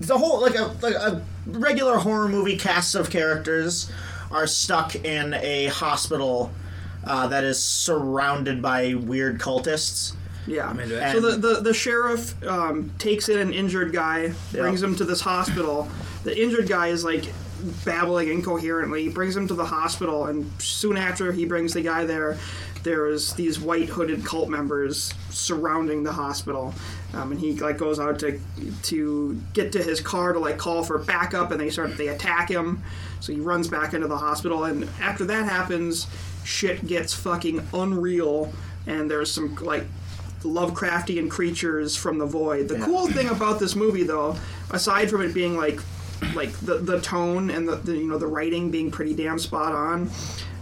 [SPEAKER 6] The whole like a like a regular horror movie cast of characters are stuck in a hospital uh, that is surrounded by weird cultists.
[SPEAKER 4] Yeah.
[SPEAKER 7] into
[SPEAKER 4] So the, the, the sheriff um, takes in an injured guy, brings him to this hospital. The injured guy is like babbling incoherently, brings him to the hospital, and soon after he brings the guy there, there's these white hooded cult members surrounding the hospital. Um, and he like goes out to to get to his car to like call for backup, and they start they attack him. So he runs back into the hospital, and after that happens, shit gets fucking unreal. And there's some like Lovecraftian creatures from the void. The cool thing about this movie, though, aside from it being like, like the the tone and the, the you know the writing being pretty damn spot on,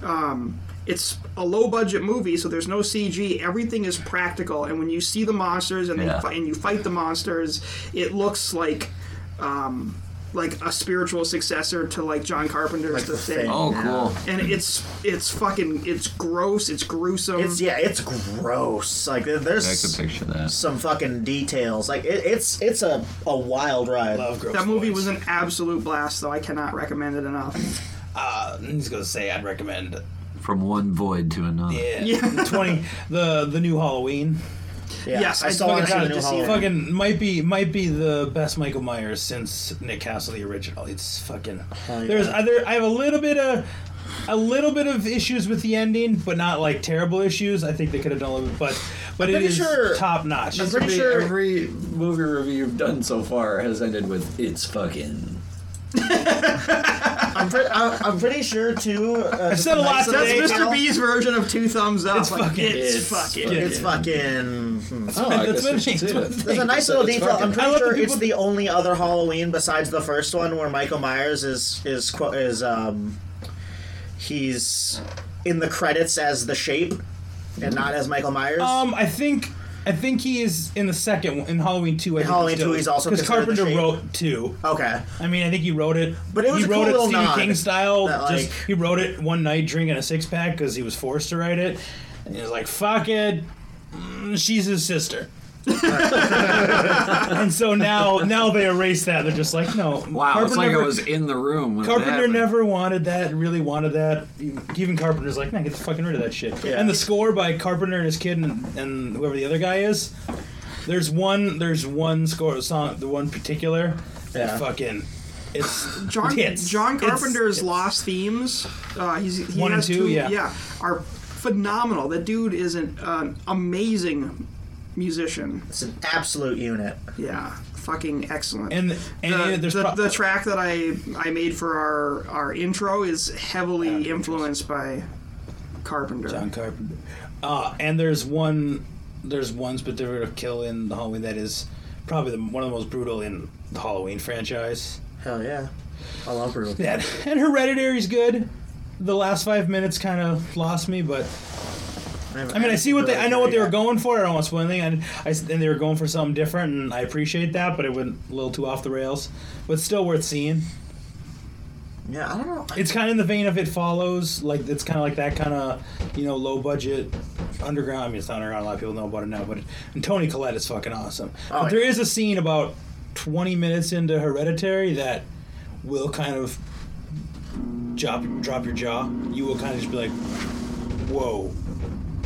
[SPEAKER 4] um, it's a low budget movie, so there's no CG. Everything is practical, and when you see the monsters and
[SPEAKER 5] Yeah.
[SPEAKER 4] they fight, and you fight the monsters, it looks like. Um, like a spiritual successor to like John Carpenter's The Thing,
[SPEAKER 5] Oh, cool.
[SPEAKER 4] and it's it's fucking it's gross, it's gruesome.
[SPEAKER 6] It's yeah, it's gross. Like there-
[SPEAKER 5] I could
[SPEAKER 6] there's
[SPEAKER 5] picture that.
[SPEAKER 6] some fucking details. Like it, it's it's a, a wild ride.
[SPEAKER 7] Love gross
[SPEAKER 4] That movie
[SPEAKER 7] boys.
[SPEAKER 4] was an absolute blast, though. I cannot recommend it
[SPEAKER 7] *laughs*
[SPEAKER 4] enough.
[SPEAKER 7] Uh, I'm just gonna say I'd recommend.
[SPEAKER 5] From one void to another.
[SPEAKER 7] Yeah. *laughs* Twenty. The the new Halloween.
[SPEAKER 6] Yeah,
[SPEAKER 4] Yes,
[SPEAKER 6] I
[SPEAKER 4] I
[SPEAKER 6] still want to
[SPEAKER 4] fucking
[SPEAKER 6] see the
[SPEAKER 4] gotta
[SPEAKER 6] new
[SPEAKER 4] just see
[SPEAKER 6] Halloween.
[SPEAKER 7] Fucking might be might be the best Michael Myers since Nick Castle the original. It's fucking. There's other. I have a little bit of. A little bit of issues with the ending, but not like terrible issues. I think they could have done a little bit, but but it
[SPEAKER 6] pretty
[SPEAKER 7] is
[SPEAKER 6] sure-
[SPEAKER 7] top notch.
[SPEAKER 6] I'm pretty sure
[SPEAKER 11] Every movie review you've done so far has ended with "It's fucking."
[SPEAKER 6] I'm, pre- I, I'm pretty sure too. Uh, I
[SPEAKER 7] said a
[SPEAKER 4] That's
[SPEAKER 7] lot today.
[SPEAKER 4] Mr. B's version of two thumbs up. It's
[SPEAKER 7] fucking-
[SPEAKER 4] it's fucking.
[SPEAKER 6] It's fucking. hmm.
[SPEAKER 9] Oh, I
[SPEAKER 7] That's
[SPEAKER 9] guess
[SPEAKER 7] been-
[SPEAKER 9] I should do *laughs* it.
[SPEAKER 6] There's a nice little
[SPEAKER 9] It's
[SPEAKER 6] detail.
[SPEAKER 9] fucking-
[SPEAKER 6] I'm
[SPEAKER 7] I
[SPEAKER 6] pretty
[SPEAKER 7] love
[SPEAKER 6] sure
[SPEAKER 7] the
[SPEAKER 6] it's
[SPEAKER 7] people-
[SPEAKER 6] the only other Halloween besides the first one where Michael Myers is is qu- is um he's in the credits as the shape and not as Michael Myers.
[SPEAKER 7] Um, I think I think he is in the second one in Halloween two. I think
[SPEAKER 6] Halloween 2, he's also
[SPEAKER 7] because
[SPEAKER 6] considered the
[SPEAKER 7] Carpenter
[SPEAKER 6] shape.
[SPEAKER 7] wrote two.
[SPEAKER 6] okay.
[SPEAKER 7] I mean, I think he wrote it.
[SPEAKER 6] But it was
[SPEAKER 7] he
[SPEAKER 6] a
[SPEAKER 7] wrote
[SPEAKER 6] cool
[SPEAKER 7] it
[SPEAKER 6] little
[SPEAKER 7] Stephen
[SPEAKER 6] nod
[SPEAKER 7] King style.
[SPEAKER 6] that,
[SPEAKER 7] just
[SPEAKER 6] like-
[SPEAKER 7] he wrote it one night drinking a six pack because he was forced to write it, and he was like, "Fuck it, Mm, she's his sister." *laughs* and so now, now they erase that. They're just like, no.
[SPEAKER 5] Wow, it's like
[SPEAKER 7] never-
[SPEAKER 5] I was in the room. When it
[SPEAKER 7] Carpenter
[SPEAKER 5] happened.
[SPEAKER 7] never wanted that. Really wanted that. Even Carpenter's like, nah, get the fucking rid of that shit.
[SPEAKER 6] Yeah.
[SPEAKER 7] And the score by Carpenter and his kid and, and whoever the other guy is. There's one. There's one score song. The one particular.
[SPEAKER 6] Yeah.
[SPEAKER 7] That fucking. It's
[SPEAKER 4] John,
[SPEAKER 7] hits.
[SPEAKER 4] John
[SPEAKER 7] It's-
[SPEAKER 4] Carpenter's
[SPEAKER 7] it's-
[SPEAKER 4] Lost Themes, uh, he's, he
[SPEAKER 7] One and
[SPEAKER 4] has
[SPEAKER 7] two, yeah.
[SPEAKER 4] are phenomenal. That dude is an uh, amazing musician.
[SPEAKER 6] It's an absolute unit.
[SPEAKER 4] Yeah, fucking excellent.
[SPEAKER 7] And and
[SPEAKER 4] the,
[SPEAKER 7] there's
[SPEAKER 4] the,
[SPEAKER 7] pro-
[SPEAKER 4] the track that I I made for our our intro is heavily influenced by Carpenter.
[SPEAKER 7] John Carpenter. Uh, and there's one. There's one particular kill in the Halloween that is probably the, one of the most brutal in the Halloween franchise.
[SPEAKER 6] Hell yeah. I love Brutal.
[SPEAKER 7] Yeah, and Hereditary's good. The last five minutes kind of lost me, but I mean, I see what they, I know what they were going for. I don't want to spoil anything. And, I, and they were going for something different, and I appreciate that, but it went a little too off the rails. But still worth seeing.
[SPEAKER 6] Yeah, I don't know.
[SPEAKER 7] It's kind of in the vein of It Follows. Like it's kind of like that kind of you know low budget underground. I mean, it's not underground. A lot of people know about it now. But and Tony Collette is fucking awesome.
[SPEAKER 6] Oh,
[SPEAKER 7] but there is a scene about 20 minutes into Hereditary that will kind of drop drop your jaw. You will kind of just be like, whoa.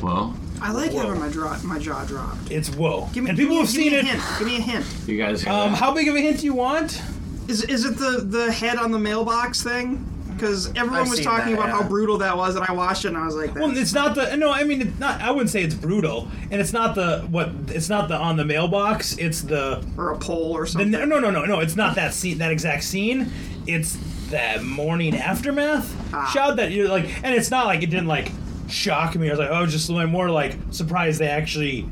[SPEAKER 5] Well,
[SPEAKER 4] I like having my draw my jaw dropped.
[SPEAKER 7] It's whoa.
[SPEAKER 4] Give me,
[SPEAKER 7] and people
[SPEAKER 4] give me-
[SPEAKER 7] have seen
[SPEAKER 4] give
[SPEAKER 7] it.
[SPEAKER 4] me a Hint. Give me a hint.
[SPEAKER 5] you guys. hear
[SPEAKER 7] Um,
[SPEAKER 5] that?
[SPEAKER 7] how big of a hint do you want?
[SPEAKER 4] Is, is it the the head on the mailbox thing? Because everyone
[SPEAKER 6] I've
[SPEAKER 4] was
[SPEAKER 6] seen
[SPEAKER 4] talking
[SPEAKER 6] that,
[SPEAKER 4] about
[SPEAKER 6] yeah.
[SPEAKER 4] how brutal that was, and I watched it and I was like,
[SPEAKER 7] Well,
[SPEAKER 4] that-
[SPEAKER 7] it's not the no. I mean, it's not. I wouldn't say it's brutal, and it's not the what. It's not the on the mailbox. It's the,
[SPEAKER 4] or a pole or
[SPEAKER 7] the
[SPEAKER 4] something.
[SPEAKER 7] no, no, no, no. It's not that scene. That exact scene. It's that morning aftermath
[SPEAKER 4] Ah.
[SPEAKER 7] shout that you're like, and it's not like it didn't like shock me. I was like, oh, just I'm more like surprised they actually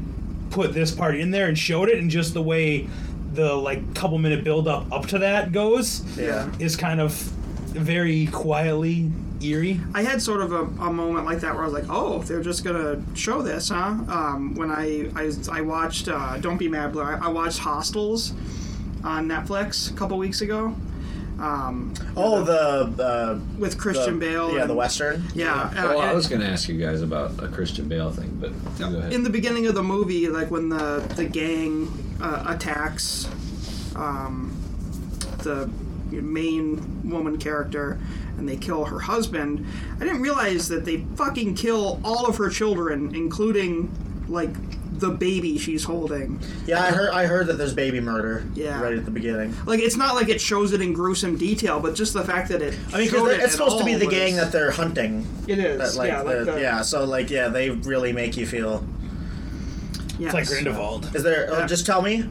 [SPEAKER 7] put this part in there and showed it, and just the way the like couple minute build up up to that goes
[SPEAKER 4] Yeah.
[SPEAKER 7] is kind of very quietly eerie.
[SPEAKER 4] I had sort of a, a moment like that where I was like, oh, they're just gonna show this, huh? Um, when I I, I watched uh, Don't Be Mad, Blair, I, I watched Hostels on Netflix a couple weeks ago
[SPEAKER 6] Oh, the um, uh,
[SPEAKER 4] with
[SPEAKER 6] the-
[SPEAKER 4] Christian Bale.
[SPEAKER 6] Yeah,
[SPEAKER 4] and-
[SPEAKER 6] the Western.
[SPEAKER 4] Yeah, uh, and-
[SPEAKER 9] Well, I
[SPEAKER 4] and-
[SPEAKER 9] was going to ask you guys about a Christian Bale thing, but you go ahead.
[SPEAKER 4] in the beginning of the movie, like when the the gang uh, attacks um, the main woman character and they kill her husband, I didn't realize that they fucking kill all of her children, including like the baby she's holding.
[SPEAKER 6] Yeah, I heard. I heard that there's baby murder.
[SPEAKER 4] Yeah.
[SPEAKER 6] Right at the beginning.
[SPEAKER 4] Like it's not like it shows it in gruesome detail, but just the fact that it.
[SPEAKER 6] I mean,
[SPEAKER 4] showed
[SPEAKER 6] because
[SPEAKER 4] it
[SPEAKER 6] it's
[SPEAKER 4] at
[SPEAKER 6] supposed to be
[SPEAKER 4] all
[SPEAKER 6] the
[SPEAKER 4] was-
[SPEAKER 6] gang that they're hunting.
[SPEAKER 4] It is,
[SPEAKER 6] That, like,
[SPEAKER 4] yeah, like
[SPEAKER 6] the-
[SPEAKER 4] the-
[SPEAKER 6] yeah. So like, yeah, they really make you feel.
[SPEAKER 4] Yes.
[SPEAKER 7] It's like Grindelwald.
[SPEAKER 6] Is there? Oh,
[SPEAKER 4] Yeah.
[SPEAKER 6] just tell me.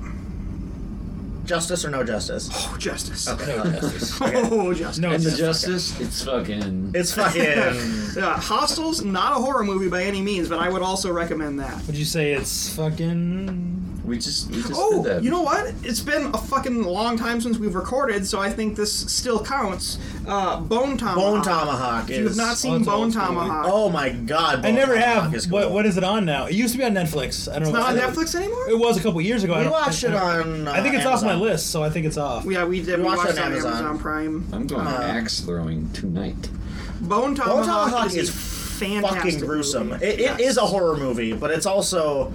[SPEAKER 6] Justice or no justice?
[SPEAKER 4] oh, justice.
[SPEAKER 7] *laughs* No, justice.
[SPEAKER 4] *laughs* Oh, justice.
[SPEAKER 7] No,
[SPEAKER 9] And the
[SPEAKER 7] justice.
[SPEAKER 9] Justice, it's fucking.
[SPEAKER 6] It's
[SPEAKER 7] *laughs* Um,
[SPEAKER 6] fucking.
[SPEAKER 4] Uh, Hostels, not a horror movie by any means, but I would also recommend that.
[SPEAKER 7] Would you say it's fucking?
[SPEAKER 9] We just, we just
[SPEAKER 4] Oh,
[SPEAKER 9] did that.
[SPEAKER 4] you know what? It's been a fucking long time since we've recorded, so I think this still counts. Uh, Bone Tomahawk.
[SPEAKER 6] Bone Tomahawk
[SPEAKER 4] If you have
[SPEAKER 6] is-
[SPEAKER 4] not
[SPEAKER 6] oh,
[SPEAKER 4] seen
[SPEAKER 7] it's
[SPEAKER 4] Bone
[SPEAKER 7] old school.
[SPEAKER 4] Tomahawk,
[SPEAKER 6] Oh my god.
[SPEAKER 7] I
[SPEAKER 6] Bone
[SPEAKER 7] never
[SPEAKER 6] Tomahawk
[SPEAKER 7] have.
[SPEAKER 6] is
[SPEAKER 7] What
[SPEAKER 6] cool.
[SPEAKER 7] what is it on now? It used to be on Netflix. I don't
[SPEAKER 4] it's
[SPEAKER 7] know.
[SPEAKER 4] not on
[SPEAKER 7] I don't-
[SPEAKER 4] Netflix anymore?
[SPEAKER 7] It was a couple years ago. I
[SPEAKER 6] We
[SPEAKER 7] don't-
[SPEAKER 6] watched
[SPEAKER 7] I
[SPEAKER 6] it
[SPEAKER 7] *laughs* don't-
[SPEAKER 6] on. Uh,
[SPEAKER 7] I think it's off my
[SPEAKER 6] Amazon.
[SPEAKER 7] list, so I think it's off.
[SPEAKER 4] yeah, we did. We watched, it on Amazon. Prime.
[SPEAKER 9] I'm going axe throwing tonight.
[SPEAKER 4] Bone Tomahawk,
[SPEAKER 6] Tomahawk
[SPEAKER 4] is,
[SPEAKER 6] is
[SPEAKER 4] a fantastic
[SPEAKER 6] Fucking gruesome.
[SPEAKER 4] movie.
[SPEAKER 6] It,
[SPEAKER 4] Yes.
[SPEAKER 6] it is a horror movie, but it's also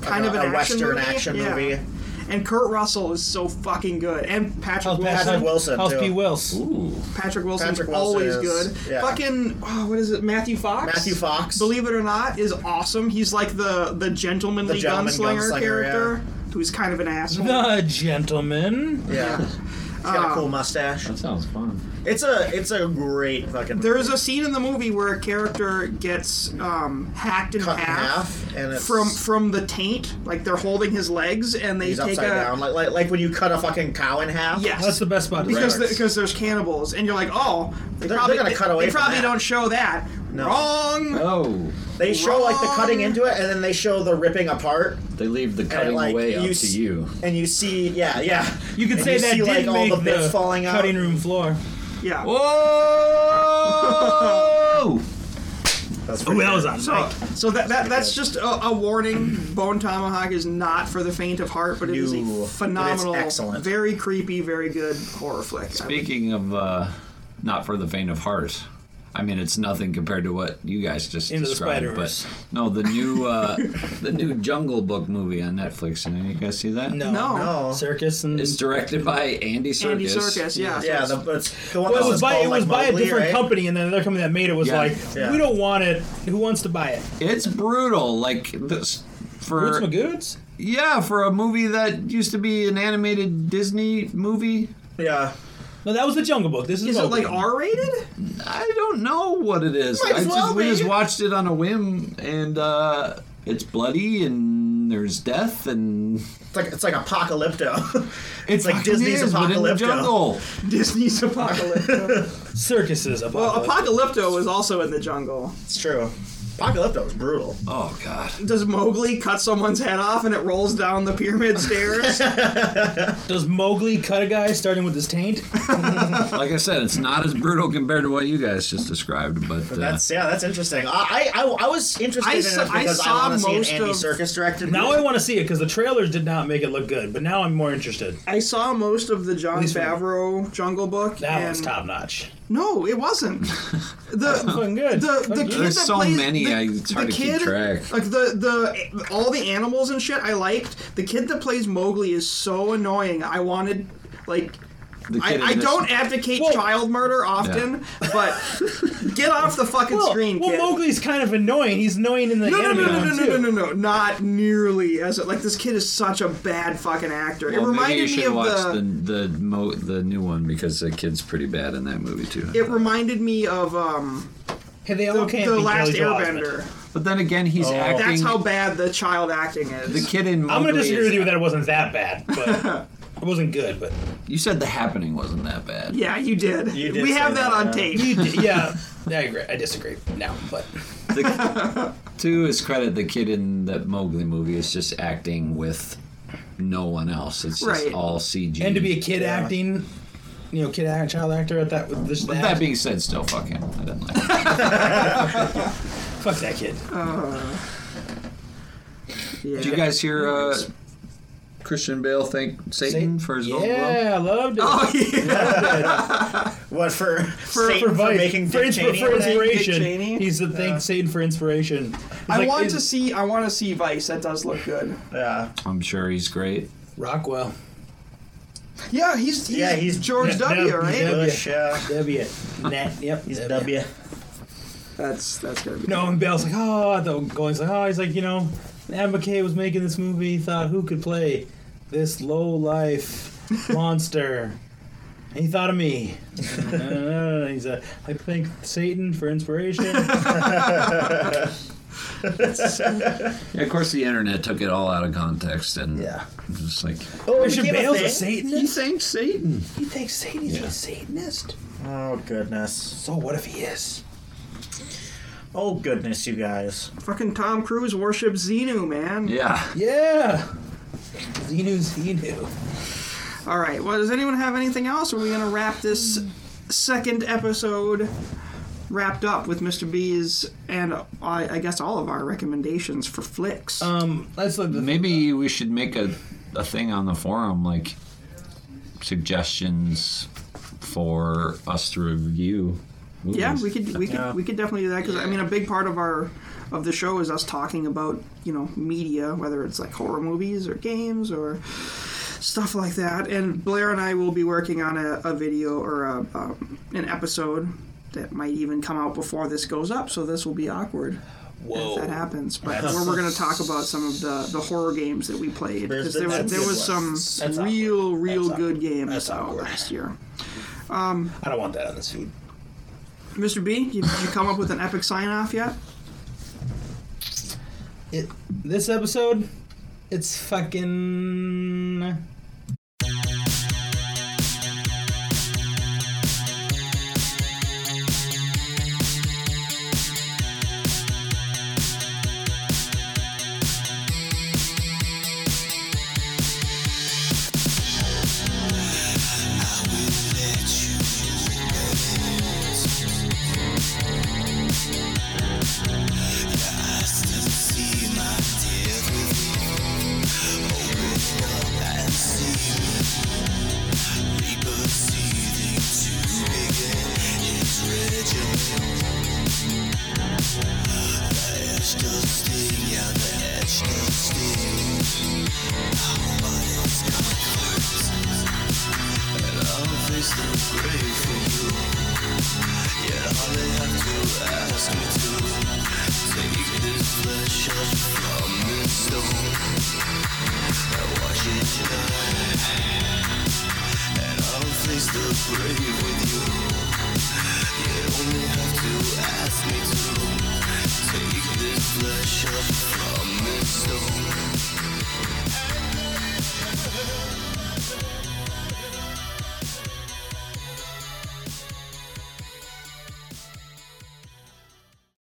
[SPEAKER 4] kind
[SPEAKER 6] a,
[SPEAKER 4] of an
[SPEAKER 6] a
[SPEAKER 4] action
[SPEAKER 6] Western
[SPEAKER 4] movie.
[SPEAKER 6] action
[SPEAKER 4] Yeah.
[SPEAKER 6] movie.
[SPEAKER 4] And Kurt Russell is so fucking good, and Patrick
[SPEAKER 7] How's
[SPEAKER 4] Wilson.
[SPEAKER 6] Oh, Patrick Wilson,
[SPEAKER 7] How's
[SPEAKER 6] too.
[SPEAKER 7] P. Wills?
[SPEAKER 9] Ooh.
[SPEAKER 4] Patrick Wilson's
[SPEAKER 6] Patrick Wilson
[SPEAKER 4] always
[SPEAKER 6] is-
[SPEAKER 4] good.
[SPEAKER 6] yeah.
[SPEAKER 4] Fucking oh, what is it? Matthew Fox.
[SPEAKER 6] Matthew Fox.
[SPEAKER 4] Believe it or not, is awesome. He's like the the gentlemanly
[SPEAKER 6] The gentleman
[SPEAKER 4] gunslinger,
[SPEAKER 6] gunslinger,
[SPEAKER 4] character who's kind of an
[SPEAKER 7] *laughs*
[SPEAKER 4] asshole.
[SPEAKER 7] The gentleman.
[SPEAKER 4] *laughs*
[SPEAKER 6] Yeah. He's got
[SPEAKER 4] Um,
[SPEAKER 6] a cool mustache.
[SPEAKER 9] That sounds fun.
[SPEAKER 6] It's a it's a great fucking.
[SPEAKER 4] There is a scene in the movie where a character gets um, hacked in
[SPEAKER 6] Cut in
[SPEAKER 4] half,
[SPEAKER 6] half? and it's,
[SPEAKER 4] from from the taint. Like they're holding his legs and they
[SPEAKER 6] he's
[SPEAKER 4] take
[SPEAKER 6] upside
[SPEAKER 4] a
[SPEAKER 6] down, like, like like when you cut a fucking cow in half.
[SPEAKER 4] yes.
[SPEAKER 7] That's the best spot. to
[SPEAKER 4] because
[SPEAKER 7] start.
[SPEAKER 4] the, because there's cannibals and you're like oh they
[SPEAKER 6] They're-
[SPEAKER 4] probably
[SPEAKER 6] they're gonna cut away
[SPEAKER 4] they
[SPEAKER 6] from
[SPEAKER 4] probably
[SPEAKER 6] that.
[SPEAKER 4] don't show that
[SPEAKER 6] No.
[SPEAKER 4] wrong
[SPEAKER 12] Oh,
[SPEAKER 6] They show like the cutting
[SPEAKER 4] Wrong.
[SPEAKER 6] into it, and then they show the ripping apart,
[SPEAKER 12] they leave the cutting
[SPEAKER 6] like,
[SPEAKER 12] away up
[SPEAKER 6] you
[SPEAKER 12] to
[SPEAKER 6] s-
[SPEAKER 12] you.
[SPEAKER 6] and you see, yeah, yeah.
[SPEAKER 7] you could
[SPEAKER 6] And
[SPEAKER 7] say
[SPEAKER 6] you
[SPEAKER 7] that
[SPEAKER 6] see,
[SPEAKER 7] did
[SPEAKER 6] like,
[SPEAKER 7] make
[SPEAKER 6] all the
[SPEAKER 7] the
[SPEAKER 6] bits falling out.
[SPEAKER 7] cutting room floor.
[SPEAKER 4] yeah
[SPEAKER 12] Whoa!
[SPEAKER 6] That's
[SPEAKER 7] Oh,
[SPEAKER 6] pretty
[SPEAKER 7] that
[SPEAKER 6] good.
[SPEAKER 7] was on.
[SPEAKER 4] so
[SPEAKER 7] mic.
[SPEAKER 4] so that, that that's just a, a warning bone tomahawk is not for the faint of heart but it is
[SPEAKER 6] No, but
[SPEAKER 4] a
[SPEAKER 6] it's
[SPEAKER 4] phenomenal
[SPEAKER 6] excellent.
[SPEAKER 4] very creepy very good horror flick I would-
[SPEAKER 5] Speaking of uh, not for the faint of heart, I mean it's nothing compared to what you guys just
[SPEAKER 7] Into the
[SPEAKER 5] described.
[SPEAKER 7] Spider-Verse.
[SPEAKER 5] but no, the new uh, the new Jungle Book movie on Netflix. And you guys see that?
[SPEAKER 7] No.
[SPEAKER 4] no,
[SPEAKER 6] No.
[SPEAKER 7] Circus and
[SPEAKER 5] It's directed by Andy Serkis.
[SPEAKER 4] Andy Serkis yeah so
[SPEAKER 6] Yeah,
[SPEAKER 4] it's-
[SPEAKER 6] the, but it's the one
[SPEAKER 7] Well,
[SPEAKER 6] that
[SPEAKER 7] it was by
[SPEAKER 6] called,
[SPEAKER 7] it was
[SPEAKER 6] like,
[SPEAKER 7] by a
[SPEAKER 6] Mowgli,
[SPEAKER 7] different
[SPEAKER 6] right?
[SPEAKER 7] company, and then another company that made it was
[SPEAKER 5] Yeah.
[SPEAKER 7] like,
[SPEAKER 6] Yeah.
[SPEAKER 7] we don't want it. Who wants to buy it?
[SPEAKER 5] It's brutal. Like this
[SPEAKER 7] Roots
[SPEAKER 5] for
[SPEAKER 7] Magoots?
[SPEAKER 5] yeah for a movie that used to be an animated Disney movie.
[SPEAKER 6] Yeah,
[SPEAKER 7] No, that was the Jungle Book. This is,
[SPEAKER 4] is it
[SPEAKER 7] Mowgli.
[SPEAKER 4] like R-rated?
[SPEAKER 5] I don't know what it is.
[SPEAKER 6] Might
[SPEAKER 5] I
[SPEAKER 6] as
[SPEAKER 5] just,
[SPEAKER 6] well
[SPEAKER 5] we
[SPEAKER 6] be.
[SPEAKER 5] just watched it on a whim, and uh, it's bloody, and there's death, and
[SPEAKER 6] it's like it's like
[SPEAKER 7] *laughs*
[SPEAKER 6] Apocalypto.
[SPEAKER 5] it's
[SPEAKER 6] like Disney's
[SPEAKER 5] but in the
[SPEAKER 6] Apocalypto. *laughs*
[SPEAKER 5] jungle.
[SPEAKER 4] Disney's
[SPEAKER 7] *laughs*
[SPEAKER 4] Apocalypto.
[SPEAKER 7] circuses.
[SPEAKER 4] well,
[SPEAKER 7] Apocalypse.
[SPEAKER 4] Apocalypto was also in the jungle.
[SPEAKER 6] it's true. Apocalypto was brutal.
[SPEAKER 5] Oh God!
[SPEAKER 4] Does Mowgli cut someone's head off and it rolls down the pyramid stairs?
[SPEAKER 7] Does Mowgli cut a guy starting with his taint?
[SPEAKER 5] Like I said, it's not as brutal compared to what you guys just described, but, uh,
[SPEAKER 6] That's yeah, that's interesting. I I, I, I was interested
[SPEAKER 4] I
[SPEAKER 6] in
[SPEAKER 4] saw-
[SPEAKER 6] it
[SPEAKER 4] I
[SPEAKER 6] because I,
[SPEAKER 4] saw
[SPEAKER 6] want to see an
[SPEAKER 4] most
[SPEAKER 6] Andy
[SPEAKER 4] of-
[SPEAKER 6] Circus directed.
[SPEAKER 7] Now I
[SPEAKER 6] movie.
[SPEAKER 7] want to see it because the trailers did not make it look good, but now I'm more interested.
[SPEAKER 4] I saw most of the John
[SPEAKER 7] least we-
[SPEAKER 4] Favreau Jungle Book.
[SPEAKER 7] That
[SPEAKER 4] and
[SPEAKER 7] one's top notch.
[SPEAKER 4] No, it
[SPEAKER 7] *laughs*
[SPEAKER 4] wasn't. The
[SPEAKER 7] Fucking good.
[SPEAKER 4] the the kid
[SPEAKER 5] There's
[SPEAKER 4] that
[SPEAKER 5] so
[SPEAKER 4] plays,
[SPEAKER 5] many,
[SPEAKER 4] The,
[SPEAKER 5] I- it's
[SPEAKER 4] the
[SPEAKER 5] hard to keep
[SPEAKER 4] kid,
[SPEAKER 5] track.
[SPEAKER 4] Like the the all the animals and shit. I liked the kid that plays Mowgli is so annoying. I wanted like.
[SPEAKER 5] the
[SPEAKER 4] I,
[SPEAKER 5] kid in
[SPEAKER 4] I
[SPEAKER 5] this-
[SPEAKER 4] don't advocate
[SPEAKER 7] Well-
[SPEAKER 4] child murder often,
[SPEAKER 7] *laughs*
[SPEAKER 4] but get off the fucking
[SPEAKER 7] well,
[SPEAKER 4] screen,
[SPEAKER 7] well
[SPEAKER 4] kid.
[SPEAKER 7] Mowgli's kind of annoying. He's annoying in the
[SPEAKER 4] No, no,
[SPEAKER 7] anime
[SPEAKER 4] no, no,
[SPEAKER 7] one,
[SPEAKER 4] no, no,
[SPEAKER 7] too.
[SPEAKER 4] no, no, no, not nearly as like this kid is such a bad fucking actor.
[SPEAKER 5] Well,
[SPEAKER 4] it
[SPEAKER 5] maybe you
[SPEAKER 4] reminded me
[SPEAKER 5] should
[SPEAKER 4] of
[SPEAKER 5] watch
[SPEAKER 4] the,
[SPEAKER 5] the the, mo- the new one because the kid's pretty bad in that movie too.
[SPEAKER 4] It reminded me of um
[SPEAKER 7] Hey, they
[SPEAKER 4] the,
[SPEAKER 7] all can't
[SPEAKER 4] the
[SPEAKER 7] be
[SPEAKER 4] last
[SPEAKER 7] Kelly Joe Osment.
[SPEAKER 4] Airbender.
[SPEAKER 5] but then again, he's acting.
[SPEAKER 4] That's how bad the child acting is.
[SPEAKER 5] the kid in.
[SPEAKER 7] I'm gonna
[SPEAKER 5] Mowgli
[SPEAKER 7] disagree
[SPEAKER 5] is-
[SPEAKER 7] with you that it wasn't that bad,
[SPEAKER 4] *laughs*
[SPEAKER 7] but it wasn't good. But
[SPEAKER 5] You said the happening wasn't that bad.
[SPEAKER 4] yeah, you did.
[SPEAKER 6] You did
[SPEAKER 4] we
[SPEAKER 6] say
[SPEAKER 4] have that,
[SPEAKER 6] that,
[SPEAKER 4] on
[SPEAKER 6] yeah.
[SPEAKER 4] tape.
[SPEAKER 7] You d- yeah, I agree. I disagree now, but
[SPEAKER 5] The, to his credit, the kid in that Mowgli movie is just acting with no one else. It's just
[SPEAKER 4] Right.
[SPEAKER 5] all CG.
[SPEAKER 7] and to be a kid acting, you know, kid act, child actor at that with this
[SPEAKER 5] But
[SPEAKER 7] that,
[SPEAKER 5] that being said, still fuck him. I don't like. Him.
[SPEAKER 7] fuck that kid.
[SPEAKER 5] Did you guys hear uh, Christian Bale thank Satan for his Golden Globe?
[SPEAKER 7] yeah, I loved it.
[SPEAKER 4] *laughs* Oh yeah.
[SPEAKER 6] what for for,
[SPEAKER 7] for,
[SPEAKER 6] Satan, for,
[SPEAKER 7] Vice-
[SPEAKER 6] making
[SPEAKER 7] for,
[SPEAKER 6] Dick
[SPEAKER 7] ins-
[SPEAKER 6] Cheney
[SPEAKER 7] for
[SPEAKER 6] a thing?
[SPEAKER 7] inspiration.
[SPEAKER 4] Dick Cheney?
[SPEAKER 7] He's the thing Satan for inspiration. He's
[SPEAKER 4] I
[SPEAKER 7] like,
[SPEAKER 4] want
[SPEAKER 7] is-
[SPEAKER 4] to see I want to see Vice. That does look good.
[SPEAKER 6] Yeah,
[SPEAKER 5] I'm sure he's great.
[SPEAKER 7] Rockwell.
[SPEAKER 4] Yeah, he's, he's
[SPEAKER 6] Yeah, he's-
[SPEAKER 4] George *laughs*
[SPEAKER 7] yeah,
[SPEAKER 4] W,
[SPEAKER 7] no,
[SPEAKER 4] right?
[SPEAKER 7] he's W.
[SPEAKER 6] Bush, yeah.
[SPEAKER 7] W. Nah, yep.
[SPEAKER 6] He's a W.
[SPEAKER 4] That's that's gonna be
[SPEAKER 7] No, and Bale's like, oh, the going's like, oh, he's like, you know, Adam McKay was making this movie. He thought, who could play this
[SPEAKER 6] *laughs*
[SPEAKER 7] low life monster? And he thought of me. Uh, he's a, I thank Satan
[SPEAKER 6] *laughs*
[SPEAKER 7] for inspiration.
[SPEAKER 5] Yeah, of course, the internet took it all out of context and yeah, just like
[SPEAKER 6] Oh,
[SPEAKER 7] Bishop
[SPEAKER 6] became
[SPEAKER 7] Bale's
[SPEAKER 6] thing?
[SPEAKER 7] a Satanist.
[SPEAKER 5] thanks Satan.
[SPEAKER 7] He thinks Satan's a Satanist.
[SPEAKER 6] Oh goodness.
[SPEAKER 7] So what if he is?
[SPEAKER 6] Oh goodness, you guys.
[SPEAKER 4] fucking Tom Cruise worships Xenu, man.
[SPEAKER 5] Yeah,
[SPEAKER 7] Yeah. Xenu's Xenu.
[SPEAKER 4] All right. Well, does anyone have anything else? Or are we gonna wrap this second episode wrapped up with Mr. B's and uh, I, I guess all of our recommendations for flicks?
[SPEAKER 7] Um, that's like the
[SPEAKER 5] maybe we should make a a thing on the forum like suggestions for us to review. Movies.
[SPEAKER 4] yeah, we could we could we could definitely do that because I mean a big part of our of the show is us talking about you know media, whether it's like horror movies or games or stuff like that. And Blair and I will be working on a, a video or a, um, an episode that might even come out before this goes up. So this will be awkward.
[SPEAKER 7] Whoa.
[SPEAKER 4] if that happens. But where we're going to talk about some of the, the horror games that we played because
[SPEAKER 6] the-
[SPEAKER 4] there, was
[SPEAKER 6] that's
[SPEAKER 4] there
[SPEAKER 6] good
[SPEAKER 4] was
[SPEAKER 6] one.
[SPEAKER 4] some
[SPEAKER 7] That's
[SPEAKER 4] real, real
[SPEAKER 7] That's
[SPEAKER 4] good
[SPEAKER 7] awkward.
[SPEAKER 4] games
[SPEAKER 7] That's
[SPEAKER 4] out
[SPEAKER 7] awkward.
[SPEAKER 4] last year.
[SPEAKER 7] I don't want that on this feed.
[SPEAKER 4] Mr. B, did you come up with an epic sign off yet?
[SPEAKER 7] It, this episode, it's fucking.
[SPEAKER 13] Take this flesh up from its stone.